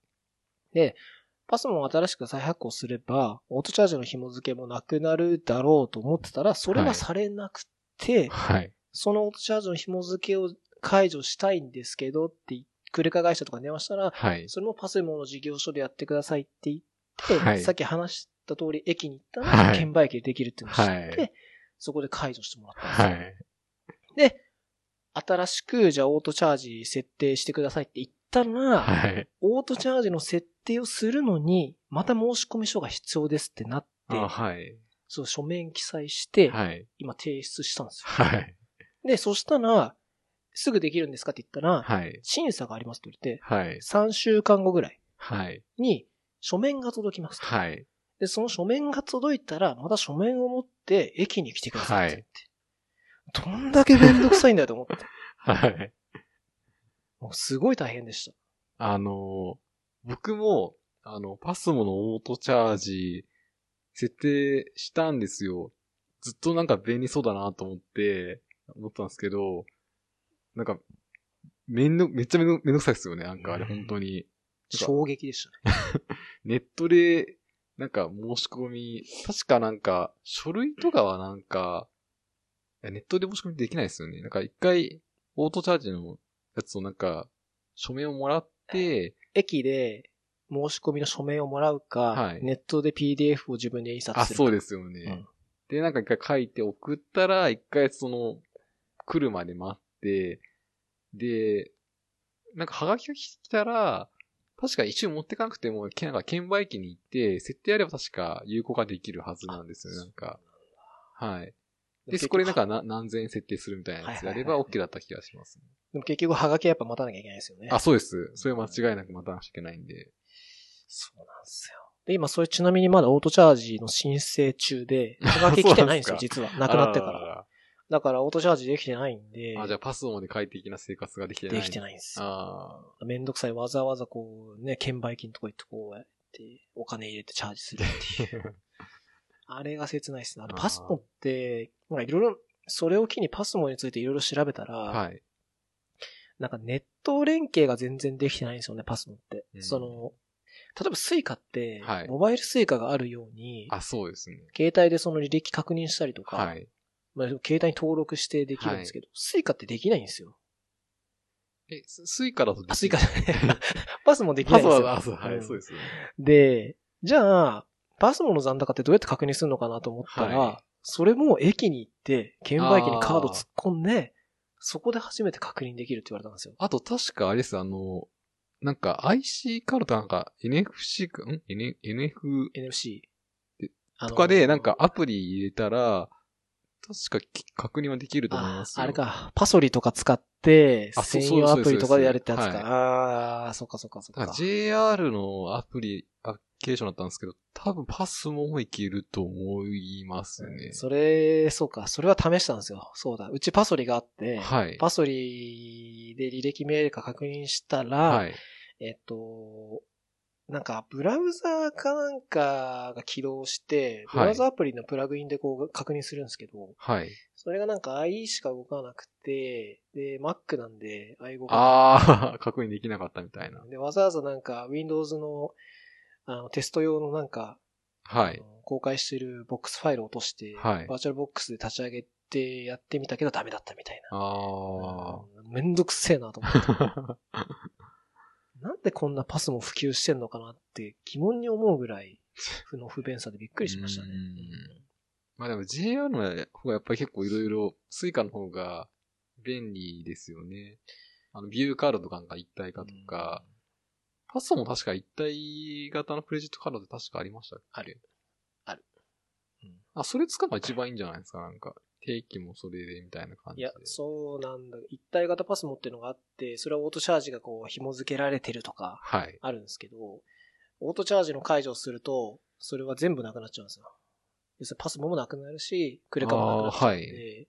S1: パスモを新しく再発行すれば、オートチャージの紐付けもなくなるだろうと思ってたら、それはされなくて、
S2: はい。
S1: そのオートチャージの紐付けを解除したいんですけどって、クレカ会社とかに電話したら、
S2: はい。
S1: それもパセモの事業所でやってくださいって言って、
S2: はい
S1: さっき話した通り駅に行ったら、
S2: はい
S1: 券売機でできるっていうのを知って、
S2: は
S1: そこで解除してもらったんです
S2: は
S1: よ。
S2: い。
S1: 新しく、じゃあオートチャージ設定してくださいって言ったら、
S2: はい。
S1: オートチャージの設定をするのに、また申込書が必要ですってなって、
S2: あはい。
S1: そう書面記載して、
S2: はい。
S1: 今提出したんですよ。
S2: はい。
S1: で、そしたら、すぐできるんですかって言ったら、
S2: はい。
S1: 審査がありますと言って、
S2: はい。
S1: 3週間後ぐらい
S2: はい。
S1: に書面が届きますと。
S2: はい。
S1: で、その書面が届いたら、また書面を持って駅に来てくださいって言って。どんだけめんどくさいんだよと思
S2: <laughs>
S1: って。
S2: はい。
S1: もうすごい大変でした。
S2: あのー僕も、あの、パスモのオートチャージ、設定したんですよ。ずっとなんか便利そうだなと思って、思ったんですけど、なんか、めんど、めっちゃめんどめんどくさいですよね、なんかあれ、
S3: うん
S2: 本当に。
S1: 衝撃でしたね。
S2: ネットで、なんか申し込み、確かなんか、書類とかはなんか、いやネットで申し込みできないですよね。なんか一回、オートチャージのやつをなんか、署名をもらって、
S1: 駅で申し込みの書面をもらうか、
S2: はい
S1: ネットで PDF を自分で印刷
S2: あ、
S1: するか。
S2: そうですよね。
S1: うん
S2: で、なんか一回書いて送ったら、一回その、来るまで待って、で、なんかハガキが来たら、確か一瞬持ってかなくても、けなんか券売機に行って、設定あれば確か有効化できるはずなんですよね、なんか。はい。で、そこでなんかな何千円設定するみたいなやつやれば
S1: はいはいはい
S2: OK だった気がします、ね
S1: でも結局、はがきはやっぱ待たなきゃいけないですよね。
S2: あ、そうです。それ間違いなくまたなくちゃいけないんで。
S1: そうなんですよ。で、今、それちなみにまだオートチャージの申請中
S2: <laughs>
S1: で、はがき来てないんですよ、
S2: そうなんです
S1: 実は。なくなってか
S2: あ
S1: ら。だから、オートチャージできてないんで、
S2: あ、じゃあパスオンで快適な生活ができてない。
S1: できて
S2: い。
S1: ないんですよ。
S2: ああ。
S1: めんどくさい、わざわざこう、ね、券売機のとこ行ってこうやって、お金入れてチャージする
S2: <laughs>
S1: っていう。あれが切ないですね。あの、
S2: あー
S1: パスモって、まあいろいろ、それを機にパスモについていろいろ調べたら、
S2: はい。
S1: なんかネット連携が全然できてないんですよね、パスモって。
S2: うん
S1: その、例えばスイカって
S2: は、い
S1: モバイルスイカがあるように、
S2: あ、そうですね。
S1: 携帯でその履歴確認したりとか、
S2: はい。
S1: まあ、携帯に登録してできるんですけど、スイカってできないんですよ。
S2: え、ススイカだとできる
S1: あ、スイカじゃ <laughs> ない。パスもできない
S2: パ
S1: ん
S2: ス
S1: ですよ。
S2: は、あそうは
S1: うん
S2: い、そうですよね。
S1: で、じゃあ、パスモの残高ってどうやって確認するのかなと思ったら、
S2: はい
S1: それも駅に行って、券売機にカード突っ込んで、そこで初めて確認できるって言われたんですよ。
S2: あと、確かあれです、あの、なんか IC カードとなんか NFC か、ん ?N、NF
S1: NFC。
S2: で
S1: あの
S2: とかで、なんか、アプリ入れたら、確かき確認はできると思い
S1: あ
S2: ますよ。
S1: あれ。か、パソリとか使って、
S2: あそう
S1: 専用アプリとかでやるってやつ
S2: そうですそうです
S1: か。ああ、そっかそっかそっ
S2: だか。
S1: から
S2: JR のアプリ、アプリケーションだったんですけど、多分パスもいけると思いますね。
S1: それ、そうか、それは試したんですよ。そうだ。うちパソリがあって、
S2: はい。
S1: パソリで履歴メールか確認したら、
S2: はい。
S1: えっと、なんか、ブラウザーかなんかが起動して、
S2: は
S1: ブ
S2: い
S1: ラウザアプリのプラグインでこう確認するんですけど、
S2: はい。
S1: それがなんか IE しか動かなくて、で、Mac なんで i 動か
S2: ああ、 <laughs> 確認できなかったみたいな
S1: な。い。で、わざわざなんか Windows のあのテスト用のなんか
S2: はい
S1: あ。の公開してるボックスファイルを落として、
S2: はい
S1: バーチャルボックスで立ち上げてやってみたけどダメだったみたいな。
S2: あ
S1: うんめんどくせえなと思って。 <laughs>
S2: あ。
S1: なんでこんなパスも普及してんのかなって疑問に思うぐらい、負の不便さでびっくりしましたね。
S2: うんまあでも JR の方がやっぱり結構いろいろ、スイカの方が便利ですよね。あの、ビューカードとかが一体化とか、パスも確か一体型のクレジットカードって確かありましたっけ
S1: ある。あるうん
S2: あ、それ使うのが一番いいんじゃないですかなんか、定期もそれでみたいな感
S1: い
S2: じで。
S1: や、そうなんだ。一体型パスモっていうのがあって、それはオートチャージがこう紐付けられてるとか
S2: はい。
S1: あるんですけど、オートチャージの解除をすると、それは全部なくなっちゃうんですよ。要するにパスモもなくなるし、クレカもなくなっちゃうんで、
S2: あー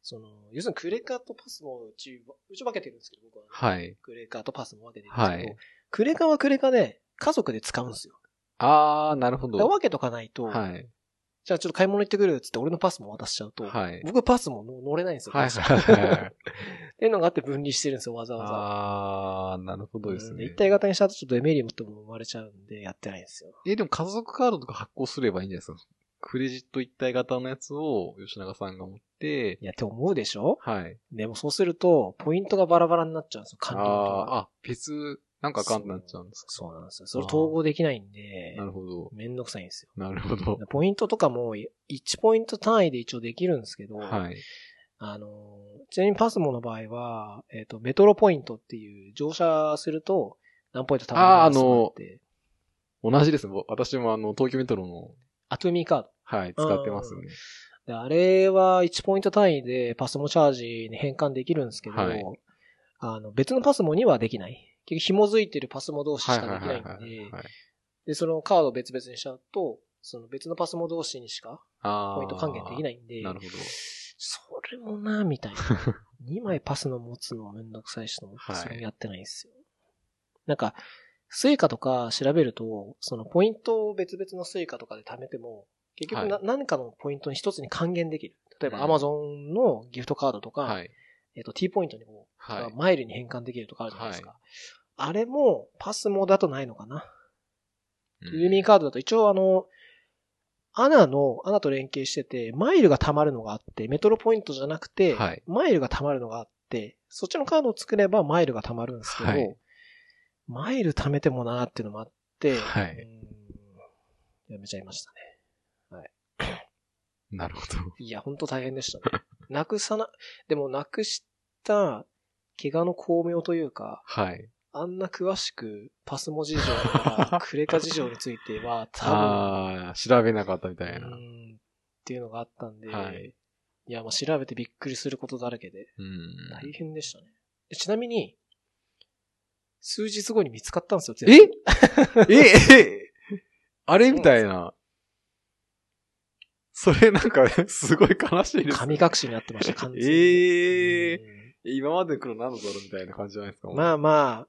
S1: その、要するにクレカとパスモをうち、うち分けてるんですけど、僕は、
S2: はい。
S1: クレカとパスモ分けてるんですけど、
S2: はい
S1: クレカはクレカで家族で使うんですよ。
S2: ああ、なるほ
S1: だ
S2: ど。
S1: から分けとかないと、
S2: はい。
S1: じゃあちょっと買い物行ってくるっつって俺のパスも渡しちゃうと、
S2: はい。
S1: 僕はパスもの乗れないんですよ。
S2: はいはい
S1: <laughs>
S2: はい
S1: っていうのがあって分離してるんですよ、わざわざ。
S2: ああ、なるほどです
S1: うん
S2: ね
S1: 一。体型にした後ちょっとエメリもとも生まれちゃうんで、やってないんですよ。
S2: え、でも家族カードとか発行すればいいんじゃないですかクレジット一体型のやつを吉永さんが持って
S1: い、や、って思うでしょ
S2: はい。
S1: でもそうすると、ポイントがバラバラになっちゃうんですよ、
S2: あ
S1: 管理
S2: あー、
S1: と。
S2: あ、別、なんかアカウントになっちゃうんです
S1: そうなんですよ。それ統合できないんで
S2: か。な、るほど。
S1: めんどくさいんですよ。
S2: なるほど。
S1: ポイントとかも、1ポイント単位で一応できるんですけど、
S2: はい。
S1: あの、ちなみにパスモの場合は、えっ、と、メトロポイントっていう乗車すると、何ポイント貯まります
S2: あーあの
S1: とかって、
S2: 同じです。ぼ私もあの、東京メトロの、
S1: アトゥーミーカード。
S2: はい、使ってますね。
S1: で、あれは1ポイント単位でパスモチャージに変換できるんですけど、
S2: はい
S1: あの、別のパスモにはできない。結局紐づいてるパスモ同士し
S2: はい
S1: か
S2: はい
S1: でき
S2: は
S1: ないい
S2: は
S1: んで
S2: い、はい。
S1: で、そのカードを別々にしちゃうと、その別のパスモ同士にしか
S2: ああ。。
S1: ポイント還元できないいんで、
S2: なるほど。
S1: それもな、みた
S2: <laughs>
S1: いな。2枚パスの持つのめんどくさいしと思って、
S2: はい
S1: それもやってないんですよ。なんか、スイカとか調べると、そのポイントを別々のスイカとかで貯めても、結局な、
S2: は
S1: 何かのポイントに一つに還元できる。例えば
S2: うん
S1: Amazon のギフトカードとか、
S2: はい。
S1: えっと T ポイントにこう、
S2: はい
S1: マイルに変換できるとかあるじゃないですか。あれもパスモだとないのかな。ユーミンカードだと一応あの、アナの、アナと連携してて、マイルが貯まるのがあって、メトロポイントじゃなくて、
S2: はい
S1: マイルが貯まるのがあって、そっちのカードを作ればマイルが貯まるんですけど、
S2: はい
S1: マイル貯めてもなーっていうのもあって、
S2: はい
S1: うんやめちゃいましたね。
S2: なるほど。
S1: いや、ほんと大変でしたね。 <laughs> なくさな、でもなくした、怪我の巧妙というか、
S2: はい。
S1: あんな詳しくパスモ事情
S2: <laughs>
S1: からクレカ事情については多分
S2: ああ、調べなかったみたいな。
S1: うーんっていうのがあったんで、
S2: はいい、
S1: や、まあ調べてびっくりすることだらけで、
S2: うん。
S1: 大変でしたね。でちなみに、数日後に見つかったんですよ、全部
S2: え <laughs> え、え、あれみたいな。それなんか、 <laughs> すごい悲しいです。
S1: 神隠しになってま
S2: <laughs>
S1: した、完全に。
S2: ええ
S1: うん
S2: 今までの黒なんだろうみたいな感じじゃないですか。
S1: ま
S2: あ、
S1: あまあ、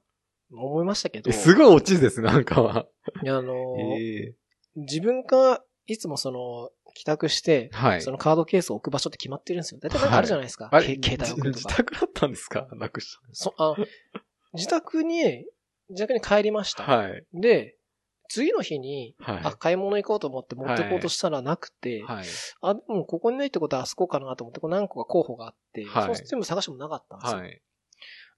S1: 思いましたけど、
S2: えす
S1: い
S2: ごい落ちですね、なんかは。
S1: やあの、
S2: ええ
S1: 自分がいつもその、帰宅して、
S2: はい
S1: そ。のカードケースを置く場所って決まってるんですよ。だいたいなんかあるじゃないですか。
S2: あ
S1: け
S2: れ、
S1: 携帯を置くと
S2: <laughs> 自
S1: か。
S2: 宅だったんですかなくし。
S1: そあの自宅に、自宅に帰りましたた。
S2: はい。
S1: で、次の日に、
S2: はい。
S1: あ、買い物行こうと思って持ってこうとしたらなくて、
S2: はい。
S1: あ、でもここにないってことはあそこかなと思って、こう何個か候補があって、
S2: はい
S1: そう全部探してもなかったんですよ。
S2: はい。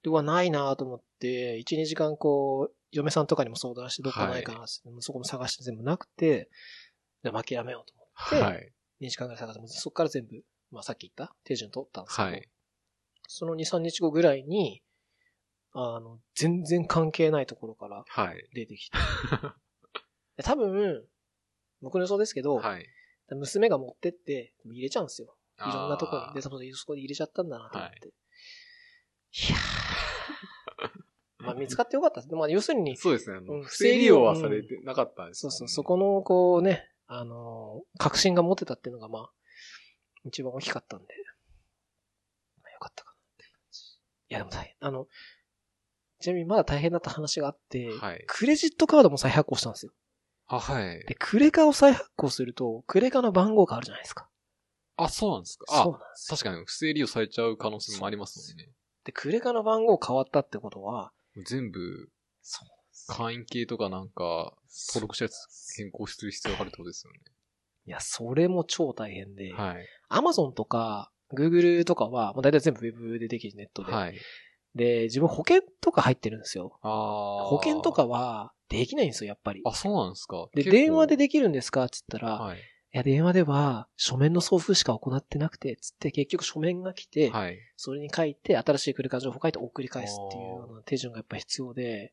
S1: で、うわ、ないなと思って、1、2時間こう、嫁さんとかにも相談して、どこないかなって、もうそこも探して全部なくて、で、負けやめようと思で
S2: はい。
S1: って、2時間ぐらい探して、もうそこから全部、まあさっき言った手順取ったんですけど、
S2: はい。
S1: その2、3日後ぐらいに、あの、全然関係ないところから
S2: はい。
S1: 出てき
S2: <laughs>
S1: て、で多分、僕の予想ですけど、
S2: はい。
S1: 娘が持ってって、入れちゃうんですよ。い
S2: あー
S1: ろんなとこに。で、そこでそこで入れちゃったんだなと思って。い、やーまあ見つかってよかったです。まあ要するに、
S2: そうですね。あ
S1: うん
S2: の、不正利用はされてなかったです
S1: そ
S2: ね。
S1: うそう、そこの、こうね、あのー、確信が持てたっていうのが、まあ、一番大きかったんで、まあよかったかなって感じ。いや、でも大変。あの、ちなみにまだ大変だった話があって、
S2: はい
S1: クレジットカードも再発行したんですよ。
S2: あ、はい。
S1: で、クレカを再発行すると、クレカの番号があるじゃないですか。
S2: あ、そうなんですか。
S1: そうなん
S2: あ、
S1: ですよ
S2: 確かに不正利用されちゃう可能性もありますもんね。
S1: で、クレカの番号変わったってことは、
S2: 全部、
S1: そうなんで
S2: 会員系とかなんか、登録したやつ変更する必要があるってことですよね。
S1: いや、それも超大変で、
S2: はい。
S1: Amazon とか Google とかは、もう大体全部 Web でできるネットで。
S2: はい。
S1: で、自分保険とか入ってるんですよ。
S2: あ
S1: 保
S2: 保
S1: 険と。かはできないんですよ、やっぱり。
S2: あ、そうなんですか。
S1: で、
S2: 結構
S1: 電話で、できるんですかって言ったら、い、
S2: はい。
S1: や、電話では書面の送付しか行ってなくて、つって結局書面が来て、
S2: はい。
S1: それに書いて、新しい繰換情報書いて送り返すっていう
S2: あー
S1: ような手順がやっぱ必要で、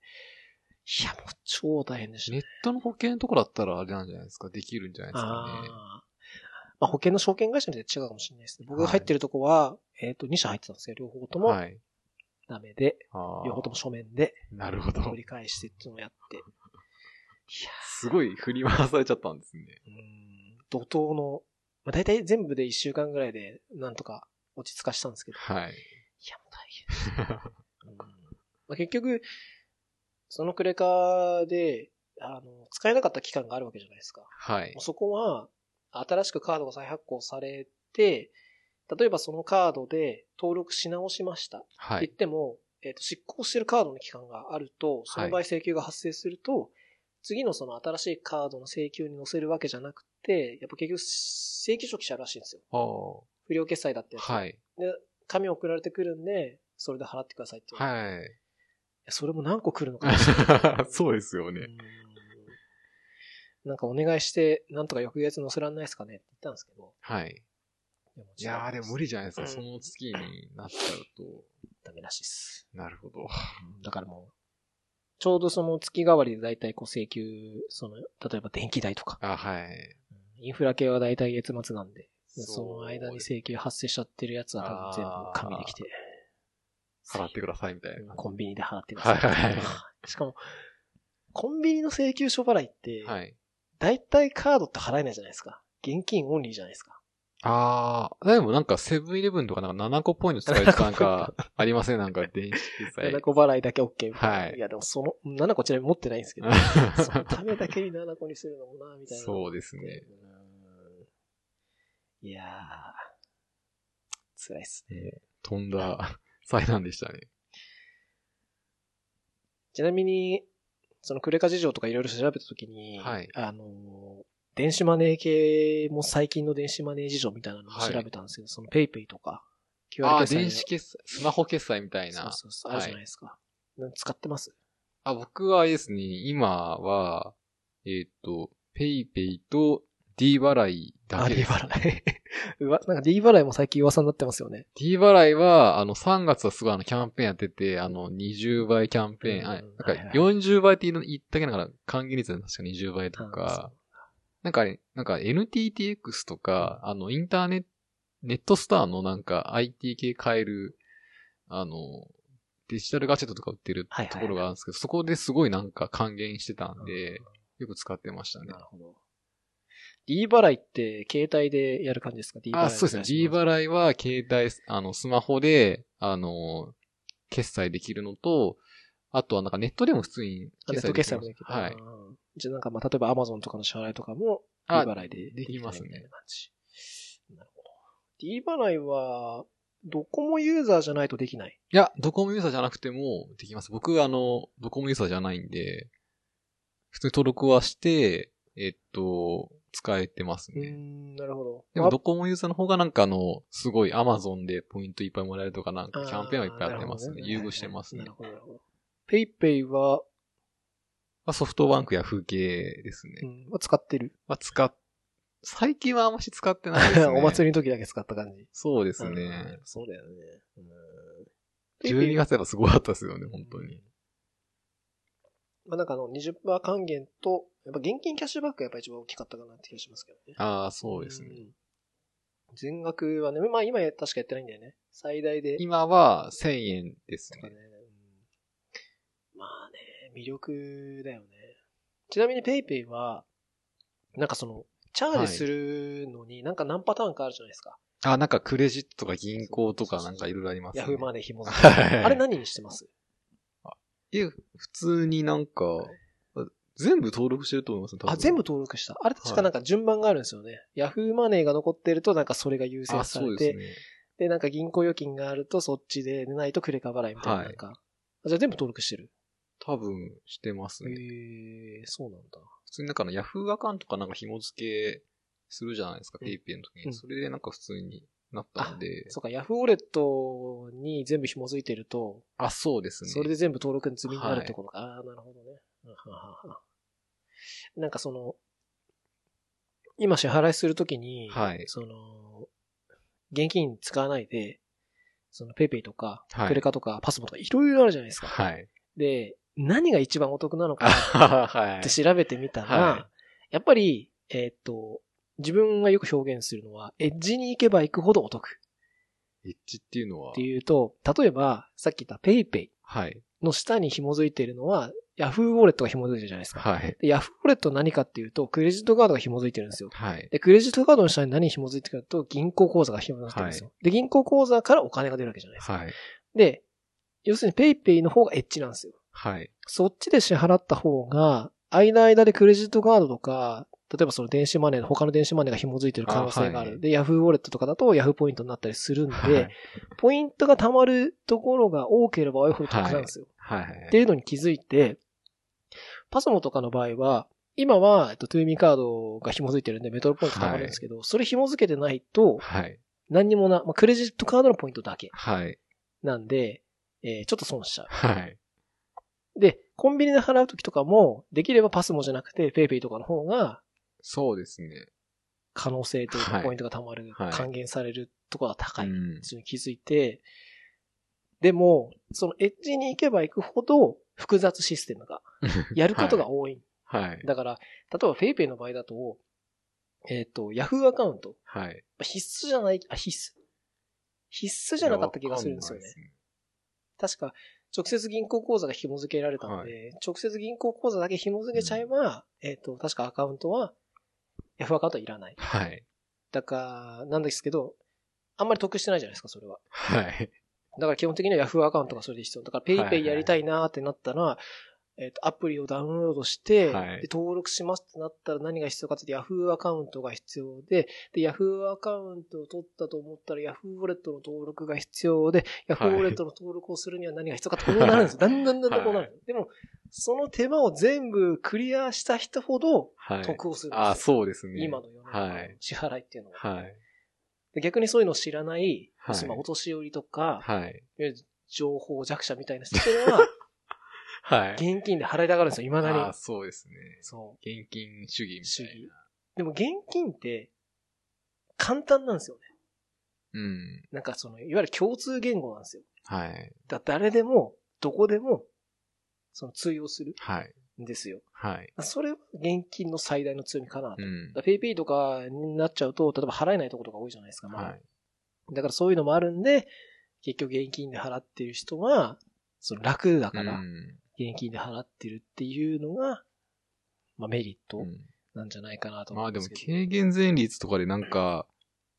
S1: いや、もう超大変でしたね
S2: ネットの保険とかだったらあれなんじゃないですか。できるんじゃないですかね。
S1: ああ。まあ、保険の証券会社によって違うかもしれないですね。僕が入ってるとこは、えっ、と、2社入ってたんですけど、両方とも
S2: はい。
S1: ダメで、
S2: あー
S1: 両方とも書面で、
S2: なるほど
S1: 繰。り返してっていうのをやって。
S2: すごい振り回されちゃったんですね。
S1: うーん、怒涛の、まあ、大体全部で1週間ぐらいで、なんとか落ち着かしたんですけど、
S2: はい。
S1: いや、もう大変。うんまあ、結局、そのクレカで、あの、使えなかった期間があるわけじゃないですか。
S2: はい
S1: もう。そこは、新しくカードが再発行されて、例えばそのカードで登録し直しました。
S2: は
S1: 言っ
S2: い。
S1: ても、えっ、と、執行してるカードの期間があると、その場合請求が発生すると、次のその新しいカードの請求に載せるわけじゃなくて、やっぱ結局請求書記者あるらしいんですよ。
S2: ああ。
S1: 不良決済だってやつ。
S2: はい。
S1: 紙送られてくるんで、それで払ってくださいっていう。い
S2: はい。
S1: <laughs>
S2: <laughs>
S1: やそれも何個来るのかもしれない
S2: そうですよ
S1: う
S2: ね。
S1: んなんかお願いして、なんとか翌月載せられないですかねって言ったんですけど、
S2: はい。
S1: でも
S2: いやー、でも無理じゃないですか。
S1: うん
S2: その月になっちゃうと。
S1: ダメらしいっす。
S2: なるほど。
S1: だからもう、ちょうどその月替わりで大体こう請求、その、例えば電気代とか、
S2: あ、はい。
S1: インフラ系は大体月末なんで、
S2: そう
S1: その間に請求発生しちゃってるやつは多分全部紙で来て、
S2: 払ってくださいみたい
S1: コンビニで払ってください。
S2: はいはいは
S1: <laughs> しかも、コンビニの請求書払いって
S2: な。、はい。
S1: 大体カードって払えないじゃないですか。現金オンリーじゃないですか。
S2: あー、でもなんかセブンイレブンとかなんか7個ポイント使えるとなんかありませんなんか電子決済
S1: 7。個払いだけ OK みたいな。
S2: はい
S1: いやでもその、7個ちなみに持ってないんですけ
S2: <laughs>
S1: ど、そのためだけに7個にするのもな、みたいな。
S2: そうですね。
S1: うんいやー、辛いっすね。
S2: 飛んだ災難でしたね。
S1: ちなみに、そのクレカ事情とかいろいろ調べたときに、
S2: はい
S1: あのー、電子マネー系も最近の電子マネー事情みたいなのを調べたんですけど、そのペイペイとか、
S2: あ
S1: QR
S2: ー、
S1: 決済の
S2: 電子決済、スマホ決済みたい
S1: そう
S2: な。
S1: そうそう、あるじゃないですか。な使ってます
S2: あ、僕はあれですね、今は、えっ、と、ペイペイと D 払いだ
S1: あ、
S2: け
S1: D
S2: です。
S1: 払い。 <laughs> うわ、なんか D 払いも最近噂になってますよね。
S2: D 払いは、あの、3月はすごいあの、キャンペーンやってて、あの、20倍キャンペーン、
S1: うん
S2: あな
S1: は
S2: ん
S1: いはい
S2: か40倍って言うの言ったっけながら、還元率は確か20倍とか、なんかあれ、なんか NTTX とか、あの、インターネット、ネットスターのなんか IT 系買える、あの、デジタルガチェットとか売ってる
S1: はいはいは
S2: と
S1: い
S2: ころがあるんですけど、そこですごいなんか還元してたん
S1: う
S2: で
S1: ん、
S2: よく使ってましたね
S1: な。るほど。D 払いって携帯でやる感じですか ?D 払い。
S2: あ、そうですね。D
S1: イ。
S2: 払いは、携帯、あの、スマホで、あの、決済できるのと、あとはなんかネットでも普通に
S1: あネット
S2: 決済で
S1: 決
S2: き
S1: 済
S2: ま
S1: も
S2: す。
S1: できる。
S2: はい。
S1: うん。じゃあなんかまあ、例えば Amazon とかの支払いとかも D
S2: あ
S1: 払いで
S2: できますね
S1: みたいな感じ。なるほど。D 払いは、ドコモユーザーじゃないとできない。
S2: いや、ドコモユーザーじゃなくてもできます。僕、あの、ドコモユーザーじゃないんで、普通に登録はして、えっと、使えてます
S1: うー
S2: ね。
S1: ん、なるほど。
S2: でも、ドコモユーザーの方がなんかあの、すごい Amazon でポイントいっぱいもらえるとかなん
S1: あ
S2: かキャンペーンはいっぱいやってますね。
S1: なる
S2: 優
S1: ほど
S2: 遇してますね
S1: なる。ほど、なるほど。ペイペイは、
S2: まあソフトバンクや風景ですね
S1: う。ん、は使ってる。
S2: まあ、使っ、最近はあんまし使ってないです
S1: <laughs>
S2: ね。
S1: お祭りの時だけ使った感じ。
S2: そうです
S1: うん
S2: ね。
S1: そうだよね。うん
S2: 12月やっぱすごかったですよね、本当に。。
S1: まあなんかあの20%還元と、やっぱ現金キャッシュバックがやっぱ一番大きかったかなって気がしますけどね。
S2: ああ、そうですね。
S1: ん。全額はね、まあ今確かやってないんだよね。最大で。
S2: 今は1000円です
S1: とか
S2: ね
S1: ね。。うんまあね、魅力だよね。ちなみに PayPay は、なんかその、チャージするのになんか何パターンかあるじゃないですか。
S2: あ、なんかクレジットとか銀行とかなんかいろいろありますね。
S1: ヤフーマネー紐付け。
S2: はい
S1: あれ何にしてます
S2: いや、普通になんか、全部登録してると思いますね、多分
S1: あ、全部登録した。あれ確かなんか順番があるんですよね。ヤフーマネーが残ってるとなんかそれが優先
S2: あ、
S1: さ
S2: そ
S1: れ
S2: う
S1: て、
S2: で
S1: です
S2: ね。
S1: なんか銀行預金があるとそっちで、でないとクレカ払いみたいな
S2: はい
S1: なんか。あじゃあ全部登録してる。
S2: 多分してます
S1: え
S2: ね。
S1: ー、そうなんだ。
S2: 普通になんかあのヤフーアカウントかなんか紐付けするじゃないですか、
S1: うん
S2: ペイペイの時
S1: う
S2: に。
S1: ん
S2: それでなんか普通になったので。
S1: そうか、ヤフーオレットに全部紐づいてると、
S2: あ、そうですね。
S1: それで全部登録済みになるってことか。ああ、なるほどね。うんはんはんはんなんかその、今支払いするときに、
S2: はい
S1: その、現金使わないで、そのペイペイとか、
S2: はい
S1: クレカとかパスモとかいろいろあるじゃないですか。 <laughs>
S2: はい。
S1: で、何が一番お得なのか
S2: あ
S1: な
S2: ははは
S1: っ
S2: い
S1: て。調べてみたら、
S2: は
S1: やっぱり、えーっと、自分がよく表現するのは、エッジに行けば行くほどお得
S2: エッジっていうのは
S1: って、いうと、例えば、さっき言ったペイペイ
S2: はい。
S1: の下に紐づいているのは、ヤフーウォレットが紐づいてるじゃないですか。
S2: はい。
S1: で、ヤフーウォレットは何かっていうと、クレジットカードが紐づいてるんですよ。
S2: はい。
S1: で、クレジットカードの下に何紐づいてるかと、銀行口座が紐づいてるんですよ。で、銀行口座からお金が出るわけじゃないですか。
S2: はい。
S1: で、要するにペイペイの方がエッジなんですよ。
S2: はい。
S1: そっちで支払った方が、間間でクレジットカードとか、例えばその電子マネー、他の電子マネーが紐づいてる可能性がある。
S2: あはい
S1: で、ヤフーウォレットとかだとヤフーポイントになったりするんで、
S2: はい。
S1: ポイントが貯まるところが多ければ多いほど得なんですよ。
S2: はい。
S1: っていうのに気づいて、パソモとかの場合は、今は、えっと、トゥーミーカードが紐づいてるんで、メトロポイント貯まるんですけど、それ紐づけてないと、
S2: はい。
S1: 何にもな、まあ、クレジットカードのポイントだけ
S2: はい。
S1: なんで、えーちょっと損しちゃう。
S2: はい。
S1: で、コンビニで払うときとかも、できればパスモじゃなくて、ペイペイとかの方が、
S2: そうですね。
S1: 可能性というか、
S2: はい
S1: ポイントが貯まる、
S2: はい
S1: 還元されるところが高い。
S2: うん
S1: それに気づいて、でも、そのエッジに行けば行くほど、複雑システムが、 <laughs> やることが多い
S2: はい。
S1: だから、例えば PayPay の場合だと、えっ、と、Yahoo アカウント、
S2: はい。
S1: 必須じゃない、あ、必須。必須じゃなかった気がするんですよね
S2: いや。わかない
S1: 確か、直接銀行口座が紐付けられたので、直接銀行口座だけ紐付けちゃえば、えっ、と、確かアカウントは、Yahoo アカウントはいらない。
S2: はい。
S1: だから、なんですけど、あんまり得してないじゃないですか、それは。
S2: はい。
S1: だから基本的には Yahoo アカウントがそれで必要。だから
S2: いはい
S1: PayPay やりたいなーってなったら、えっ、と、アプリをダウンロードして、
S2: はい
S1: で登録しますってなったら何が必要かって言って Yahoo アカウントが必要で、で、Yahoo アカウントを取ったと思ったら Yahoo ウォレットの登録が必要で、
S2: はい
S1: Yahoo ウォレットの登録をするには何が必要かってこうなるんですよ。だんだんだんだんこうなる。でも、その手間を全部クリアした人ほど
S2: はい。
S1: 得をするんですよ。
S2: あ、そうですね。
S1: 今の世の中の
S2: はい。
S1: 支払いっていうのは。
S2: はい。
S1: で逆にそういうのを知らない、
S2: はい
S1: そのお年寄りとか、
S2: はい。
S1: いわゆる情報弱者みたいな人っていう
S2: <laughs>
S1: のは、
S2: はい。
S1: 現金で払いたがるんですよ、未だに
S2: あ、。そうですね。
S1: そ
S2: 現金主義
S1: う、
S2: み
S1: 主
S2: た
S1: 義
S2: い。
S1: でも現金って、簡単なんですよね。
S2: な。うん。
S1: なんかその、いわゆる共通言語なんですよ。
S2: はい。
S1: だ誰でも、どこでも、その通用する
S2: はい。
S1: んですよ。
S2: はい。
S1: それは現金の最大の強みかなと。
S2: うん。
S1: ペイペイとかになっちゃうと、例えば払えないところが多いじゃないですか。まだ
S2: はい。
S1: だからそういうのもあるんで、結局現金で払ってる人は、その楽だから、
S2: うん
S1: 現金で払ってるっていうのが、まあメリット
S2: うん
S1: なんじゃないかなと
S2: ま
S1: 思う
S2: あ
S1: ん
S2: で
S1: で
S2: も
S1: すけど。
S2: 軽減税率とかでなんか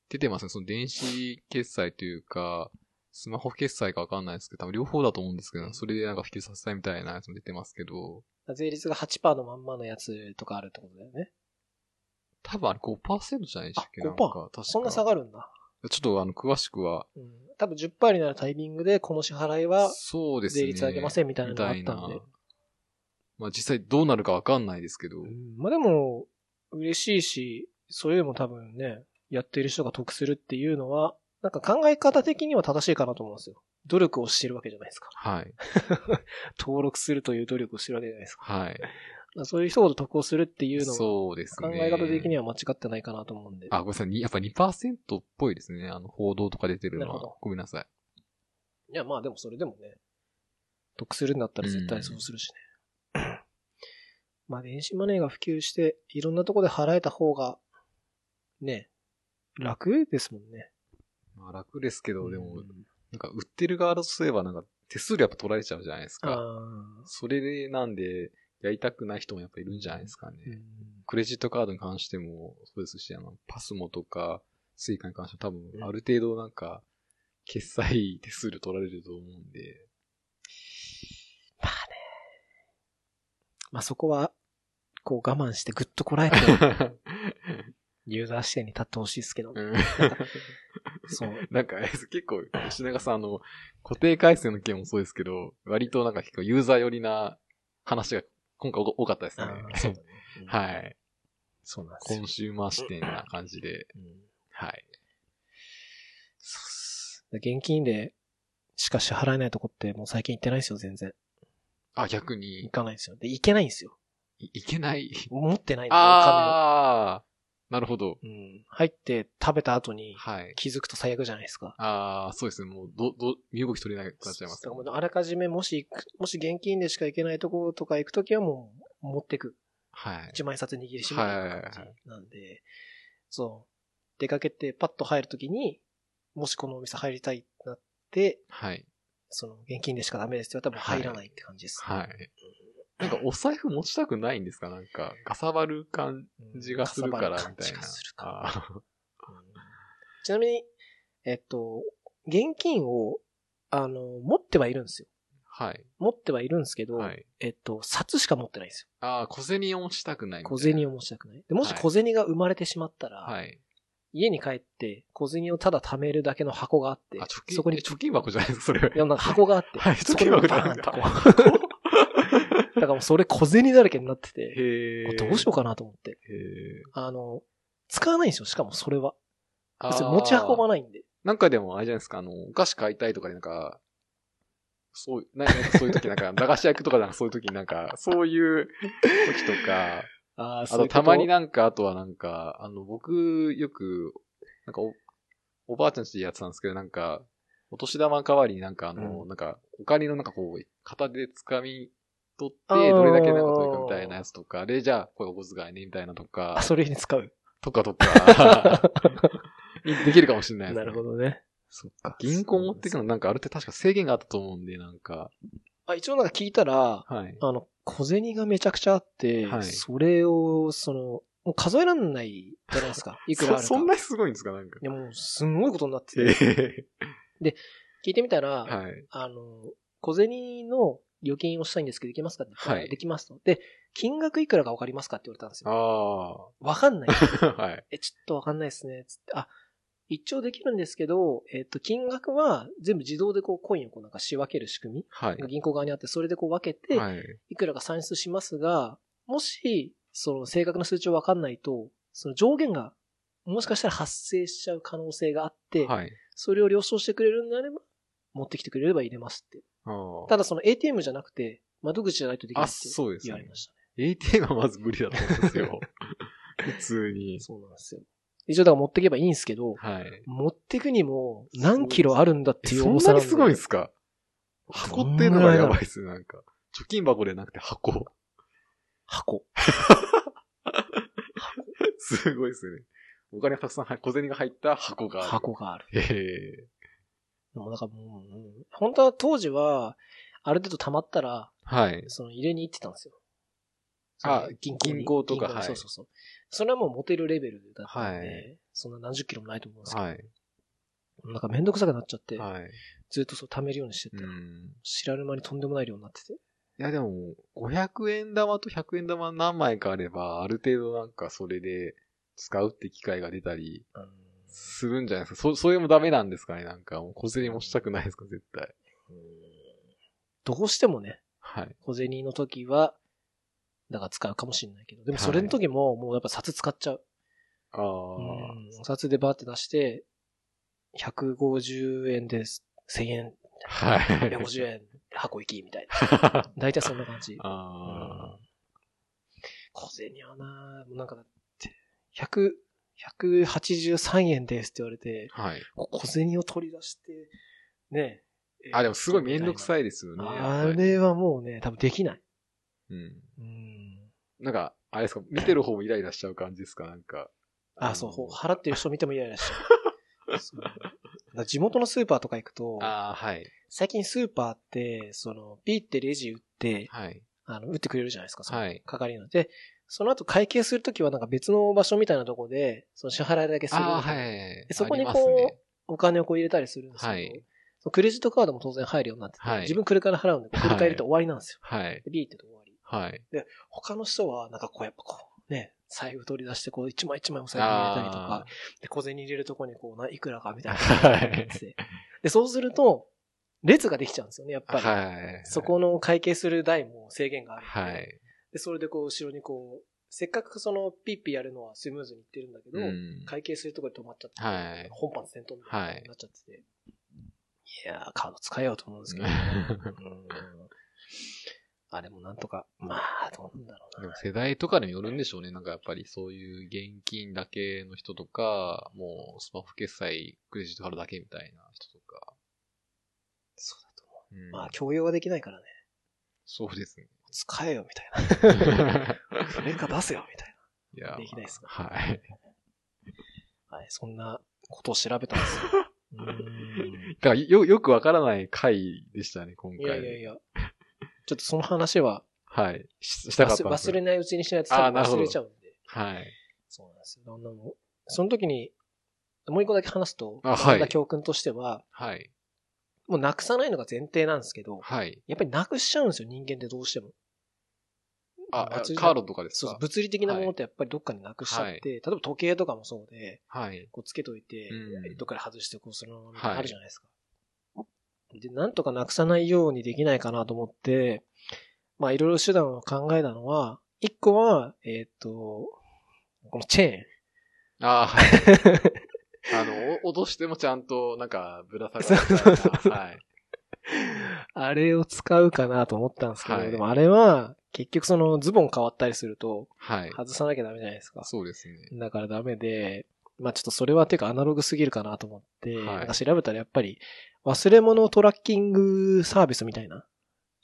S2: 出てますね。その電子決済というか、スマホ決済かわかんないですけど、多分両方だと思うんですけど、それでなんか普及させたいみたいなやつも出てますけど、
S1: 税率が8%のまんまのやつとかあるってことだよね。
S2: 多分あれ5%じゃないでしたっけ
S1: あ
S2: なんか
S1: 5%
S2: 確か
S1: そんな下がるんだ。
S2: ちょっとあの、詳しくは、
S1: うん。多分10%になるタイミングで、この支払いは
S2: そうですね。
S1: 税率上げませんみたいなのがあっ
S2: み
S1: た
S2: たい
S1: んで
S2: な。まあ実際どうなるかわかんないですけど、
S1: うんまあでも、嬉しいし、それでも多分ね、やっている人が得するっていうのは、なんか考え方的には正しいかなと思うんですよ。努力をしてるわけじゃないですか。
S2: はい。
S1: 登録するという努力をしてるわけじゃないですか。
S2: はい。
S1: だからそういう人ほど得をするっていうのは、
S2: そうです
S1: 考
S2: ね。
S1: え方的に
S2: は。
S1: は間違ってないかなと思うんで。
S2: あ、ごめんなさい。にやっぱ2%っぽいですね。あの、報道とか出てるの
S1: なるほ
S2: は
S1: ど。
S2: ごめんなさい。
S1: いや、まあでもそれでもね、得するんだったら絶対そうするしね。まあ電子マネーが普及して、いろんなとこで払えた方が、ね、楽ですもんね。
S2: まあ楽ですけど、でも、
S1: うん
S2: なんか売ってる側とすればなんか手数料やっぱ取られちゃうじゃないです
S1: あ
S2: か。それでなんで、やりたくない人もやっぱいるんじゃないですかね。
S1: ーうん
S2: クレジットカードに関してもそうですし、あの、パスモとか、スイカに関しても多分、ある程度なんか、決済手数料取られると思うん
S1: <laughs>
S2: で、
S1: まあそこは、こう我慢してぐっとこらえて、ユーザー視点に立ってほしいですけど、
S2: うん <laughs>
S1: そう。
S2: なんか、結構、吉永さん、あの、固定回線の件もそうですけど、割となんか結構ユーザー寄りな話が今回多かったですね。
S1: そうだね。
S2: <laughs> はいい。
S1: そうなんですよ
S2: コン。シューマー視点な感じで。
S1: うん
S2: はい。
S1: そうっす。現金でしか支払えないとこってもう最近行ってないんですよ、全然。
S2: あ、逆に
S1: 行、かないんですよ。で、行けないんですよ。
S2: いいけない。
S1: 持ってないんだよ
S2: ああなるほど
S1: お。金を。うん。入って食べた後に
S2: はい。
S1: 気づくと最悪じゃないですか。
S2: ああそうですね。もう、ど、ど、身動き取れなくなっちゃいます
S1: だ。からもうあらかじめもし行く、もし現金でしか行けないとことか行くときはもう持ってく。
S2: はい。
S1: 一万円札握りしめていく感じなんで、そう。出かけてパッと入るときに、もしこのお店入りたいってなって、
S2: はい。
S1: その現金でしかダメですって言われたらもう入らないって感じです。
S2: はい。なんかお財布持ちたくないんですかなんか、かさばる感
S1: うん
S2: じがするから、
S1: か
S2: みたいな。
S1: さばる感じがするから
S2: あー
S1: うんちなみに、えっと、現金を、あの、持ってはいるんですよ。
S2: はい。
S1: 持ってはいるんですけど、
S2: はい。
S1: えっと、札しか持ってないんです
S2: ああ、小銭を持ちたくない
S1: よ。
S2: みたい
S1: 小
S2: な
S1: 銭を持ちたくない。でもし小銭が生まれてしまったら、
S2: はい。
S1: 家に帰って小銭をただ貯めるだけの箱があって
S2: あ、貯、金、
S1: そこに、
S2: え
S1: い
S2: 貯金箱じゃないですか、それ。
S1: や、なんか箱があって、
S2: はい、
S1: そ
S2: 貯
S1: こに
S2: 金
S1: バ
S2: 箱じゃ
S1: ーン
S2: な
S1: っ
S2: い
S1: て
S2: で
S1: こう
S2: すか。
S1: だからもうそれ小銭だらけになってて、
S2: <laughs> へえ。
S1: どうしようかなと思って。
S2: う。へー
S1: あの、使わないんですよ、しかもそれは。
S2: あ
S1: 別
S2: ー
S1: に持ち運ばないんで。
S2: なんかでもあれじゃないですか、あの、お菓子買いたいとかでなんか、そう、ななんかそう <laughs> いう時なんか、駄菓子屋行くとかなんかそういう時になんか、そういう時とか、
S1: ああ
S2: あとたまになんか、あとはなんか、あの、僕、よく、なんかお、おばあちゃんちでやってたんですけど、なんか、お年玉代わりになんかあの、
S1: う
S2: なんか、お金のなんかこう、片手で掴み取って、
S1: あー
S2: どれだけなんか取るかみたいなやつとか、で、じゃあ、これお小遣いね、みたいなとか
S1: あ、、それに使う。
S2: とかとか、 <laughs>
S1: <laughs>
S2: できるかもしれないです、
S1: な
S2: ね。
S1: るほどね。
S2: そっか。銀行持ってくのなんかあれって確か制限があったと思うんで、なんか。
S1: あ、一応なんか聞いたら、
S2: はい。
S1: あの、小銭がめちゃくちゃあって、
S2: はい
S1: それを、その、もう数えられないじゃない
S2: <laughs>
S1: ですか。いくらあるか。
S2: そそんなにすごいんですかなんか
S1: い。や、もうすんごいことになって
S2: へ
S1: て、
S2: へ
S1: 聞いてみたら、
S2: へはい。
S1: あの、小銭の預金をしたいんですけど、できますかって言ったら、
S2: はい
S1: できますと。で、金額いくらかわかりますかって言われたんです
S2: あ
S1: よ。
S2: あ。
S1: わかんない。
S2: <laughs> はい。
S1: え、ちょっとわかんないですね。つって、あ、一応できるんですけど、えっと、金額は全部自動でこう、コインをこうなんか仕分ける仕組み
S2: はい。
S1: が銀行側にあって、それでこう分けて、
S2: はい。
S1: いくらか算出しますが、もし、その正確な数値を分かんないと、その上限が、もしかしたら発生しちゃう可能性があって、
S2: はい。
S1: それを了承してくれるんであれば、持ってきてくれれば入れますって。
S2: あー
S1: ただその ATM じゃなくて、窓口じゃないとできない
S2: あ、
S1: って
S2: そうです
S1: 言われ
S2: ね
S1: ま。したね。
S2: ATM はまず無理だと思うんです <laughs> よ。普通
S1: <laughs>
S2: に。
S1: そうなんですよ。一応だから持ってけばいいんですけど、
S2: はい。
S1: 持ってくにも何キロあるんだって
S2: え
S1: いう
S2: そん
S1: 重
S2: な
S1: さ
S2: に
S1: なん
S2: すごいん
S1: で
S2: で。すか箱っていうのがやばいですね、なんか。貯金箱でなくて箱。 <laughs>
S1: 箱。
S2: すごいですね。お金がたくさん入、小銭が入った箱がある。。
S1: 箱がある。
S2: へえ。
S1: でもなんかもう、うん本当は当時は、ある程度溜まったら、
S2: はい。
S1: その入れに行ってたんですよ。そ
S2: あ
S1: のに
S2: 銀行とか
S1: 銀に
S2: はい
S1: そうそうそう。それはもうモテるレベルだったんで、
S2: は
S1: そんな何十キロもないと思うんですけど、
S2: はい。
S1: なんかめんどくさくなっちゃって、
S2: はい。
S1: ずっとそう貯めるようにして
S2: う
S1: たら、
S2: ん。
S1: 知らぬ間にとんでもない量になってて。
S2: いやでも、500円玉と100円玉何枚かあれば、ある程度なんかそれで使うって機会が出たり
S1: うん
S2: するんじゃないですか。そ、それもダメなんですかねなんか、もう小銭もしたくないですか絶対。
S1: どうしてもね、
S2: はい。
S1: 小銭の時は、だから使うかもしれないけど、でもそれの時ももうやっぱ札使っちゃう。
S2: ああ、
S1: うん札でバーって出して、150円です。1000円、
S2: はい。
S1: 150円、箱行きみたいな。
S2: <laughs> あ
S1: 大体そんな感じ。
S2: あ
S1: 小銭はなもうなんかだって、100、183円ですって言われて、
S2: ー。はい。
S1: こ小銭を取り出して、ねえ。
S2: あ、でもすごいめんどく
S1: い。
S2: さいですよね。
S1: あ
S2: やっぱり
S1: れはもうね、多分できない。
S2: うん。
S1: うん。
S2: なんか、あれですか、見てる方もイライラしちゃう感じですかなんか。
S1: あ、そう、ほ払ってる人見てもイ
S2: <laughs>
S1: ライラしちゃうそう。だから地元のスーパーとか行くと、
S2: ああ、はい。
S1: 最近スーパーって、その、ピーってレジ打って、
S2: はい。
S1: あの、打ってくれるじゃないですか、その
S2: はい
S1: 係の。で、その後会計するときはなんか別の場所みたいなとこで、その支払いだけする。
S2: ああ、はい。
S1: そこにこう
S2: ありますね
S1: お金をこう入れたりするんですけど、
S2: はい
S1: そのクレジットカードも当然入るようになってて、
S2: はい
S1: 自分クレカで払うんで、クレカ入れて終わりなんですよ。
S2: はい。
S1: でビーってと終わり。
S2: はい。
S1: 他の人はなんかこうやっぱこう、ね、財布取り出してこう一枚一枚お財布に入れたりとか、
S3: <laughs>
S1: で、小銭入れるとこにこう、ないくらかみたいな。
S2: はい
S1: で、そうすると、列ができちゃうんですよね、やっぱり。
S3: はい。
S1: そこの会計する台も制限がある。
S3: はい。
S1: で、それでこう、後ろにこう、せっかくその、ピッピやるのはスムーズにいってるんだけど、
S3: うん。
S1: 会計するところで止まっちゃって、
S3: はい
S1: 本発転倒みたいなことになっちゃってて、い、やー、カード使えようと思うんですけど、うんあれもなんとか、まあ、どうなんだろう
S2: で
S1: な
S2: も。世代とかにもよるんでしょうね。なんかやっぱりそういう現金だけの人とか、もうスマホ決済、クレジットカードだけみたいな人とか。
S1: そうだと思
S2: うん
S1: う。まあ、強要はできないからね。
S2: そうで
S1: <laughs>
S2: すね。
S1: 使えよ、みたいな。クレカ出せよ、みたい
S2: いや
S1: な。できないですか
S2: はい。
S1: ら。はい、そんなことを調べたんですよ。
S2: <laughs>
S1: うん
S2: がよ、よくわからない回でしたね、今
S1: い
S2: 回。
S1: やいやいや。ちょっとその話は
S2: はい。ししたかっ
S1: 忘
S2: たんです
S1: 忘
S2: よ
S1: れないうちにしないと多
S2: あー
S1: 分
S2: なるほ
S1: 忘
S2: ど
S1: れちゃうんで。
S2: はい。
S1: そうなんですよ。どんなのその時に、もう一個だけ話すと、
S2: あはい
S1: 学んだ教訓としては、
S2: はい。
S1: もうなくさないのが前提なんですけど、
S2: はい。
S1: やっぱりなくしちゃうんですよ、人間ってどうしても。
S2: あ、
S1: 物理
S2: カードとかです
S1: そう
S2: か
S1: 物理的なものってやっぱりどっかになくしちゃって、
S2: はい
S1: 例えば時計とかもそうで、
S2: はい。
S1: こうつけといて、
S2: うん
S1: どっかで外してこうするの
S2: はい
S1: あるじゃないですか。で、なんとかなくさないようにできないかなと思って、まあいろいろ手段を考えたのは、一個は、えーっ、と、このチェーン。
S2: <laughs> ああ、は
S1: <laughs>
S2: い。あの、お脅してもちゃんと、なんか、ぶら下がるみたい
S1: そうそうそう
S2: な。はい。
S1: あれを使うかなと思ったんですけど、
S2: はい
S1: でもあれは、結局そのズボン変わったりすると、
S2: はい。
S1: 外さなきゃダメじゃないですか。
S2: そうですね。
S1: だからダメで、まあちょっとそれはてかアナログすぎるかなと思って、
S2: はい
S1: なんか調べたらやっぱり忘れ物トラッキングサービスみたいな、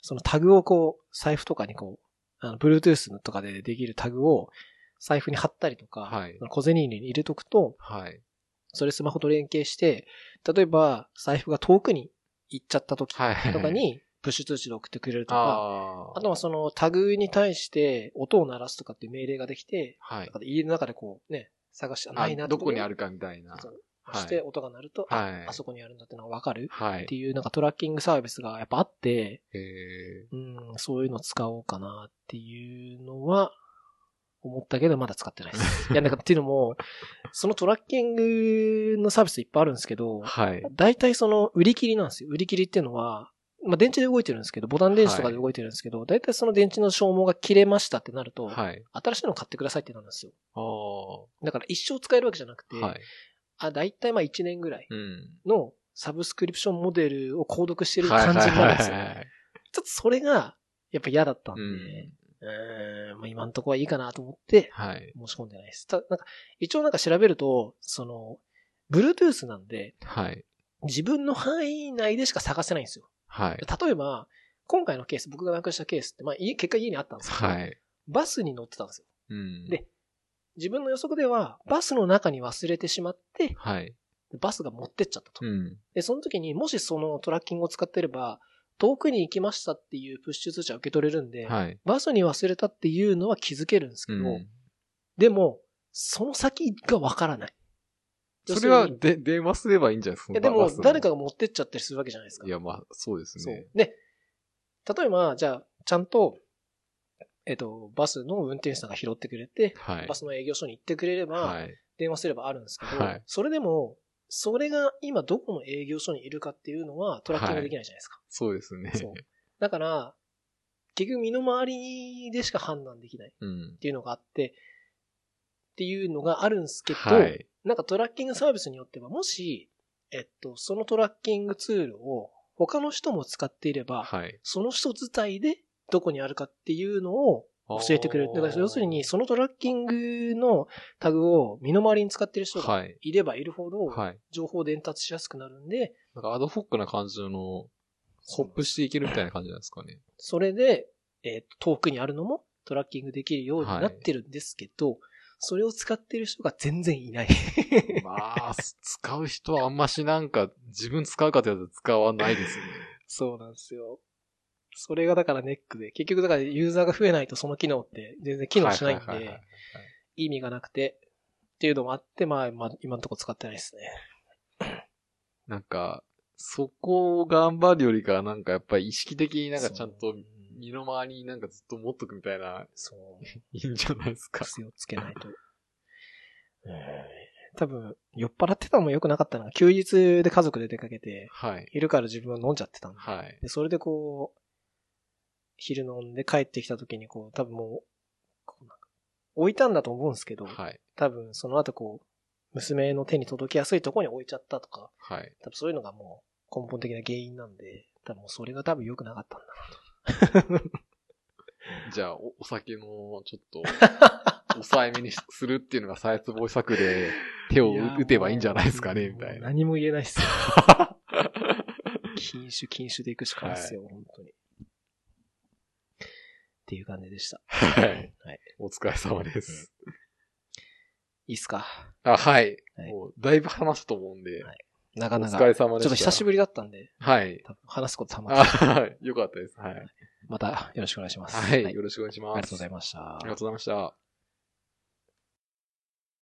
S1: そのタグをこう、財布とかにこう、あの、Bluetooth とかでできるタグを財布に貼ったりとか、
S2: はい
S1: その小銭入れに入れとくと、
S2: はい。
S1: それスマホと連携して、例えば財布が遠くに行っちゃった時
S2: はい。
S1: とか、に、プッシュ通知で送ってくれるとか、
S2: ああ。
S1: あとはそのタグに対して音を鳴らすとかっていう命令ができて、
S2: はい
S1: だ。から家の中でこうね、探して、あないな
S2: あどこにあ
S1: る
S2: るかみたいな。はい
S1: して音が鳴ると、あ
S2: はい。
S1: あそこにあるんだってのがわかる
S2: は
S1: っ
S2: い
S1: て。いうなんかトラッキングサービスがやっぱあって、
S2: え
S1: うん、そういうの使おうかなっていうのは、思ったけどまだ使ってない
S2: <laughs>
S1: です。いや、なんかっていうのも、そのトラッキングのサービスいっぱいあるんですけど
S2: ー、、はい。
S1: 大体その売り切りなんですよ。売り切りっていうのは、まあ電池で動いてるんですけど、ボタン電池とかで動いてるんですけど、大体その電池の消耗が切れましたってなると、
S2: はい。
S1: 新しいの買ってくださいってなるんですよ。
S2: ああ。は
S1: だから一生使えるわけじゃなくて、
S2: い。
S1: あ、大体まあ1年ぐらい
S2: うん。
S1: のサブスクリプションモデルを購読してる感じになるんですよ。
S2: はいはいはいはい
S1: ちょっとそれが、やっぱ嫌だったんで、
S2: う
S1: うんーん、まあ今のところはいいかなと思って
S2: はい。
S1: 申し込んでないです。ただ、なんか、一応なんか調べると、その、Bluetooth なんで、
S2: はい。
S1: 自分の範囲内でしか探せないんですよ。
S2: はい。
S1: 例えば、今回のケース、僕がなくしたケースって、まあ、家結果家にあったんですけど、
S2: はい。
S1: バスに乗ってたんですよ。
S2: うん。
S1: で自分の予測では、バスの中に忘れてしまって、
S2: はい。
S1: バスが持ってっちゃったと。
S2: うん。
S1: で、その時にもしそのトラッキングを使ってれば、遠くに行きましたっていうプッシュ通知は受け取れるんで、
S2: はい。
S1: バスに忘れたっていうのは気づけるんですけ
S2: う
S1: ど、
S2: ん。
S1: でも、その先がわからない。
S2: それは、
S1: 要するに
S2: で、電話すればいいんじゃないですか
S1: いやでも
S2: バス、の
S1: 誰かが持ってっちゃったりするわけじゃないですか
S2: い。や、まあ、そうです
S1: そう
S2: ね。。
S1: で、例えば、じゃあ、ちゃんと、えっと、バスの運転手さんが拾ってくれて、
S2: はい
S1: バ。スの営業所に行ってくれれば、
S2: はい。
S1: 電話すればあるんですけど、
S2: はい
S1: それでも、それが今どこの営業所にいるかっていうのはトラッキングできないじゃないですか。
S2: そうですね。 <laughs>
S1: そう。だから、結局身の回りでしか判断できないっ
S2: うん。
S1: ていうのがあって、っていうのがあるんですけど、
S2: はい。
S1: なんかトラッキングサービスによっては、もし、えっと、そのトラッキングツールを他の人も使っていれば、
S2: はい。
S1: その人自体でどこにあるかっていうのを
S2: 教
S1: 教えてくれる。だから要するに、そのトラッキングのタグを身の回りに使ってる人が
S2: はい。
S1: いればいるほど、
S2: はい。
S1: 情報伝達しやすくなるんで、
S2: なんかアドホックな感じの、ホップしていけるみたいな感じなんですかね。
S1: それで、えーと遠くにあるのもトラッキングできるようになってるんですけど、それを使ってる人が全然いない。 <laughs>
S2: まあ、す使う人はあんましなんか、自分使うかってやつは使わないですね。
S1: そうなんですよ。それがだからネックで、結局だからユーザーが増えないとその機能って全然 <laughs> 機能しないん
S2: ははは
S1: で、意味がなくて、っていうのもあって、まあ、まあ、今のところ使ってないですね。
S2: なんか、そこを頑張るよりかは、なんかやっぱり意識的になんかちゃん
S1: そう
S2: と、身の回りになんかずっと持っとくみたいな、
S1: そう。
S2: いいんじゃないですか。
S1: 癖をつけないと。うん多分、酔っ払ってたのも良くなかったのが、休日で家族で出かけて、
S2: はい。
S1: 昼から自分は飲んじゃってたんで、
S2: はい。
S1: でそれでこう、昼飲んで帰ってきた時にこう、多分もう、こうなんか置いたんだと思うんですけど、
S2: はい。
S1: 多分その後こう、娘の手に届きやすいところに置いちゃったとか、
S2: はい。
S1: 多分そういうのがもう根本的な原因なんで、多分もうそれが多分良くなかったんだ。
S2: じゃあ、おお酒の、ちょっ
S1: <laughs>
S2: と、抑えめにしするっていうのが再つ防止策で、手を
S1: いやー
S2: 打てばいいんじゃないですか
S1: も
S2: ね、み
S1: う
S2: たい
S1: もう
S2: な。
S1: 何も言えないっすよ。 <laughs> 禁酒禁酒で行くしかないっすよ、本当に。っていう感じでした。
S2: はい。
S1: はい。
S2: お疲れ様です。
S1: いいっすか
S2: あ、はい。
S1: はい
S2: もう、だいぶ話したと思うんで
S1: は、な
S2: お
S1: かなか。
S2: 疲
S1: ちょっ
S2: れ様でした。
S1: と久しぶりだったんで、
S2: はい。
S1: 多分話すことたま
S2: あ
S1: って、
S2: はいよかったです。はい。
S1: またよろしくお願いします。
S2: はい。よろしくお願いします。
S1: ありがとうございました
S2: あり。がとうございました。